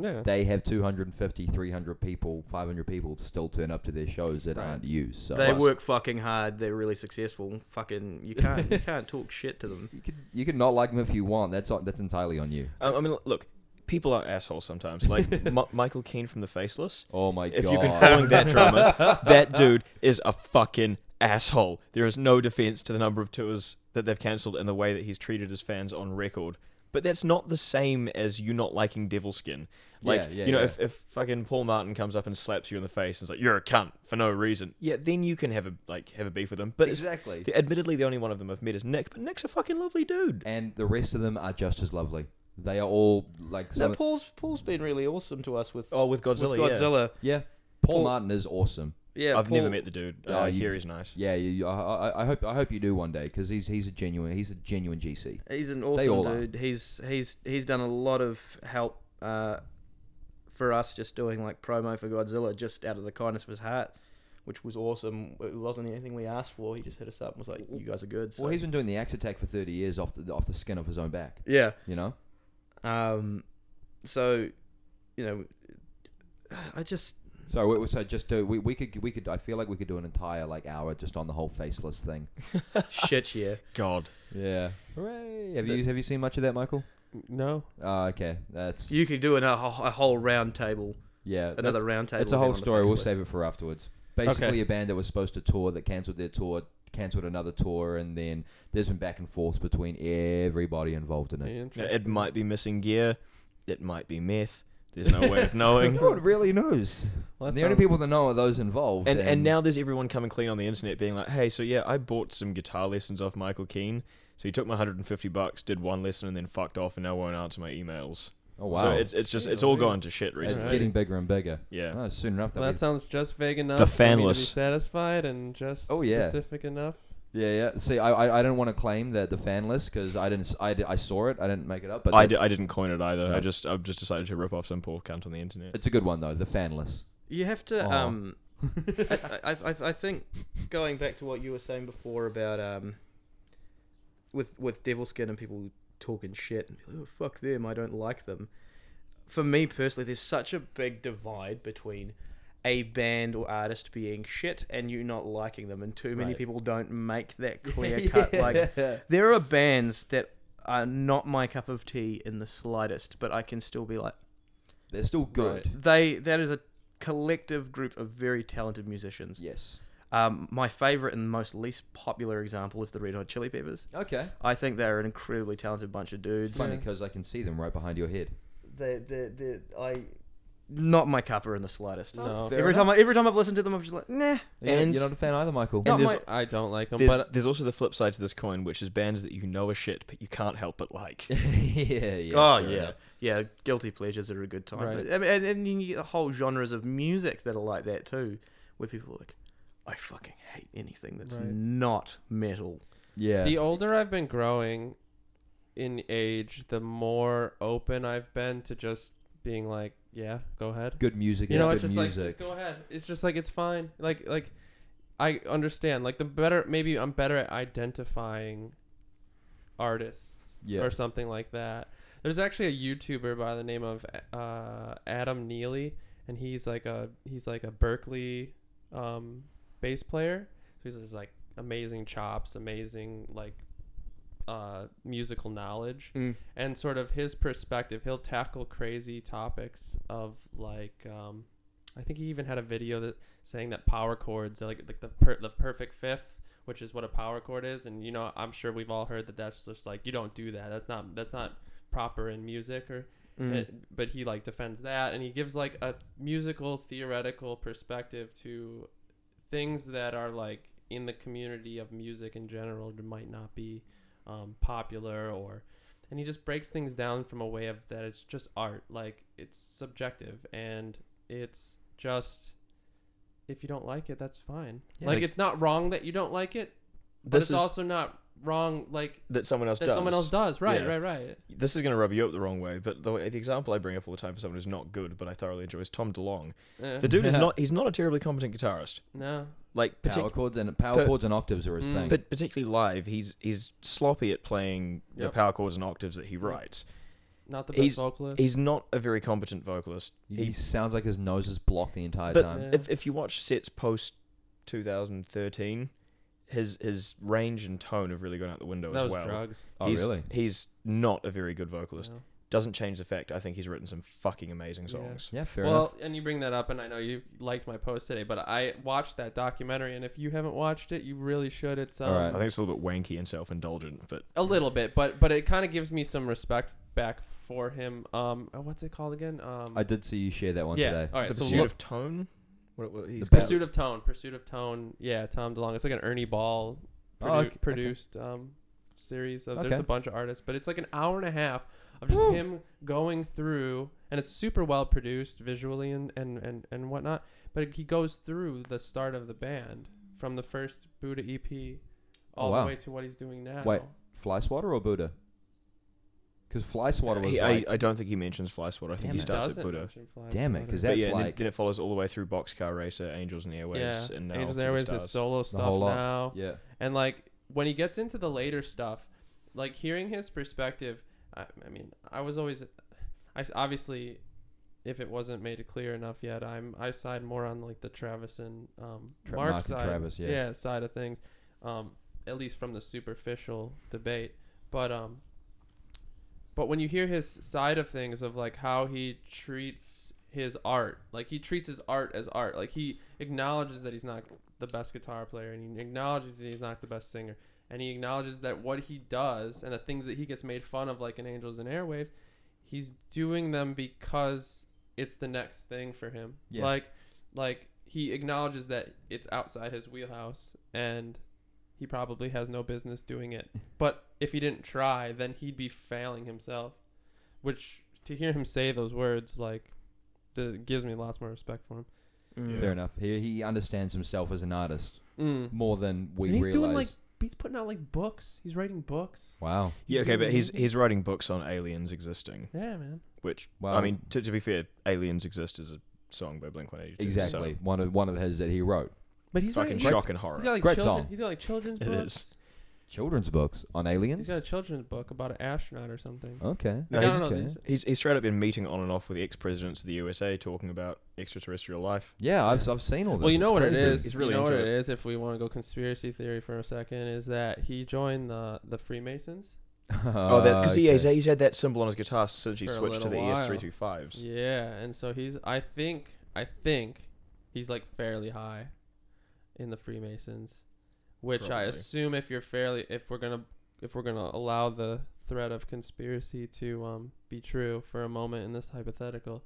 [SPEAKER 4] Yeah.
[SPEAKER 5] They have 250, 300 people, 500 people still turn up to their shows that
[SPEAKER 4] Right.
[SPEAKER 5] aren't you. So
[SPEAKER 6] They work fucking hard. They're really successful. Fucking, you can't you can't talk shit to them.
[SPEAKER 5] You can you can not like them if you want. That's on- that's entirely on you.
[SPEAKER 1] I, I mean, look, people are assholes sometimes. Like M- Michael Keane from The Faceless.
[SPEAKER 5] Oh my
[SPEAKER 1] if
[SPEAKER 5] god!
[SPEAKER 1] you've been following that drama, that dude is a fucking asshole. There is no defense to the number of tours that they've cancelled and the way that he's treated his fans on record. But that's not the same as you not liking Devilskin. Like,
[SPEAKER 5] Yeah, yeah,
[SPEAKER 1] you know,
[SPEAKER 5] yeah.
[SPEAKER 1] if, if fucking Paul Martin comes up and slaps you in the face and is like, "You're a cunt" for no reason, yeah, then you can have a like have a beef with him. But it's-
[SPEAKER 5] Exactly.
[SPEAKER 1] the- admittedly, the only one of them I've met is Nick, but Nick's a fucking lovely dude.
[SPEAKER 5] and the rest of them are just as lovely. They are all like
[SPEAKER 6] No,
[SPEAKER 5] some,
[SPEAKER 6] Paul's Paul's been really awesome to us with
[SPEAKER 1] Oh, with Godzilla,
[SPEAKER 6] with
[SPEAKER 1] yeah.
[SPEAKER 6] Godzilla.
[SPEAKER 5] yeah. Paul,
[SPEAKER 6] Paul-
[SPEAKER 5] Martin is awesome.
[SPEAKER 6] Yeah,
[SPEAKER 1] I've never
[SPEAKER 6] Paul-
[SPEAKER 1] met the dude.
[SPEAKER 5] Oh,
[SPEAKER 1] Uh, I
[SPEAKER 5] you-
[SPEAKER 1] hear he's nice.
[SPEAKER 5] Yeah, you, you- I, I, I hope I hope you do one day because he's he's a genuine he's a genuine GC.
[SPEAKER 6] He's an
[SPEAKER 5] all
[SPEAKER 6] awesome
[SPEAKER 5] are.
[SPEAKER 6] dude. He's he's he's done a lot of help uh, for us just doing like promo for Godzilla just out of the kindness of his heart, which was awesome. It wasn't anything we asked for. He just hit us up and was like, "You guys are good." So.
[SPEAKER 5] Well, he's been doing the axe attack for thirty years off the off the skin of his own back.
[SPEAKER 6] yeah.
[SPEAKER 5] You know,
[SPEAKER 6] Um, so you know, I just
[SPEAKER 5] so we, so just do we, we could we could I feel like we could do an entire like hour just on the whole faceless thing.
[SPEAKER 6] shit yeah.
[SPEAKER 1] God,
[SPEAKER 5] Yeah, hooray! Have you have you seen much of that, Michael?
[SPEAKER 4] No.
[SPEAKER 5] Oh, okay, that's
[SPEAKER 6] You could do an, a, wh- a whole round table,
[SPEAKER 5] yeah. that's-
[SPEAKER 6] another round table.
[SPEAKER 5] It's a
[SPEAKER 6] with him
[SPEAKER 5] whole
[SPEAKER 6] on the
[SPEAKER 5] story. We'll
[SPEAKER 6] facelift.
[SPEAKER 5] save it for afterwards. Basically, a band that was supposed to tour that cancelled their tour, cancelled another tour, and then there's been back and forth between everybody involved in it.
[SPEAKER 1] Yeah,
[SPEAKER 4] Interesting.
[SPEAKER 1] it might be missing gear. It might be meth. There's no way of knowing.
[SPEAKER 5] No one really knows.
[SPEAKER 4] Well, that
[SPEAKER 5] the only
[SPEAKER 4] sounds-
[SPEAKER 5] people that know are those involved.
[SPEAKER 1] And and now there's everyone coming clean on the internet, being like, "Hey, so yeah, I bought some guitar lessons off Michael Keane. So he took my 150 bucks, did one lesson, and then fucked off, and now won't answer my emails.
[SPEAKER 5] oh wow,
[SPEAKER 1] So
[SPEAKER 5] it's,
[SPEAKER 1] it's it's just
[SPEAKER 4] Yeah,
[SPEAKER 1] it's all
[SPEAKER 4] amazing.
[SPEAKER 1] gone to shit recently.
[SPEAKER 4] Alright.
[SPEAKER 5] getting bigger and bigger.
[SPEAKER 1] Yeah.
[SPEAKER 5] Oh, soon enough.
[SPEAKER 4] Well,
[SPEAKER 5] that'll
[SPEAKER 4] that sounds just vague enough. for me to be
[SPEAKER 1] fanless.
[SPEAKER 4] satisfied and just
[SPEAKER 5] Oh, yeah.
[SPEAKER 4] specific enough.
[SPEAKER 5] be- yeah, yeah. See, I I, I don't want to claim that the fan list because I didn't s- I, di- I saw it. I didn't make it up. But
[SPEAKER 1] I, d-
[SPEAKER 5] that's-
[SPEAKER 1] I didn't coin it either.
[SPEAKER 5] No.
[SPEAKER 1] I just I've just decided to rip off some poor cunt on the internet.
[SPEAKER 5] It's a good one though. The fan list.
[SPEAKER 6] You have to.
[SPEAKER 5] Aw.
[SPEAKER 6] Um, I, I, I, I think going back to what you were saying before about um, with with devil skin and people talking shit and oh, fuck them, I don't like them. For me personally, there's such a big divide between a band or artist being shit and you not liking them, and too many
[SPEAKER 5] Right.
[SPEAKER 6] people don't make that clear cut. Like there are bands that are not my cup of tea in the slightest, but I can still be like,
[SPEAKER 5] they're still good.
[SPEAKER 6] they that is a collective group of very talented musicians.
[SPEAKER 5] Yes.
[SPEAKER 6] Um, my favorite and most least popular example is the Red Hot Chili Peppers.
[SPEAKER 5] Okay.
[SPEAKER 6] I think they're an incredibly talented bunch of dudes.
[SPEAKER 5] Funny
[SPEAKER 4] Yeah.
[SPEAKER 5] because I can see them right behind your head.
[SPEAKER 6] The the the I not my cuppa in the slightest.
[SPEAKER 4] No.
[SPEAKER 5] Fair
[SPEAKER 6] every
[SPEAKER 5] enough.
[SPEAKER 6] time I every time I've listened to them, I'm just like, nah.
[SPEAKER 5] Yeah,
[SPEAKER 1] And-
[SPEAKER 5] you're not a fan either, Michael.
[SPEAKER 6] Not
[SPEAKER 1] And there's,
[SPEAKER 6] my-
[SPEAKER 4] I don't like them,
[SPEAKER 1] there's
[SPEAKER 4] but
[SPEAKER 1] there's also the flip side to this coin, which is bands that you know are shit, but you can't help but like.
[SPEAKER 5] yeah, yeah.
[SPEAKER 6] oh
[SPEAKER 5] fair
[SPEAKER 6] yeah,
[SPEAKER 5] enough.
[SPEAKER 6] yeah. Guilty pleasures are a good time,
[SPEAKER 4] Right.
[SPEAKER 6] but, I mean, and, and then you get the whole genres of music that are like that too, where people are like, I fucking hate anything that's
[SPEAKER 4] Right.
[SPEAKER 6] not metal.
[SPEAKER 5] Yeah.
[SPEAKER 4] the older I've been growing in age, the more open I've been to just being like, yeah, go ahead.
[SPEAKER 5] good music.
[SPEAKER 4] You
[SPEAKER 5] is
[SPEAKER 4] know,
[SPEAKER 5] good
[SPEAKER 4] it's just like,
[SPEAKER 5] music.
[SPEAKER 4] just go ahead. It's just like it's fine. Like like I understand. Like the better, maybe I'm better at identifying artists
[SPEAKER 5] Yeah.
[SPEAKER 4] or something like that. There's actually a YouTuber by the name of uh, Adam Neely, and he's like a he's like a Berkeley um, bass player. So he's just like amazing chops, amazing like uh, musical knowledge,
[SPEAKER 6] Mm.
[SPEAKER 4] and sort of his perspective. He'll tackle crazy topics of like um, I think he even had a video that saying that power chords are like like the per, the perfect fifth, which is what a power chord is. And you know, I'm sure we've all heard that that's just like you don't do that. That's not that's not proper in music or.
[SPEAKER 6] Hmm. Mm.
[SPEAKER 4] it- but he like defends that, and he gives like a musical theoretical perspective to things that are like in the community of music in general that might not be um, popular or and he just breaks things down from a way of that it's just art like it's subjective and it's just if you don't like it that's fine
[SPEAKER 5] Yeah,
[SPEAKER 4] like,
[SPEAKER 5] like-
[SPEAKER 4] it's not wrong that you don't like it but
[SPEAKER 1] This
[SPEAKER 4] it's
[SPEAKER 1] is-
[SPEAKER 4] also not wrong like
[SPEAKER 1] that someone else
[SPEAKER 4] that
[SPEAKER 1] does.
[SPEAKER 4] someone else does right
[SPEAKER 1] Yeah.
[SPEAKER 4] right right
[SPEAKER 1] This is going to rub you up the wrong way, but the, way- the example I bring up all the time for someone who's not good, but I thoroughly enjoy is Tom DeLonge.
[SPEAKER 4] Eh,
[SPEAKER 1] The dude is not—he's not a terribly competent guitarist.
[SPEAKER 4] no
[SPEAKER 1] Like
[SPEAKER 5] Power
[SPEAKER 1] particularly.
[SPEAKER 5] chords and power
[SPEAKER 1] per-
[SPEAKER 5] chords and octaves are his
[SPEAKER 4] Mm.
[SPEAKER 5] thing.
[SPEAKER 1] But particularly live, he's he's sloppy at playing the
[SPEAKER 4] Yep.
[SPEAKER 1] power chords and octaves that he writes.
[SPEAKER 4] not the best
[SPEAKER 1] He's-
[SPEAKER 4] vocalist
[SPEAKER 1] He's not a very competent vocalist.
[SPEAKER 5] he,
[SPEAKER 1] He,
[SPEAKER 5] sounds like his nose is blocked the entire
[SPEAKER 1] But-
[SPEAKER 5] time.
[SPEAKER 4] Yeah.
[SPEAKER 1] if if you watch sets post 2013, his his range and tone have really gone out the window
[SPEAKER 4] that
[SPEAKER 1] as
[SPEAKER 4] was
[SPEAKER 1] well.
[SPEAKER 4] drugs
[SPEAKER 5] Oh,
[SPEAKER 1] he's,
[SPEAKER 5] really?
[SPEAKER 1] He's not a very good vocalist.
[SPEAKER 4] No.
[SPEAKER 1] Doesn't change the fact I think he's written some fucking amazing
[SPEAKER 4] Yeah.
[SPEAKER 1] songs.
[SPEAKER 5] Yeah, fair
[SPEAKER 4] well,
[SPEAKER 5] enough.
[SPEAKER 4] and you bring that up, and I know you liked my post today, but I watched that documentary, and if you haven't watched it, you really should. It's um,
[SPEAKER 5] All right.
[SPEAKER 1] I think it's a little bit wanky and self indulgent, but
[SPEAKER 4] a little bit, but but it kind of gives me some respect back for him. Um, uh, what's it called again? Um,
[SPEAKER 5] I did see you share that one
[SPEAKER 4] yeah.
[SPEAKER 5] today.
[SPEAKER 4] All right,
[SPEAKER 1] the
[SPEAKER 4] so
[SPEAKER 1] pursuit
[SPEAKER 4] look,
[SPEAKER 1] of tone. What, what he's
[SPEAKER 5] The
[SPEAKER 1] got-
[SPEAKER 4] pursuit of tone, pursuit of tone. Yeah, Tom DeLonge. It's like an Ernie Ball
[SPEAKER 5] Oh,
[SPEAKER 4] produ-
[SPEAKER 5] okay, okay.
[SPEAKER 4] produced um series of. There's
[SPEAKER 5] Okay.
[SPEAKER 4] a bunch of artists, but it's like an hour and a half of just him going through, and it's super well produced visually and and and and whatnot. But he goes through the start of the band from the first Buddha EP all
[SPEAKER 5] Oh, wow.
[SPEAKER 4] the way to what he's doing now.
[SPEAKER 5] Wait. Fly swatter or Buddha? Because fly swatter was
[SPEAKER 1] he-
[SPEAKER 5] like,
[SPEAKER 1] I, I don't think he mentions Fly Swatter. I think
[SPEAKER 5] Damn
[SPEAKER 1] he
[SPEAKER 5] it.
[SPEAKER 1] starts
[SPEAKER 4] doesn't
[SPEAKER 1] at Buddha.
[SPEAKER 4] mention Fly
[SPEAKER 5] Damn it,
[SPEAKER 4] Swatter.
[SPEAKER 5] 'cause
[SPEAKER 1] But
[SPEAKER 5] that's
[SPEAKER 1] yeah, and then-
[SPEAKER 5] like-
[SPEAKER 1] then it follows all the way through Boxcar Racer, Angels and Airwaves,
[SPEAKER 4] yeah.
[SPEAKER 1] and now
[SPEAKER 4] Angels
[SPEAKER 1] to the
[SPEAKER 4] Airways
[SPEAKER 1] stars.
[SPEAKER 4] his solo stuff
[SPEAKER 5] whole lot.
[SPEAKER 4] now.
[SPEAKER 5] yeah,
[SPEAKER 4] And like when he gets into the later stuff, like hearing his perspective, I, I mean, I was always, I s- obviously, if it wasn't made clear enough yet, I'm I side more on like the Travis and um,
[SPEAKER 5] Tra-
[SPEAKER 4] Mark,
[SPEAKER 5] Mark and
[SPEAKER 4] side,
[SPEAKER 5] Travis, yeah.
[SPEAKER 4] side of things, um, at least from the superficial debate, but um. But when you hear his side of things of like how he treats his art, like he treats his art as art, like he acknowledges that he's not the best guitar player and he acknowledges that he's not the best singer and he acknowledges that what he does and the things that he gets made fun of like in angels and airwaves he's doing them because it's the next thing for him
[SPEAKER 5] Yeah.
[SPEAKER 4] like like he acknowledges that it's outside his wheelhouse and he probably has no business doing it but if he didn't try then he'd be failing himself which to hear him say those words like th- gives me lots more respect for him
[SPEAKER 5] fair enough. He, he understands himself as an artist
[SPEAKER 4] mm.
[SPEAKER 5] more than we
[SPEAKER 4] And he's
[SPEAKER 5] realize.
[SPEAKER 4] doing like he's putting out like books. He's writing books.
[SPEAKER 5] wow,
[SPEAKER 1] Yeah, okay,
[SPEAKER 4] doing
[SPEAKER 1] but he's
[SPEAKER 4] amazing.
[SPEAKER 1] he's writing books on aliens existing,
[SPEAKER 4] Yeah, man.
[SPEAKER 1] which I
[SPEAKER 5] Well-
[SPEAKER 1] mean, to, to be fair, aliens exist is a song by Blink One Eighty Two.
[SPEAKER 5] exactly
[SPEAKER 1] so
[SPEAKER 5] one of one of his that he wrote.
[SPEAKER 4] But he's
[SPEAKER 1] fucking
[SPEAKER 4] writing.
[SPEAKER 1] shock and horror.
[SPEAKER 4] He's got like
[SPEAKER 5] Great
[SPEAKER 4] children.
[SPEAKER 5] song.
[SPEAKER 4] He's got like children's
[SPEAKER 1] It
[SPEAKER 4] books.
[SPEAKER 1] is.
[SPEAKER 5] Children's books on aliens.
[SPEAKER 4] He's got a children's book about an astronaut or something.
[SPEAKER 5] okay,
[SPEAKER 1] No,
[SPEAKER 4] Like, I
[SPEAKER 1] he's-
[SPEAKER 4] don't know,
[SPEAKER 5] okay.
[SPEAKER 4] these-
[SPEAKER 1] He's he's straight up been meeting on and off with the ex presidents of the USA, talking about extraterrestrial life.
[SPEAKER 5] Yeah, I've I've seen all Oh, this.
[SPEAKER 4] Well, you
[SPEAKER 5] It's
[SPEAKER 4] know what it
[SPEAKER 5] crazy.
[SPEAKER 4] is.
[SPEAKER 1] He's really
[SPEAKER 4] you know what
[SPEAKER 1] into
[SPEAKER 4] it
[SPEAKER 1] it.
[SPEAKER 4] is. If we want to go conspiracy theory for a second, is that he joined the the Freemasons?
[SPEAKER 1] oh, that because he has,
[SPEAKER 5] okay.
[SPEAKER 1] he's had that symbol on his guitar since he
[SPEAKER 4] For a
[SPEAKER 1] switched to
[SPEAKER 4] little
[SPEAKER 1] the
[SPEAKER 4] while.
[SPEAKER 1] ES three three fives.
[SPEAKER 4] Yeah, and so he's. I think. I think he's like fairly high in the Freemasons, which I
[SPEAKER 1] Probably.
[SPEAKER 4] assume if you're fairly, if we're gonna, if we're gonna allow the threat of conspiracy to um be true for a moment in this hypothetical,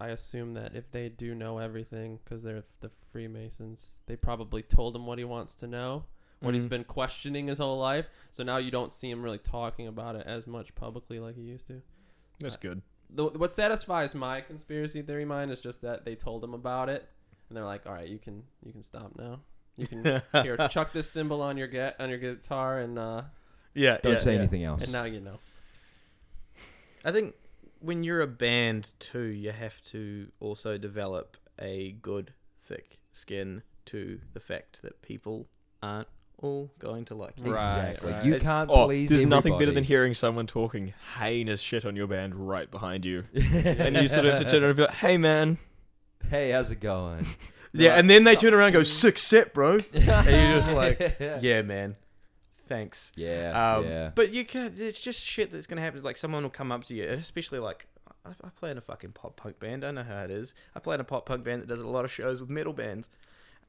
[SPEAKER 4] I assume that if they do know everything, because they're the Freemasons, they probably told him what he wants to know. What he's
[SPEAKER 1] Mhm.
[SPEAKER 4] been questioning his whole life, so now you don't see him really talking about it as much publicly like he used to
[SPEAKER 1] That's good.
[SPEAKER 4] the, what satisfies my conspiracy theory mind is just that they told him about it and they're like all right you can you can stop now you can here chuck this symbol on your get on your guitar and uh
[SPEAKER 6] Yeah.
[SPEAKER 5] Don't
[SPEAKER 6] yeah,
[SPEAKER 5] say
[SPEAKER 6] yeah.
[SPEAKER 5] anything else.
[SPEAKER 4] and now you know
[SPEAKER 6] I think when you're a band too, you have to also develop a good thick skin to the fact that people aren't all going to like you.
[SPEAKER 1] Right,
[SPEAKER 5] Exactly.
[SPEAKER 1] right.
[SPEAKER 5] You
[SPEAKER 6] It's-
[SPEAKER 5] can't
[SPEAKER 1] Oh,
[SPEAKER 5] please.
[SPEAKER 1] there's nothing better than
[SPEAKER 5] everybody.
[SPEAKER 1] hearing someone talking heinous shit on your band right behind you, and you sort of have to turn around and be like, "Hey, man."
[SPEAKER 5] Hey, how's it going?
[SPEAKER 6] Yeah, and then they turn around and go, sick set, bro. and you're just like, yeah, man, thanks.
[SPEAKER 1] Uh,
[SPEAKER 5] yeah,
[SPEAKER 6] Um,
[SPEAKER 5] yeah.
[SPEAKER 6] But you can It's just shit that's gonna happen. Like someone will come up to you, and especially like I, I play in a fucking pop punk band. I know how it is. I play in a pop punk band that does a lot of shows with metal bands,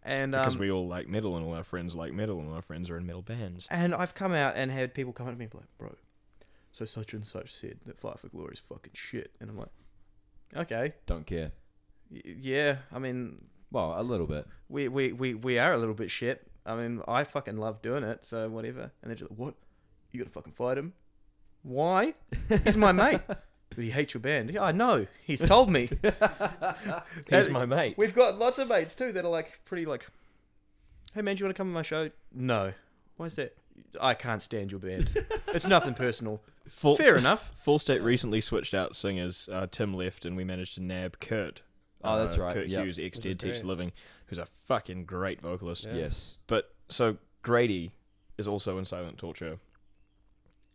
[SPEAKER 6] and
[SPEAKER 1] Because
[SPEAKER 6] um,
[SPEAKER 1] we all like metal, and all our friends like metal, and all our friends are in metal bands.
[SPEAKER 6] and I've come out and had people come up to me and be like, bro. So such and such said that Fight for Glory is fucking shit, and I'm like, okay,
[SPEAKER 5] Don't care.
[SPEAKER 6] y- yeah. I mean,
[SPEAKER 5] Well, a little bit.
[SPEAKER 6] we we we we are a little bit shit. I mean, I fucking love doing it, so whatever. And they're just like, what? You gotta fucking fight him? Why? He's my mate. But he hates your band. Yeah, I know. He's told me.
[SPEAKER 4] He's
[SPEAKER 6] That-
[SPEAKER 4] my mate.
[SPEAKER 6] We've got lots of mates too that are like pretty like, hey man, do you want to come on my show? No. Why is that? I can't stand your band. it's nothing personal.
[SPEAKER 1] Full,
[SPEAKER 6] Fair enough.
[SPEAKER 1] Full State recently switched out singers. Uh, Tim left, and we managed to nab Kurt.
[SPEAKER 5] Oh, that's
[SPEAKER 1] uh,
[SPEAKER 5] right,
[SPEAKER 1] Kurt
[SPEAKER 5] yep.
[SPEAKER 1] Hughes, ex
[SPEAKER 4] Which is
[SPEAKER 1] Dead Teach
[SPEAKER 4] great.
[SPEAKER 1] Living, who's a fucking great vocalist.
[SPEAKER 4] Yeah.
[SPEAKER 5] Yes.
[SPEAKER 1] But so Grady is also in Silent Torture.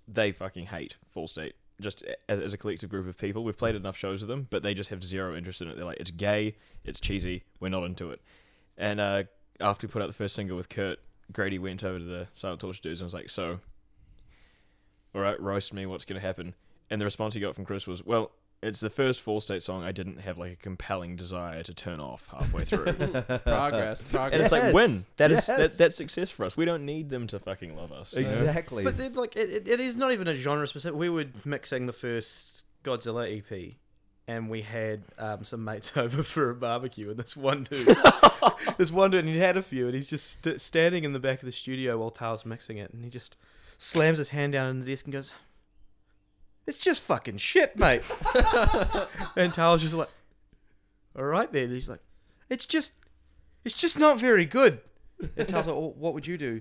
[SPEAKER 1] They fucking hate Full State. Just a- as, as a collective group of people, we've played enough shows with them, but they just have zero interest in it. They're like, it's gay, it's cheesy, we're not into it. And uh, after we put out the first single with Kurt, Grady went over to the Silent Torture dudes and was like, so, all right, roast me, what's going to happen? And the response he got from Chris was, well, it's the first Full State song I didn't have like a compelling desire to turn off halfway through.
[SPEAKER 4] Progress,
[SPEAKER 1] And
[SPEAKER 4] progress.
[SPEAKER 1] it's like win.
[SPEAKER 5] Yes.
[SPEAKER 1] That is
[SPEAKER 5] Yes.
[SPEAKER 1] that, that's success for us. We don't need them to fucking love us. you know?
[SPEAKER 5] Exactly.
[SPEAKER 6] But then, like, it, it, it is not even a genre specific. We were mixing the first Godzilla EP, and we had um, some mates over for a barbecue, and this one dude, this one dude, and he had a few, and he's just st- standing in the back of the studio while Tao's mixing it, and he just slams his hand down on the desk and goes, "It's just fucking shit, mate." and Tao's just like, "All right then." And he's like, "It's just, it's just not very good." And Tao's like, well, "What would you do?"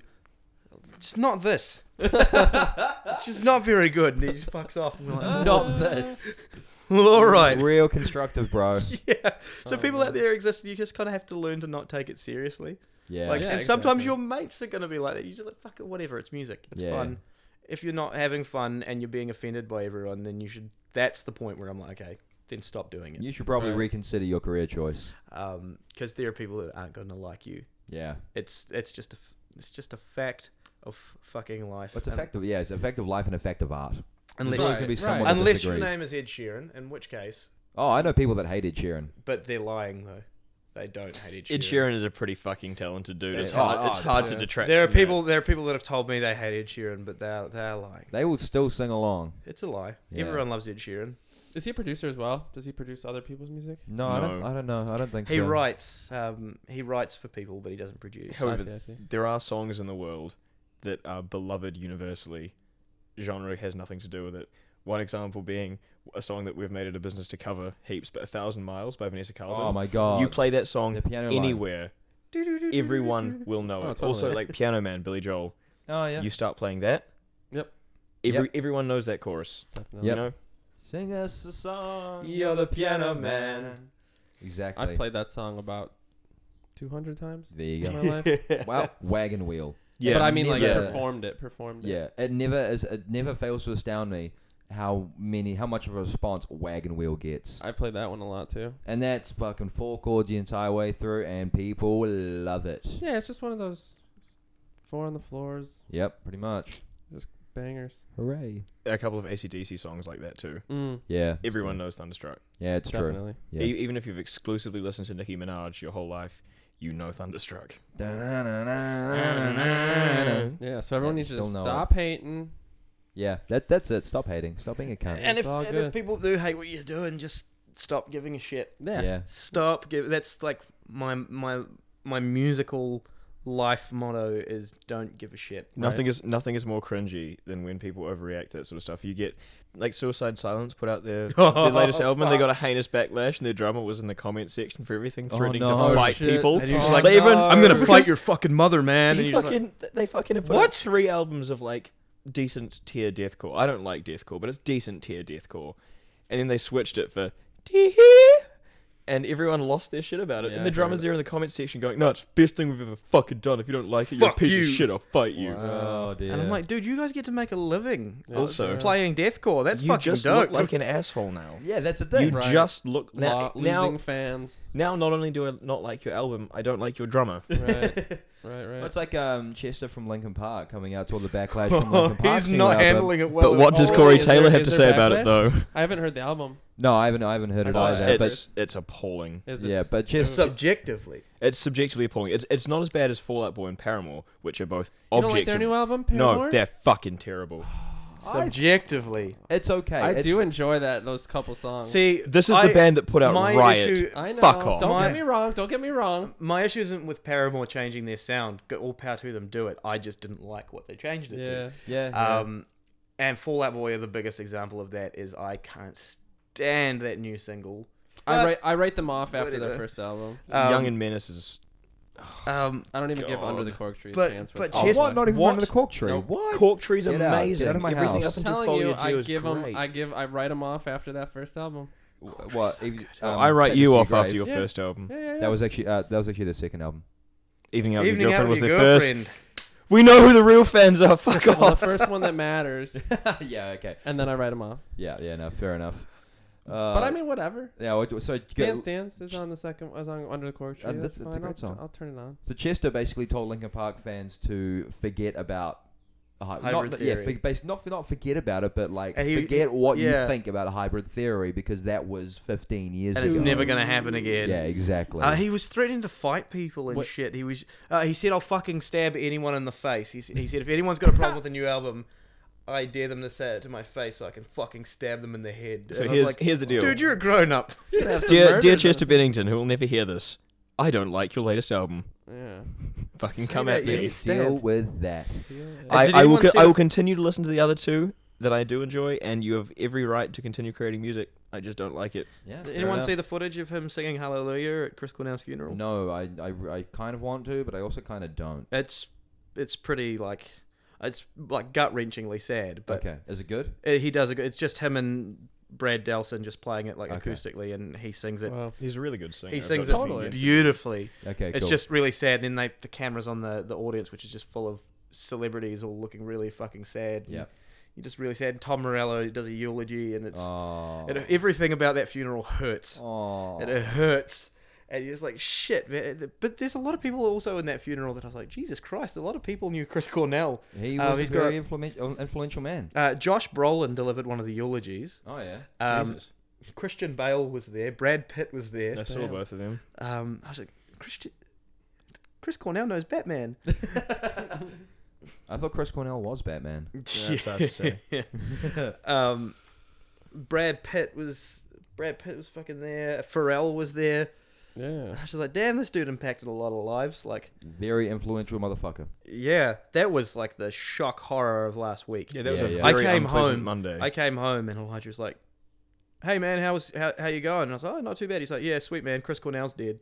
[SPEAKER 6] It's not this. it's just not very good. And he just fucks off. And we're like,
[SPEAKER 5] Not this.
[SPEAKER 6] well, all right.
[SPEAKER 5] Real constructive, bro.
[SPEAKER 6] Yeah. So
[SPEAKER 4] Oh,
[SPEAKER 6] people out there exist. You just kind of have to learn to not take it seriously.
[SPEAKER 5] Yeah.
[SPEAKER 6] Like,
[SPEAKER 4] Yeah,
[SPEAKER 6] and sometimes
[SPEAKER 4] exactly.
[SPEAKER 6] your mates are gonna be like that. You just like fuck it, whatever. It's music. It's
[SPEAKER 5] Yeah.
[SPEAKER 6] fun. If you're not having fun and you're being offended by everyone, then you should. That's the point where I'm like, okay, then stop doing it.
[SPEAKER 5] you should probably
[SPEAKER 4] Right.
[SPEAKER 5] reconsider your career choice.
[SPEAKER 6] Because Um, there are people that aren't gonna like you.
[SPEAKER 5] Yeah.
[SPEAKER 6] It's it's just a f- it's just a fact of fucking life.
[SPEAKER 5] But it's
[SPEAKER 6] Un-
[SPEAKER 5] effective. Yeah, it's effective life and effective art. There's
[SPEAKER 6] Unless,
[SPEAKER 5] always
[SPEAKER 4] Right,
[SPEAKER 5] gonna be
[SPEAKER 4] right.
[SPEAKER 5] someone that
[SPEAKER 6] unless your
[SPEAKER 5] disagrees.
[SPEAKER 6] name is Ed Sheeran, in which case
[SPEAKER 5] Oh, I know people that hated Sheeran.
[SPEAKER 6] But they're lying though. They don't hate Ed
[SPEAKER 1] Ed
[SPEAKER 6] Sheeran.
[SPEAKER 1] Sheeran is a pretty fucking talented dude.
[SPEAKER 6] Yeah.
[SPEAKER 1] It's hard.
[SPEAKER 5] Oh,
[SPEAKER 1] it's hard to
[SPEAKER 4] yeah.
[SPEAKER 1] detract.
[SPEAKER 6] There are
[SPEAKER 1] from that.
[SPEAKER 6] people. There are people that have told me they hate Ed Sheeran, but they're they're lying.
[SPEAKER 5] They will still sing along.
[SPEAKER 6] It's a lie.
[SPEAKER 5] Yeah.
[SPEAKER 6] Everyone loves Ed Sheeran.
[SPEAKER 4] Is he a producer as well? Does he produce other people's music?
[SPEAKER 5] No, I don't.
[SPEAKER 1] No.
[SPEAKER 5] I don't know. I don't think
[SPEAKER 6] He
[SPEAKER 5] so.
[SPEAKER 6] writes. Um, he writes for people, but he doesn't produce.
[SPEAKER 1] However,
[SPEAKER 4] I see, I see.
[SPEAKER 1] There are songs in the world that are beloved universally. Genre has nothing to do with it. One example being a song that we've made it a business to cover heaps, but "A Thousand Miles" by Vanessa Carlton.
[SPEAKER 5] Oh my god.
[SPEAKER 1] You play that song
[SPEAKER 5] The piano line.
[SPEAKER 1] anywhere, everyone will know
[SPEAKER 4] Oh,
[SPEAKER 1] it. Also,
[SPEAKER 4] totally.
[SPEAKER 1] like Piano Man, Billy Joel.
[SPEAKER 5] Oh yeah.
[SPEAKER 1] You start playing that.
[SPEAKER 4] Yep.
[SPEAKER 1] Every,
[SPEAKER 5] Yep.
[SPEAKER 1] Everyone knows that chorus.
[SPEAKER 4] Definitely.
[SPEAKER 5] Yep.
[SPEAKER 1] You know.
[SPEAKER 5] Sing us a song.
[SPEAKER 6] You're the piano man.
[SPEAKER 5] Exactly.
[SPEAKER 4] I've played that song about 200 times
[SPEAKER 5] There you
[SPEAKER 4] in
[SPEAKER 5] go.
[SPEAKER 4] my life.
[SPEAKER 5] wow. Wagon wheel.
[SPEAKER 1] Yeah.
[SPEAKER 4] but I mean, like,
[SPEAKER 5] never-
[SPEAKER 4] performed it, performed it.
[SPEAKER 5] Yeah. It never is. It never fails to astound me how many, how much of a response wagon wheel gets.
[SPEAKER 4] I played that one a lot too.
[SPEAKER 5] And that's fucking four chords the entire way through, and people love it.
[SPEAKER 4] Yeah, it's just one of those four on the floors
[SPEAKER 5] Yep, pretty much.
[SPEAKER 4] bangers.
[SPEAKER 5] Hooray.
[SPEAKER 1] a couple of ACDC songs like that too.
[SPEAKER 4] Mm,
[SPEAKER 5] Yeah.
[SPEAKER 1] Everyone knows Thunderstruck.
[SPEAKER 5] Yeah, it's true.
[SPEAKER 4] definitely.
[SPEAKER 5] Yeah.
[SPEAKER 1] E- even if you've exclusively listened to Nicki Minaj your whole life, you know Thunderstruck.
[SPEAKER 5] Yeah,
[SPEAKER 4] Yeah, so everyone
[SPEAKER 5] Yeah,
[SPEAKER 4] needs to just
[SPEAKER 5] still know
[SPEAKER 4] stop hating.
[SPEAKER 5] that that's it. Stop hating. Stop being a cunt.
[SPEAKER 6] And
[SPEAKER 4] It's
[SPEAKER 6] if
[SPEAKER 4] all
[SPEAKER 6] and
[SPEAKER 4] good.
[SPEAKER 6] if people do hate what you're doing, just stop giving a shit.
[SPEAKER 4] Yeah.
[SPEAKER 5] Yeah.
[SPEAKER 6] Stop give. That's like my my my musical life motto is don't give a shit.
[SPEAKER 1] Nothing is nothing is more cringy than when people overreact to that sort of stuff. You get like Suicide Silence put out their,
[SPEAKER 4] Oh,
[SPEAKER 1] their latest album and they got a heinous backlash and their drummer was in the comment section for everything,
[SPEAKER 5] Oh,
[SPEAKER 1] threatening
[SPEAKER 5] no.
[SPEAKER 1] to fight
[SPEAKER 4] Shit.
[SPEAKER 1] people.
[SPEAKER 4] And he was
[SPEAKER 1] Like,
[SPEAKER 4] like,
[SPEAKER 1] they everyone's-
[SPEAKER 5] no.
[SPEAKER 6] I'm gonna
[SPEAKER 1] Oh, Because
[SPEAKER 6] fight your fucking mother, man.
[SPEAKER 1] he
[SPEAKER 6] And you're just like,
[SPEAKER 1] fucking, they fucking have put out
[SPEAKER 6] What?
[SPEAKER 1] three albums of like decent tier deathcore. I don't like deathcore, but it's decent tier deathcore. And then they switched it for tier and everyone lost their shit about it.
[SPEAKER 5] Yeah,
[SPEAKER 1] and
[SPEAKER 5] I
[SPEAKER 1] the
[SPEAKER 5] heard
[SPEAKER 1] drummers
[SPEAKER 5] it.
[SPEAKER 1] there in the comments section going, "No, it's the best thing we've ever fucking done. If you don't like it, you're a
[SPEAKER 6] Fuck
[SPEAKER 1] piece
[SPEAKER 6] you."
[SPEAKER 1] of shit. I'll fight you."
[SPEAKER 5] Oh dear.
[SPEAKER 6] And I'm like, dude, you guys get to make a living uh,
[SPEAKER 4] Yeah,
[SPEAKER 1] Also-
[SPEAKER 4] sure.
[SPEAKER 6] playing deathcore. That's
[SPEAKER 1] you
[SPEAKER 6] fucking
[SPEAKER 1] just
[SPEAKER 6] dope.
[SPEAKER 1] look like an asshole now.
[SPEAKER 5] yeah, that's a
[SPEAKER 1] You
[SPEAKER 5] thing.
[SPEAKER 4] Right.
[SPEAKER 1] just look now,
[SPEAKER 4] Lo- losing
[SPEAKER 1] now.
[SPEAKER 4] fans.
[SPEAKER 1] Now, not only do I not like your album, I don't like your drummer.
[SPEAKER 4] Right, right,
[SPEAKER 5] Well,
[SPEAKER 4] right.
[SPEAKER 5] It's like um, Chester from Lincoln Park coming out to all the backlash from Lincoln Park.
[SPEAKER 6] He's not handling it well.
[SPEAKER 1] But what
[SPEAKER 6] at
[SPEAKER 1] does
[SPEAKER 6] all.
[SPEAKER 1] Corey
[SPEAKER 4] Oh, is
[SPEAKER 1] Taylor
[SPEAKER 4] there-
[SPEAKER 1] have
[SPEAKER 4] is
[SPEAKER 1] to
[SPEAKER 4] there
[SPEAKER 1] say about
[SPEAKER 4] backlash?
[SPEAKER 1] it, though?
[SPEAKER 4] I haven't heard the album.
[SPEAKER 5] No, I haven't. I haven't heard
[SPEAKER 4] I
[SPEAKER 5] it
[SPEAKER 4] saw
[SPEAKER 5] either.
[SPEAKER 4] that.
[SPEAKER 5] but-
[SPEAKER 1] It's it's appalling.
[SPEAKER 4] Is
[SPEAKER 5] yeah,
[SPEAKER 4] it?
[SPEAKER 5] but Chester.
[SPEAKER 6] subjectively?
[SPEAKER 1] It's subjectively appalling. It's it's not as bad as Fallout Boy and Paramore, which are both
[SPEAKER 4] you don't
[SPEAKER 1] objective.
[SPEAKER 4] like their new album,
[SPEAKER 1] No,
[SPEAKER 4] Paramore?
[SPEAKER 1] they're fucking terrible.
[SPEAKER 5] I-
[SPEAKER 6] Subjectively.
[SPEAKER 5] it's okay.
[SPEAKER 4] I
[SPEAKER 5] it's,
[SPEAKER 4] do enjoy that those couple songs.
[SPEAKER 6] See,
[SPEAKER 1] This is
[SPEAKER 6] I-
[SPEAKER 1] the band that Oh. put out
[SPEAKER 6] my
[SPEAKER 1] Riot.
[SPEAKER 6] issue-
[SPEAKER 4] I know.
[SPEAKER 1] Fuck off.
[SPEAKER 4] Don't
[SPEAKER 6] My-
[SPEAKER 4] get me wrong. Don't get me wrong.
[SPEAKER 6] My issue isn't with Paramore changing their sound. Go- All power to them, do it. I just didn't like what they changed it
[SPEAKER 4] Yeah.
[SPEAKER 5] Yeah.
[SPEAKER 6] to.
[SPEAKER 5] yeah.
[SPEAKER 6] Um, and Fallout Boy are the biggest example of that. Is I can't stand that new single.
[SPEAKER 4] I
[SPEAKER 6] But-
[SPEAKER 4] write I write them off after their
[SPEAKER 6] whatever.
[SPEAKER 4] first album.
[SPEAKER 6] Um,
[SPEAKER 1] Young and Menace is
[SPEAKER 6] Um,
[SPEAKER 4] I don't even give Under the
[SPEAKER 1] God.
[SPEAKER 4] Cork Tree a
[SPEAKER 6] But-
[SPEAKER 4] chance for
[SPEAKER 6] but
[SPEAKER 4] the first
[SPEAKER 5] oh,
[SPEAKER 6] Chester-
[SPEAKER 4] one.
[SPEAKER 5] what? Not even
[SPEAKER 6] What?
[SPEAKER 5] one of the cork tree.
[SPEAKER 4] Nope.
[SPEAKER 5] What?
[SPEAKER 1] Cork Tree's
[SPEAKER 5] Get out. Get
[SPEAKER 1] amazing.
[SPEAKER 5] out of my
[SPEAKER 1] Everything
[SPEAKER 5] house.
[SPEAKER 1] up
[SPEAKER 4] I'm
[SPEAKER 1] until
[SPEAKER 4] telling you,
[SPEAKER 1] Foliage
[SPEAKER 4] I
[SPEAKER 1] Year is
[SPEAKER 4] give them
[SPEAKER 1] great.
[SPEAKER 4] I give I write them off after that first album.
[SPEAKER 5] Wh- What? If- um,
[SPEAKER 1] I write
[SPEAKER 5] Take This
[SPEAKER 1] you
[SPEAKER 5] to
[SPEAKER 1] off
[SPEAKER 5] Your
[SPEAKER 1] after
[SPEAKER 5] Grave.
[SPEAKER 1] your
[SPEAKER 4] Yeah.
[SPEAKER 1] first album.
[SPEAKER 4] Yeah, yeah, yeah.
[SPEAKER 5] That was actually uh, that was actually the second album.
[SPEAKER 1] Evening Out with Your
[SPEAKER 6] Evening
[SPEAKER 1] Girlfriend
[SPEAKER 6] out
[SPEAKER 1] was
[SPEAKER 6] with
[SPEAKER 1] the
[SPEAKER 6] your
[SPEAKER 1] first.
[SPEAKER 6] girlfriend.
[SPEAKER 1] We know who the real fans are. Fuck
[SPEAKER 4] well, the
[SPEAKER 1] off.
[SPEAKER 4] first one that matters,
[SPEAKER 5] yeah. Okay.
[SPEAKER 4] and then I write them off.
[SPEAKER 5] Yeah. Yeah. No. Fair enough. Uh,
[SPEAKER 4] But I mean, whatever.
[SPEAKER 5] yeah. what- So
[SPEAKER 4] Dance
[SPEAKER 5] get,
[SPEAKER 4] Dance is on the second is on Under the Cork Tree.
[SPEAKER 5] And
[SPEAKER 4] that's
[SPEAKER 5] that's- it's a
[SPEAKER 4] fine.
[SPEAKER 5] great
[SPEAKER 4] I'll,
[SPEAKER 5] song.
[SPEAKER 4] I'll turn it on.
[SPEAKER 5] So Chester basically told Linkin Park fans to forget about uh,
[SPEAKER 6] Hybrid
[SPEAKER 5] not, yeah,
[SPEAKER 6] theory.
[SPEAKER 5] for, bas- not not forget about it, but like
[SPEAKER 6] And he-
[SPEAKER 5] forget what
[SPEAKER 6] yeah.
[SPEAKER 5] you think about hybrid theory because that was 15 years
[SPEAKER 6] and
[SPEAKER 5] ago.
[SPEAKER 6] it's never gonna happen again.
[SPEAKER 5] yeah, exactly.
[SPEAKER 6] Uh, he was threatening to fight people and
[SPEAKER 4] What-
[SPEAKER 6] shit. He was. Uh, he said, "I'll fucking stab anyone in the face." He, s- he said, "If anyone's got a problem with the new album, I dare them to say it to my face, so I can fucking stab them in the head."
[SPEAKER 1] So
[SPEAKER 6] And I was
[SPEAKER 1] here's
[SPEAKER 6] like,
[SPEAKER 1] here's the deal.
[SPEAKER 6] dude, you're a grown up.
[SPEAKER 4] It's gonna have some
[SPEAKER 1] dear
[SPEAKER 4] murder
[SPEAKER 1] dear
[SPEAKER 4] in
[SPEAKER 1] Chester
[SPEAKER 4] it.
[SPEAKER 1] Bennington, who will never hear this. I don't like your latest album.
[SPEAKER 4] Yeah.
[SPEAKER 1] Fucking
[SPEAKER 6] Say
[SPEAKER 1] come
[SPEAKER 6] that
[SPEAKER 1] at
[SPEAKER 6] you
[SPEAKER 1] me.
[SPEAKER 5] Deal
[SPEAKER 6] stabbed.
[SPEAKER 5] with that.
[SPEAKER 4] Deal with it.
[SPEAKER 1] I,
[SPEAKER 6] did
[SPEAKER 1] I will
[SPEAKER 6] anyone
[SPEAKER 1] co-
[SPEAKER 6] see
[SPEAKER 1] I
[SPEAKER 6] a-
[SPEAKER 1] will continue to listen to the other two that I do enjoy, and you have every right to continue creating music. I just don't like it.
[SPEAKER 5] Yeah.
[SPEAKER 6] Did anyone see the footage of him singing "Hallelujah" at Chris Cornell's funeral?
[SPEAKER 5] No, I, I I kind of want to, but I also kind of don't.
[SPEAKER 6] It's it's pretty like it's like gut wrenchingly sad, but
[SPEAKER 5] okay, is it good?
[SPEAKER 6] it, he does a good. It's just him and Brad Delson just playing it like
[SPEAKER 5] Okay.
[SPEAKER 6] acoustically, and he sings it.
[SPEAKER 4] Well,
[SPEAKER 1] He's a really good singer.
[SPEAKER 6] he
[SPEAKER 1] I've
[SPEAKER 6] sings it
[SPEAKER 1] got nothing
[SPEAKER 4] Totally.
[SPEAKER 1] against him.
[SPEAKER 6] beautifully.
[SPEAKER 5] Okay,
[SPEAKER 6] it's
[SPEAKER 5] cool.
[SPEAKER 6] just really sad. Then they the cameras on the the audience, which is just full of celebrities all looking really fucking sad.
[SPEAKER 5] yeah.
[SPEAKER 6] you're just really sad. Tom Morello does a eulogy, and it's
[SPEAKER 5] Oh.
[SPEAKER 6] and everything about that funeral hurts.
[SPEAKER 5] Oh.
[SPEAKER 6] And it hurts. And you're just like, shit, man. But there's a lot of people also in that funeral that I was like, Jesus Christ, a lot of people knew Chris Cornell.
[SPEAKER 5] He
[SPEAKER 6] Um,
[SPEAKER 5] was a
[SPEAKER 6] he's
[SPEAKER 5] very
[SPEAKER 6] got-
[SPEAKER 5] influential influential man.
[SPEAKER 6] Uh, Josh Brolin delivered one of the eulogies.
[SPEAKER 5] Oh yeah.
[SPEAKER 6] Um,
[SPEAKER 1] Jesus.
[SPEAKER 6] Christian Bale was there. Brad Pitt was
[SPEAKER 1] I
[SPEAKER 6] there.
[SPEAKER 1] saw
[SPEAKER 4] damn.
[SPEAKER 1] both of them.
[SPEAKER 6] Um, I was like, Christian. Chris Cornell knows Batman.
[SPEAKER 5] I thought Chris Cornell was Batman.
[SPEAKER 1] Yeah, it's hard to say.
[SPEAKER 6] um, Brad Pitt was Brad Pitt was fucking there. Pharrell was there.
[SPEAKER 4] yeah.
[SPEAKER 6] I was just like, damn, this dude impacted a lot of lives. Like,
[SPEAKER 5] Very influential motherfucker.
[SPEAKER 6] yeah, that was like the shock horror of last week.
[SPEAKER 1] Yeah, that was
[SPEAKER 5] Yeah,
[SPEAKER 1] a
[SPEAKER 5] yeah.
[SPEAKER 6] I
[SPEAKER 1] very
[SPEAKER 6] came
[SPEAKER 1] unpleasant
[SPEAKER 6] home-
[SPEAKER 1] Monday.
[SPEAKER 6] I came home and Elijah was like, "Hey man, how was how, how you going?" And I was like, "Oh, not too bad." He's like, "Yeah, sweet man, Chris Cornell's dead."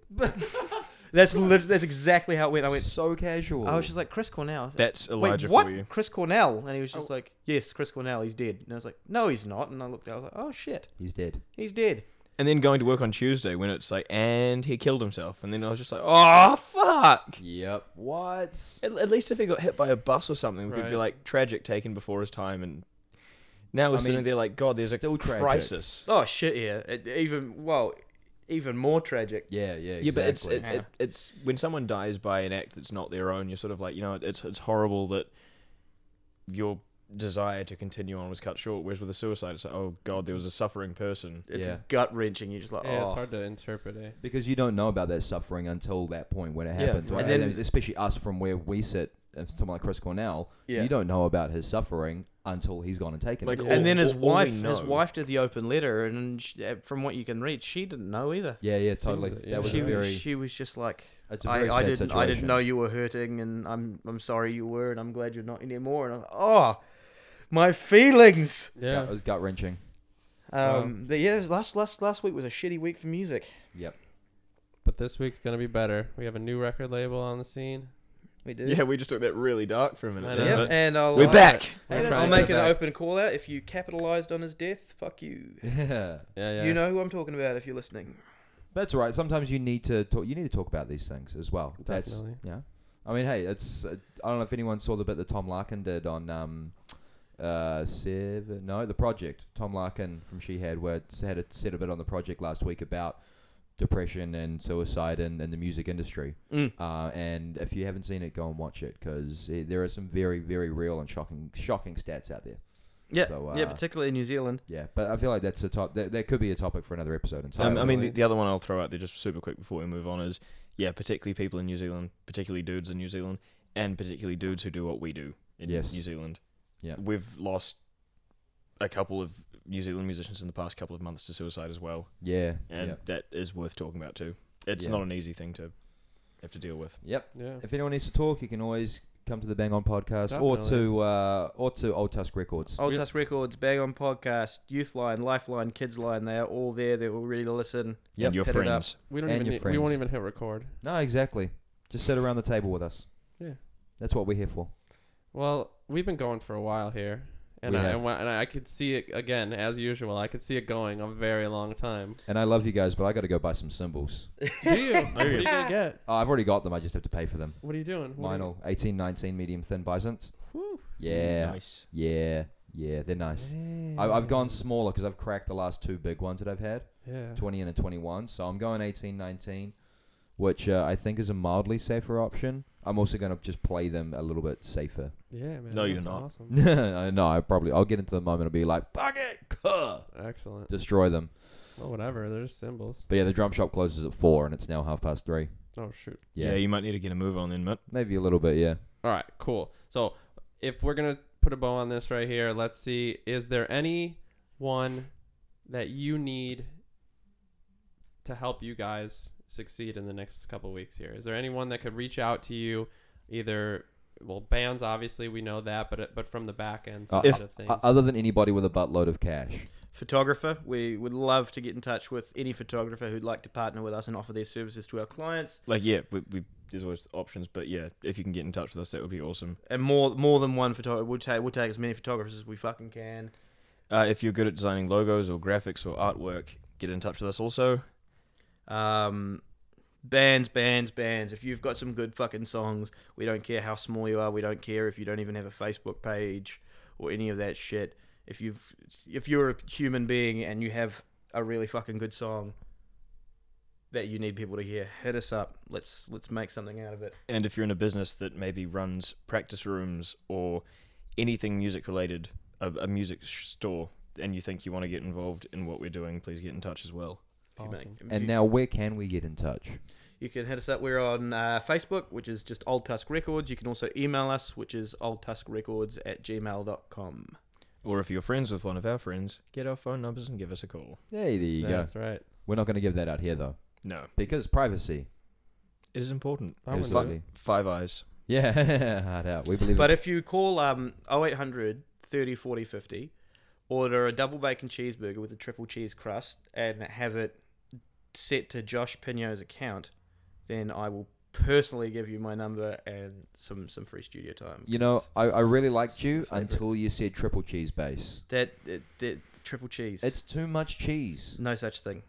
[SPEAKER 6] that's lit that's exactly how it went. I went.
[SPEAKER 5] so casual.
[SPEAKER 6] I was just like, "Chris Cornell." I was like,
[SPEAKER 1] That's
[SPEAKER 6] Wait,
[SPEAKER 1] Elijah
[SPEAKER 6] what?
[SPEAKER 1] for you.
[SPEAKER 6] Chris Cornell? And he was just like, "Yes, Chris Cornell. He's dead." And I was like, "No, he's not." And I looked. I was like, "Oh shit,
[SPEAKER 5] He's dead.
[SPEAKER 6] he's dead."
[SPEAKER 1] And then going to work on Tuesday when it's like, and he killed himself. And then I was just like, oh, fuck.
[SPEAKER 5] Yep. What?
[SPEAKER 1] At, at least if he got hit by a bus or something, we could be
[SPEAKER 4] Right.
[SPEAKER 1] like tragic taken before his time. And now we're
[SPEAKER 5] I
[SPEAKER 1] sitting
[SPEAKER 5] mean,
[SPEAKER 1] there like, God, there's
[SPEAKER 5] still
[SPEAKER 1] a
[SPEAKER 5] tragic.
[SPEAKER 1] crisis.
[SPEAKER 6] Oh shit, yeah. It, even well, even more tragic.
[SPEAKER 5] Yeah, yeah, exactly.
[SPEAKER 1] Yeah, but it's it,
[SPEAKER 6] Yeah.
[SPEAKER 1] it, it's when someone dies by an act that's not their own. You're sort of like, you know, it's it's horrible that your desire to continue on was cut short. Whereas with a suicide, it's like, oh god, there was a suffering person.
[SPEAKER 6] It's
[SPEAKER 5] Yeah.
[SPEAKER 6] gut wrenching. You're just like,
[SPEAKER 4] Yeah,
[SPEAKER 6] oh,
[SPEAKER 4] it's hard to interpret. Eh?
[SPEAKER 5] because you don't know about that suffering until that point when it
[SPEAKER 1] Yeah,
[SPEAKER 5] happened.
[SPEAKER 1] right.
[SPEAKER 5] right?
[SPEAKER 6] And
[SPEAKER 5] And
[SPEAKER 6] then-
[SPEAKER 5] especially us from where we sit, if someone like Chris Cornell,
[SPEAKER 6] Yeah.
[SPEAKER 5] you don't know about his suffering until he's gone and taken
[SPEAKER 1] Like,
[SPEAKER 5] it.
[SPEAKER 1] all-
[SPEAKER 6] and then his
[SPEAKER 1] all- all we
[SPEAKER 6] wife, his
[SPEAKER 1] know-
[SPEAKER 6] wife did the open letter, and sh uh from what you can read, she didn't know either.
[SPEAKER 5] Yeah, yeah, totally.
[SPEAKER 4] it, yeah.
[SPEAKER 5] That was
[SPEAKER 6] she
[SPEAKER 5] a very.
[SPEAKER 6] she was just like,
[SPEAKER 5] it's a
[SPEAKER 6] I,
[SPEAKER 5] very
[SPEAKER 6] I
[SPEAKER 5] sad
[SPEAKER 6] didn't,
[SPEAKER 5] situation.
[SPEAKER 6] I didn't know you were hurting, and I'm, I'm sorry you were, and I'm glad you're not anymore. And I was like, oh, my feelings.
[SPEAKER 5] Yeah.
[SPEAKER 4] Yeah.
[SPEAKER 5] It was gut wrenching.
[SPEAKER 6] Um,
[SPEAKER 4] Um,
[SPEAKER 6] but yeah, last, last, last week was a shitty week for music.
[SPEAKER 5] Yep.
[SPEAKER 4] But this week's gonna be better. We have a new record label on the scene.
[SPEAKER 6] We did.
[SPEAKER 1] Yeah, we just took that really dark for a minute.
[SPEAKER 4] I
[SPEAKER 1] there,
[SPEAKER 4] know.
[SPEAKER 1] but-
[SPEAKER 6] and I'll,
[SPEAKER 1] We're
[SPEAKER 6] uh,
[SPEAKER 1] back.
[SPEAKER 4] We're
[SPEAKER 5] that's-
[SPEAKER 4] trying
[SPEAKER 6] I'll
[SPEAKER 4] to
[SPEAKER 6] make
[SPEAKER 4] get
[SPEAKER 6] an
[SPEAKER 4] back.
[SPEAKER 6] open call out. If you capitalized on his death, fuck you.
[SPEAKER 5] Yeah.
[SPEAKER 4] Yeah, yeah.
[SPEAKER 6] You know who I'm talking about if you're listening.
[SPEAKER 5] That's all right. Sometimes you need to talk. You need to talk about these things as well.
[SPEAKER 4] Definitely.
[SPEAKER 5] That's yeah. I mean, hey, it's. Uh, I don't know if anyone saw the bit that Tom Larkin did on um, uh, seven. No, the project. Tom Larkin from She Had, where it's- had a, said a bit on the project last week about depression and suicide and, and the music industry.
[SPEAKER 1] Mm.
[SPEAKER 5] Uh, and if you haven't seen it, go and watch it because there are some very, very real and shocking, shocking stats out there.
[SPEAKER 6] Yeah,
[SPEAKER 5] So,
[SPEAKER 6] yeah,
[SPEAKER 5] uh,
[SPEAKER 6] particularly in New Zealand.
[SPEAKER 5] Yeah, but I feel like that's a top. That, that could be a topic for another episode entirely.
[SPEAKER 1] Um, I mean, the,
[SPEAKER 4] Totally.
[SPEAKER 1] the other one I'll throw out there just super quick before we move on is, yeah, particularly people in New Zealand, particularly dudes in New Zealand, and particularly dudes who do what we do in
[SPEAKER 5] Yes.
[SPEAKER 1] New Zealand.
[SPEAKER 5] Yeah.
[SPEAKER 1] we've lost a couple of New Zealand musicians in the past couple of months to suicide as well,
[SPEAKER 5] yeah,
[SPEAKER 1] and
[SPEAKER 5] yeah.
[SPEAKER 1] that is worth talking about too. It's
[SPEAKER 5] Yeah.
[SPEAKER 1] not an easy thing to have to deal with.
[SPEAKER 5] Yep.
[SPEAKER 4] Yeah.
[SPEAKER 5] If anyone needs to talk, you can always come to the Bang On podcast or
[SPEAKER 4] Definitely.
[SPEAKER 5] to uh, or to Old Tusk Records.
[SPEAKER 6] Old
[SPEAKER 4] Yeah.
[SPEAKER 6] Tusk Records, Bang On Podcast, Youth Line, Lifeline, Kids Line, they are all there. They're all ready to listen.
[SPEAKER 5] Yep.
[SPEAKER 1] And your
[SPEAKER 6] Hit it up.
[SPEAKER 1] friends,
[SPEAKER 4] We don't
[SPEAKER 5] And
[SPEAKER 4] even
[SPEAKER 5] your
[SPEAKER 4] need, we won't
[SPEAKER 5] friends.
[SPEAKER 4] even hit record.
[SPEAKER 5] No, exactly. Just sit around the table with us.
[SPEAKER 4] Yeah.
[SPEAKER 5] That's what we're here for.
[SPEAKER 4] Well, we've been going for a while here, and
[SPEAKER 5] We
[SPEAKER 4] I
[SPEAKER 5] have.
[SPEAKER 4] and, wa- and I could see it again as usual. I could see it going a very long time.
[SPEAKER 5] And I love you guys, but I got to go buy some cymbals.
[SPEAKER 4] Do you? what are you gonna get?
[SPEAKER 5] Oh, I've already got them. I just have to pay for them.
[SPEAKER 4] What are you doing? What are you-
[SPEAKER 5] Vinyl, 18, 19 medium thin bisons.
[SPEAKER 4] Whew.
[SPEAKER 5] Yeah,
[SPEAKER 1] nice.
[SPEAKER 5] yeah, yeah. They're nice. I, I've gone smaller because I've cracked the last two big ones that I've had,
[SPEAKER 4] Yeah.
[SPEAKER 5] 20 and a 21. So I'm going 18, 19, which uh, I think is a mildly safer option. I'm also going to just play them a little bit safer.
[SPEAKER 4] Yeah, man.
[SPEAKER 1] No, you're
[SPEAKER 4] that's
[SPEAKER 1] not.
[SPEAKER 4] Awesome.
[SPEAKER 5] no, no, I probably I'll get into the moment and be like, fuck it, cuh,"
[SPEAKER 4] Excellent.
[SPEAKER 5] destroy them.
[SPEAKER 4] Well, whatever. There's symbols.
[SPEAKER 5] But yeah, the drum shop closes at four, and it's now half past three.
[SPEAKER 4] Oh shoot.
[SPEAKER 1] Yeah.
[SPEAKER 5] Yeah,
[SPEAKER 1] you might need to get a move on then, Mitt.
[SPEAKER 5] maybe a little bit. Yeah,
[SPEAKER 4] All right. Cool. So, if we're gonna put a bow on this right here, let's see. Is there any one that you need to help you guys succeed in the next couple weeks here? Is there anyone that could reach out to you, either? Well, bands obviously we know that, but but from the back end
[SPEAKER 5] Uh,
[SPEAKER 4] side
[SPEAKER 5] if-
[SPEAKER 4] of things,
[SPEAKER 5] O- other than anybody with a buttload of cash.
[SPEAKER 6] Photographer, we would love to get in touch with any photographer who'd like to partner with us and offer their services to our clients.
[SPEAKER 1] Like, yeah, we, we, there's always options, but yeah, if you can get in touch with us, that would be awesome.
[SPEAKER 6] And more more than one photographer, we'll take we'll take as many photographers as we fucking can.
[SPEAKER 1] Uh, if you're good at designing logos or graphics or artwork, get in touch with us also.
[SPEAKER 6] Um, bands, bands, bands. If you've got some good fucking songs, we don't care how small you are. We don't care if you don't even have a Facebook page or any of that shit. If you've if you're a human being and you have a really fucking good song that you need people to hear, hit us up. Let's let's make something out of it.
[SPEAKER 1] And if you're in a business that maybe runs practice rooms or anything music related, a, a music sh- store, and you think you want to get involved in what we're doing, please get in touch as well.
[SPEAKER 6] If you make- if
[SPEAKER 5] And
[SPEAKER 6] you-
[SPEAKER 5] now, where can we get in touch?
[SPEAKER 6] You can hit us up. We're on uh, Facebook, which is just Old Tusk Records. You can also email us, which is oldtuskrecords at gmail.com.
[SPEAKER 1] Or if you're friends with one of our friends, get our phone numbers and give us a call.
[SPEAKER 5] Hey, there you
[SPEAKER 4] that's
[SPEAKER 5] go.
[SPEAKER 4] right.
[SPEAKER 5] We're not going to give that out here though,
[SPEAKER 1] No,
[SPEAKER 5] because privacy.
[SPEAKER 1] it is important.
[SPEAKER 4] I wouldn't
[SPEAKER 5] Absolutely.
[SPEAKER 1] Five eyes.
[SPEAKER 5] Yeah, hard out. We believe.
[SPEAKER 6] But
[SPEAKER 5] it.
[SPEAKER 6] if you call um 0800 30 40 50, order a double bacon cheeseburger with a triple cheese crust and have it set to Josh Pino's account, then I will personally give you my number and some some free studio time.
[SPEAKER 5] you know, I, I really liked you
[SPEAKER 6] It's my favorite.
[SPEAKER 5] until you said triple cheese base.
[SPEAKER 6] that, that, that triple cheese.
[SPEAKER 5] It's too much cheese.
[SPEAKER 6] no such thing.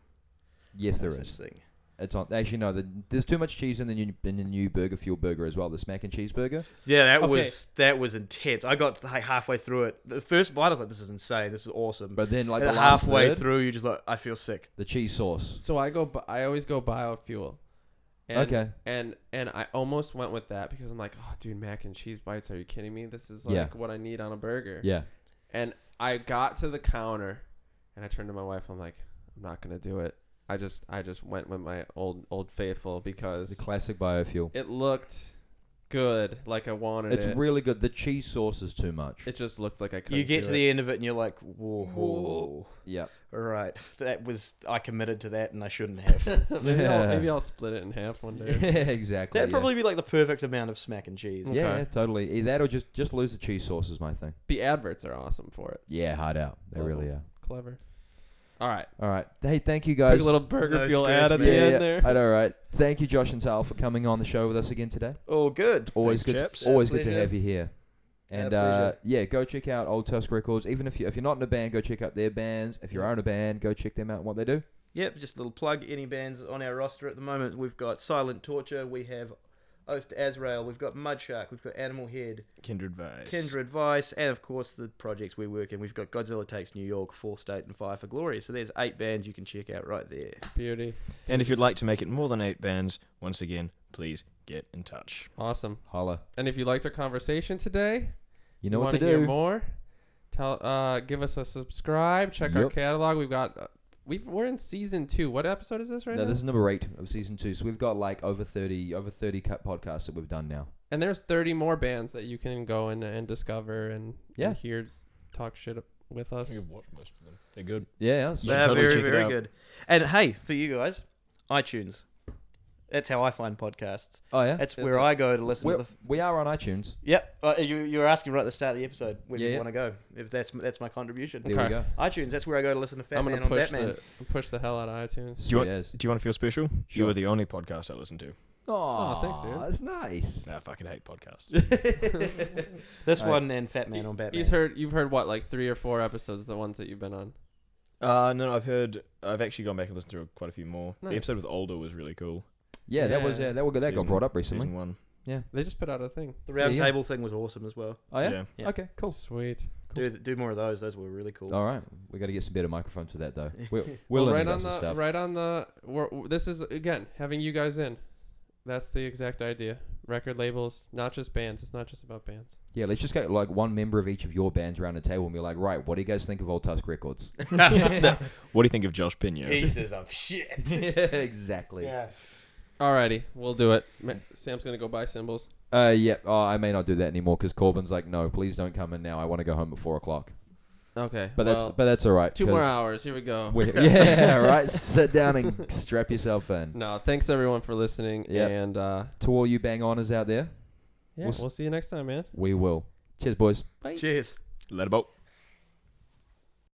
[SPEAKER 5] Yes,
[SPEAKER 6] no
[SPEAKER 5] there
[SPEAKER 6] such
[SPEAKER 5] is.
[SPEAKER 6] thing.
[SPEAKER 5] It's on. Actually, no. The, there's too much cheese in the new in the new burger fuel burger as well. The smack and cheese burger.
[SPEAKER 6] Yeah, that
[SPEAKER 4] Okay.
[SPEAKER 6] was that was intense. I got like halfway through it. The first bite, I was like, "This is insane. This is awesome."
[SPEAKER 5] But then like
[SPEAKER 6] And
[SPEAKER 5] the last
[SPEAKER 6] halfway
[SPEAKER 5] third,
[SPEAKER 6] through, you just like, "I feel sick."
[SPEAKER 5] the cheese sauce.
[SPEAKER 4] So I go. bu- I always go biofuel. And,
[SPEAKER 5] Okay.
[SPEAKER 4] And and I almost went with that because I'm like, oh, dude, mac and cheese bites. Are you kidding me? This is like
[SPEAKER 5] Yeah.
[SPEAKER 4] what I need on a burger.
[SPEAKER 5] Yeah.
[SPEAKER 4] And I got to the counter, and I turned to my wife. I'm like, I'm not gonna do it. I just I just went with my old old faithful
[SPEAKER 5] The
[SPEAKER 4] because
[SPEAKER 5] classic biofuel.
[SPEAKER 4] it looked good, like I wanted
[SPEAKER 5] It's
[SPEAKER 4] it.
[SPEAKER 5] really good. The cheese sauce is too much.
[SPEAKER 4] it just looked like I could.
[SPEAKER 6] you get to the end of it and you're like, whoa,
[SPEAKER 5] Whoa. yeah.
[SPEAKER 6] all right, that was I committed to that and I shouldn't have.
[SPEAKER 4] maybe, I'll,
[SPEAKER 5] Yeah.
[SPEAKER 4] maybe I'll split it in half one
[SPEAKER 5] yeah.
[SPEAKER 4] day.
[SPEAKER 5] Exactly.
[SPEAKER 6] That'd
[SPEAKER 5] yeah.
[SPEAKER 6] probably be like the perfect amount of smack and cheese.
[SPEAKER 5] Yeah,
[SPEAKER 4] Okay.
[SPEAKER 5] yeah, totally. Either that or just just lose the cheese sauce is my thing.
[SPEAKER 4] the adverts are awesome for it.
[SPEAKER 5] Yeah, hard out. They
[SPEAKER 4] Love
[SPEAKER 5] really
[SPEAKER 4] them.
[SPEAKER 5] are.
[SPEAKER 4] Clever. All right.
[SPEAKER 5] All right. Hey, thank you
[SPEAKER 4] Quick
[SPEAKER 5] guys.
[SPEAKER 4] little burger
[SPEAKER 6] No
[SPEAKER 4] fuel
[SPEAKER 6] stress,
[SPEAKER 4] ad at
[SPEAKER 6] man.
[SPEAKER 4] the
[SPEAKER 6] Yeah,
[SPEAKER 4] end there.
[SPEAKER 5] I know, right? Thank you, Josh and Sal, for coming on the show with us again today.
[SPEAKER 6] Oh, good.
[SPEAKER 5] Always
[SPEAKER 1] Thanks,
[SPEAKER 5] good.
[SPEAKER 1] chaps.
[SPEAKER 5] Always
[SPEAKER 6] Our
[SPEAKER 5] good to
[SPEAKER 6] pleasure.
[SPEAKER 5] have you here.
[SPEAKER 6] Our
[SPEAKER 5] And uh,
[SPEAKER 6] pleasure.
[SPEAKER 5] yeah, go check out Old Tusk Records. Even if you if you're not in a band, go check out their bands. If you are in a band, go check them out and what they do.
[SPEAKER 6] Yep, just a little plug. Any bands on our roster at the moment? We've got Silent Torture, we have Oath to Azrael, we've got Mudshark, we've got Animal Head,
[SPEAKER 1] Kindred Vice.
[SPEAKER 6] Kindred Vice, and of course the projects we work in. We've got Godzilla Takes New York, Four State, and Fire for Glory. So there's eight bands you can check out right there.
[SPEAKER 4] Beauty.
[SPEAKER 1] And if you'd like to make it more than eight bands, once again, please get in touch.
[SPEAKER 4] Awesome.
[SPEAKER 5] Holla.
[SPEAKER 4] And if you liked our conversation today,
[SPEAKER 5] You know what to
[SPEAKER 4] wanna
[SPEAKER 5] do.
[SPEAKER 4] Hear more? Tell, uh, give us a subscribe. Check our
[SPEAKER 5] Yep.
[SPEAKER 4] catalog. We've got, uh, we've we're in season two. What episode is this right
[SPEAKER 5] No,
[SPEAKER 4] now?
[SPEAKER 5] this is number eight of season two. So we've got like over thirty, over thirty cut podcasts that we've done now.
[SPEAKER 4] and there's 30 more bands that you can go and and discover and,
[SPEAKER 5] Yeah.
[SPEAKER 4] and hear, talk shit with us.
[SPEAKER 1] watched most of them. They're good.
[SPEAKER 5] Yeah, that's-
[SPEAKER 1] You should
[SPEAKER 6] They're
[SPEAKER 1] totally
[SPEAKER 6] very,
[SPEAKER 1] check it
[SPEAKER 6] very
[SPEAKER 1] out.
[SPEAKER 6] good. And hey, for you guys, iTunes. That's how I find podcasts.
[SPEAKER 5] oh yeah.
[SPEAKER 6] That's
[SPEAKER 4] Is
[SPEAKER 6] where
[SPEAKER 4] it?
[SPEAKER 6] I go to listen
[SPEAKER 5] We're,
[SPEAKER 6] to the. f-
[SPEAKER 5] we are on iTunes.
[SPEAKER 6] Yep, uh, you, you were asking right at the start of the episode where
[SPEAKER 5] Yeah,
[SPEAKER 6] do you
[SPEAKER 5] yeah.
[SPEAKER 6] want to go. If that's that's my contribution.
[SPEAKER 5] There we
[SPEAKER 4] Okay.
[SPEAKER 5] go.
[SPEAKER 6] iTunes. That's where I go to listen to Fat
[SPEAKER 4] I'm
[SPEAKER 6] Man
[SPEAKER 4] gonna
[SPEAKER 6] on
[SPEAKER 4] push
[SPEAKER 6] Batman.
[SPEAKER 4] the push the hell out of iTunes.
[SPEAKER 5] Sweet
[SPEAKER 1] you want-
[SPEAKER 5] as.
[SPEAKER 1] Do you want to feel special? You
[SPEAKER 5] Sure.
[SPEAKER 1] are the only podcast I listen to.
[SPEAKER 5] Aw,
[SPEAKER 4] Oh, thanks, dude.
[SPEAKER 5] That's Oh, nice.
[SPEAKER 1] Nah, I fucking hate podcasts.
[SPEAKER 6] This
[SPEAKER 5] Alright.
[SPEAKER 6] one and Fat Man on Batman.
[SPEAKER 4] He's heard you've heard what like three or four episodes the ones that you've been on.
[SPEAKER 1] uh, no, I've heard. I've actually gone back and listened to quite a few more.
[SPEAKER 4] Nice.
[SPEAKER 1] The episode with Older was really cool.
[SPEAKER 5] Yeah, that was
[SPEAKER 4] Yeah.
[SPEAKER 5] yeah, that was, that
[SPEAKER 1] Season-
[SPEAKER 5] got brought up recently.
[SPEAKER 1] Season one.
[SPEAKER 4] They just put out a thing.
[SPEAKER 6] the
[SPEAKER 5] Yeah,
[SPEAKER 6] round
[SPEAKER 5] yeah.
[SPEAKER 6] table thing was awesome as well.
[SPEAKER 5] Oh yeah?
[SPEAKER 1] yeah.
[SPEAKER 6] Yeah.
[SPEAKER 5] Okay, cool.
[SPEAKER 4] Sweet.
[SPEAKER 6] Do do more of those. Those were really cool.
[SPEAKER 5] All right, we got to get some better microphones for that though. We're, we're
[SPEAKER 4] Well,
[SPEAKER 5] learning
[SPEAKER 4] right
[SPEAKER 5] about
[SPEAKER 4] on
[SPEAKER 5] some
[SPEAKER 4] the
[SPEAKER 5] stuff.
[SPEAKER 4] right on the. We're, this is again having you guys in. That's the exact idea. Record labels, not just bands. It's not just about bands.
[SPEAKER 5] Yeah, let's just get like one member of each of your bands around the table and be like, right, what do you guys think of Old Tusk Records?
[SPEAKER 1] What do you think of Josh Pena?
[SPEAKER 6] Pieces of shit.
[SPEAKER 5] exactly.
[SPEAKER 6] yeah.
[SPEAKER 4] Alrighty, we'll do it. Ma- Sam's gonna go buy cymbals.
[SPEAKER 5] Uh, yeah. Oh, I may not do that anymore because Corbin's like, no, please don't come in now. I want to go home at four o'clock.
[SPEAKER 4] Okay,
[SPEAKER 5] But that's but that's all right.
[SPEAKER 4] two more
[SPEAKER 5] 'cause
[SPEAKER 4] hours. Here we go.
[SPEAKER 5] we're- Yeah, right. Sit down and strap yourself in.
[SPEAKER 4] No, thanks everyone for listening,
[SPEAKER 5] Yep.
[SPEAKER 4] and uh,
[SPEAKER 5] To all you bang oners out there,
[SPEAKER 4] yeah,
[SPEAKER 5] We'll s-
[SPEAKER 4] we'll see you next time, man.
[SPEAKER 5] we will. Cheers, boys.
[SPEAKER 6] Cheers.
[SPEAKER 1] Let about.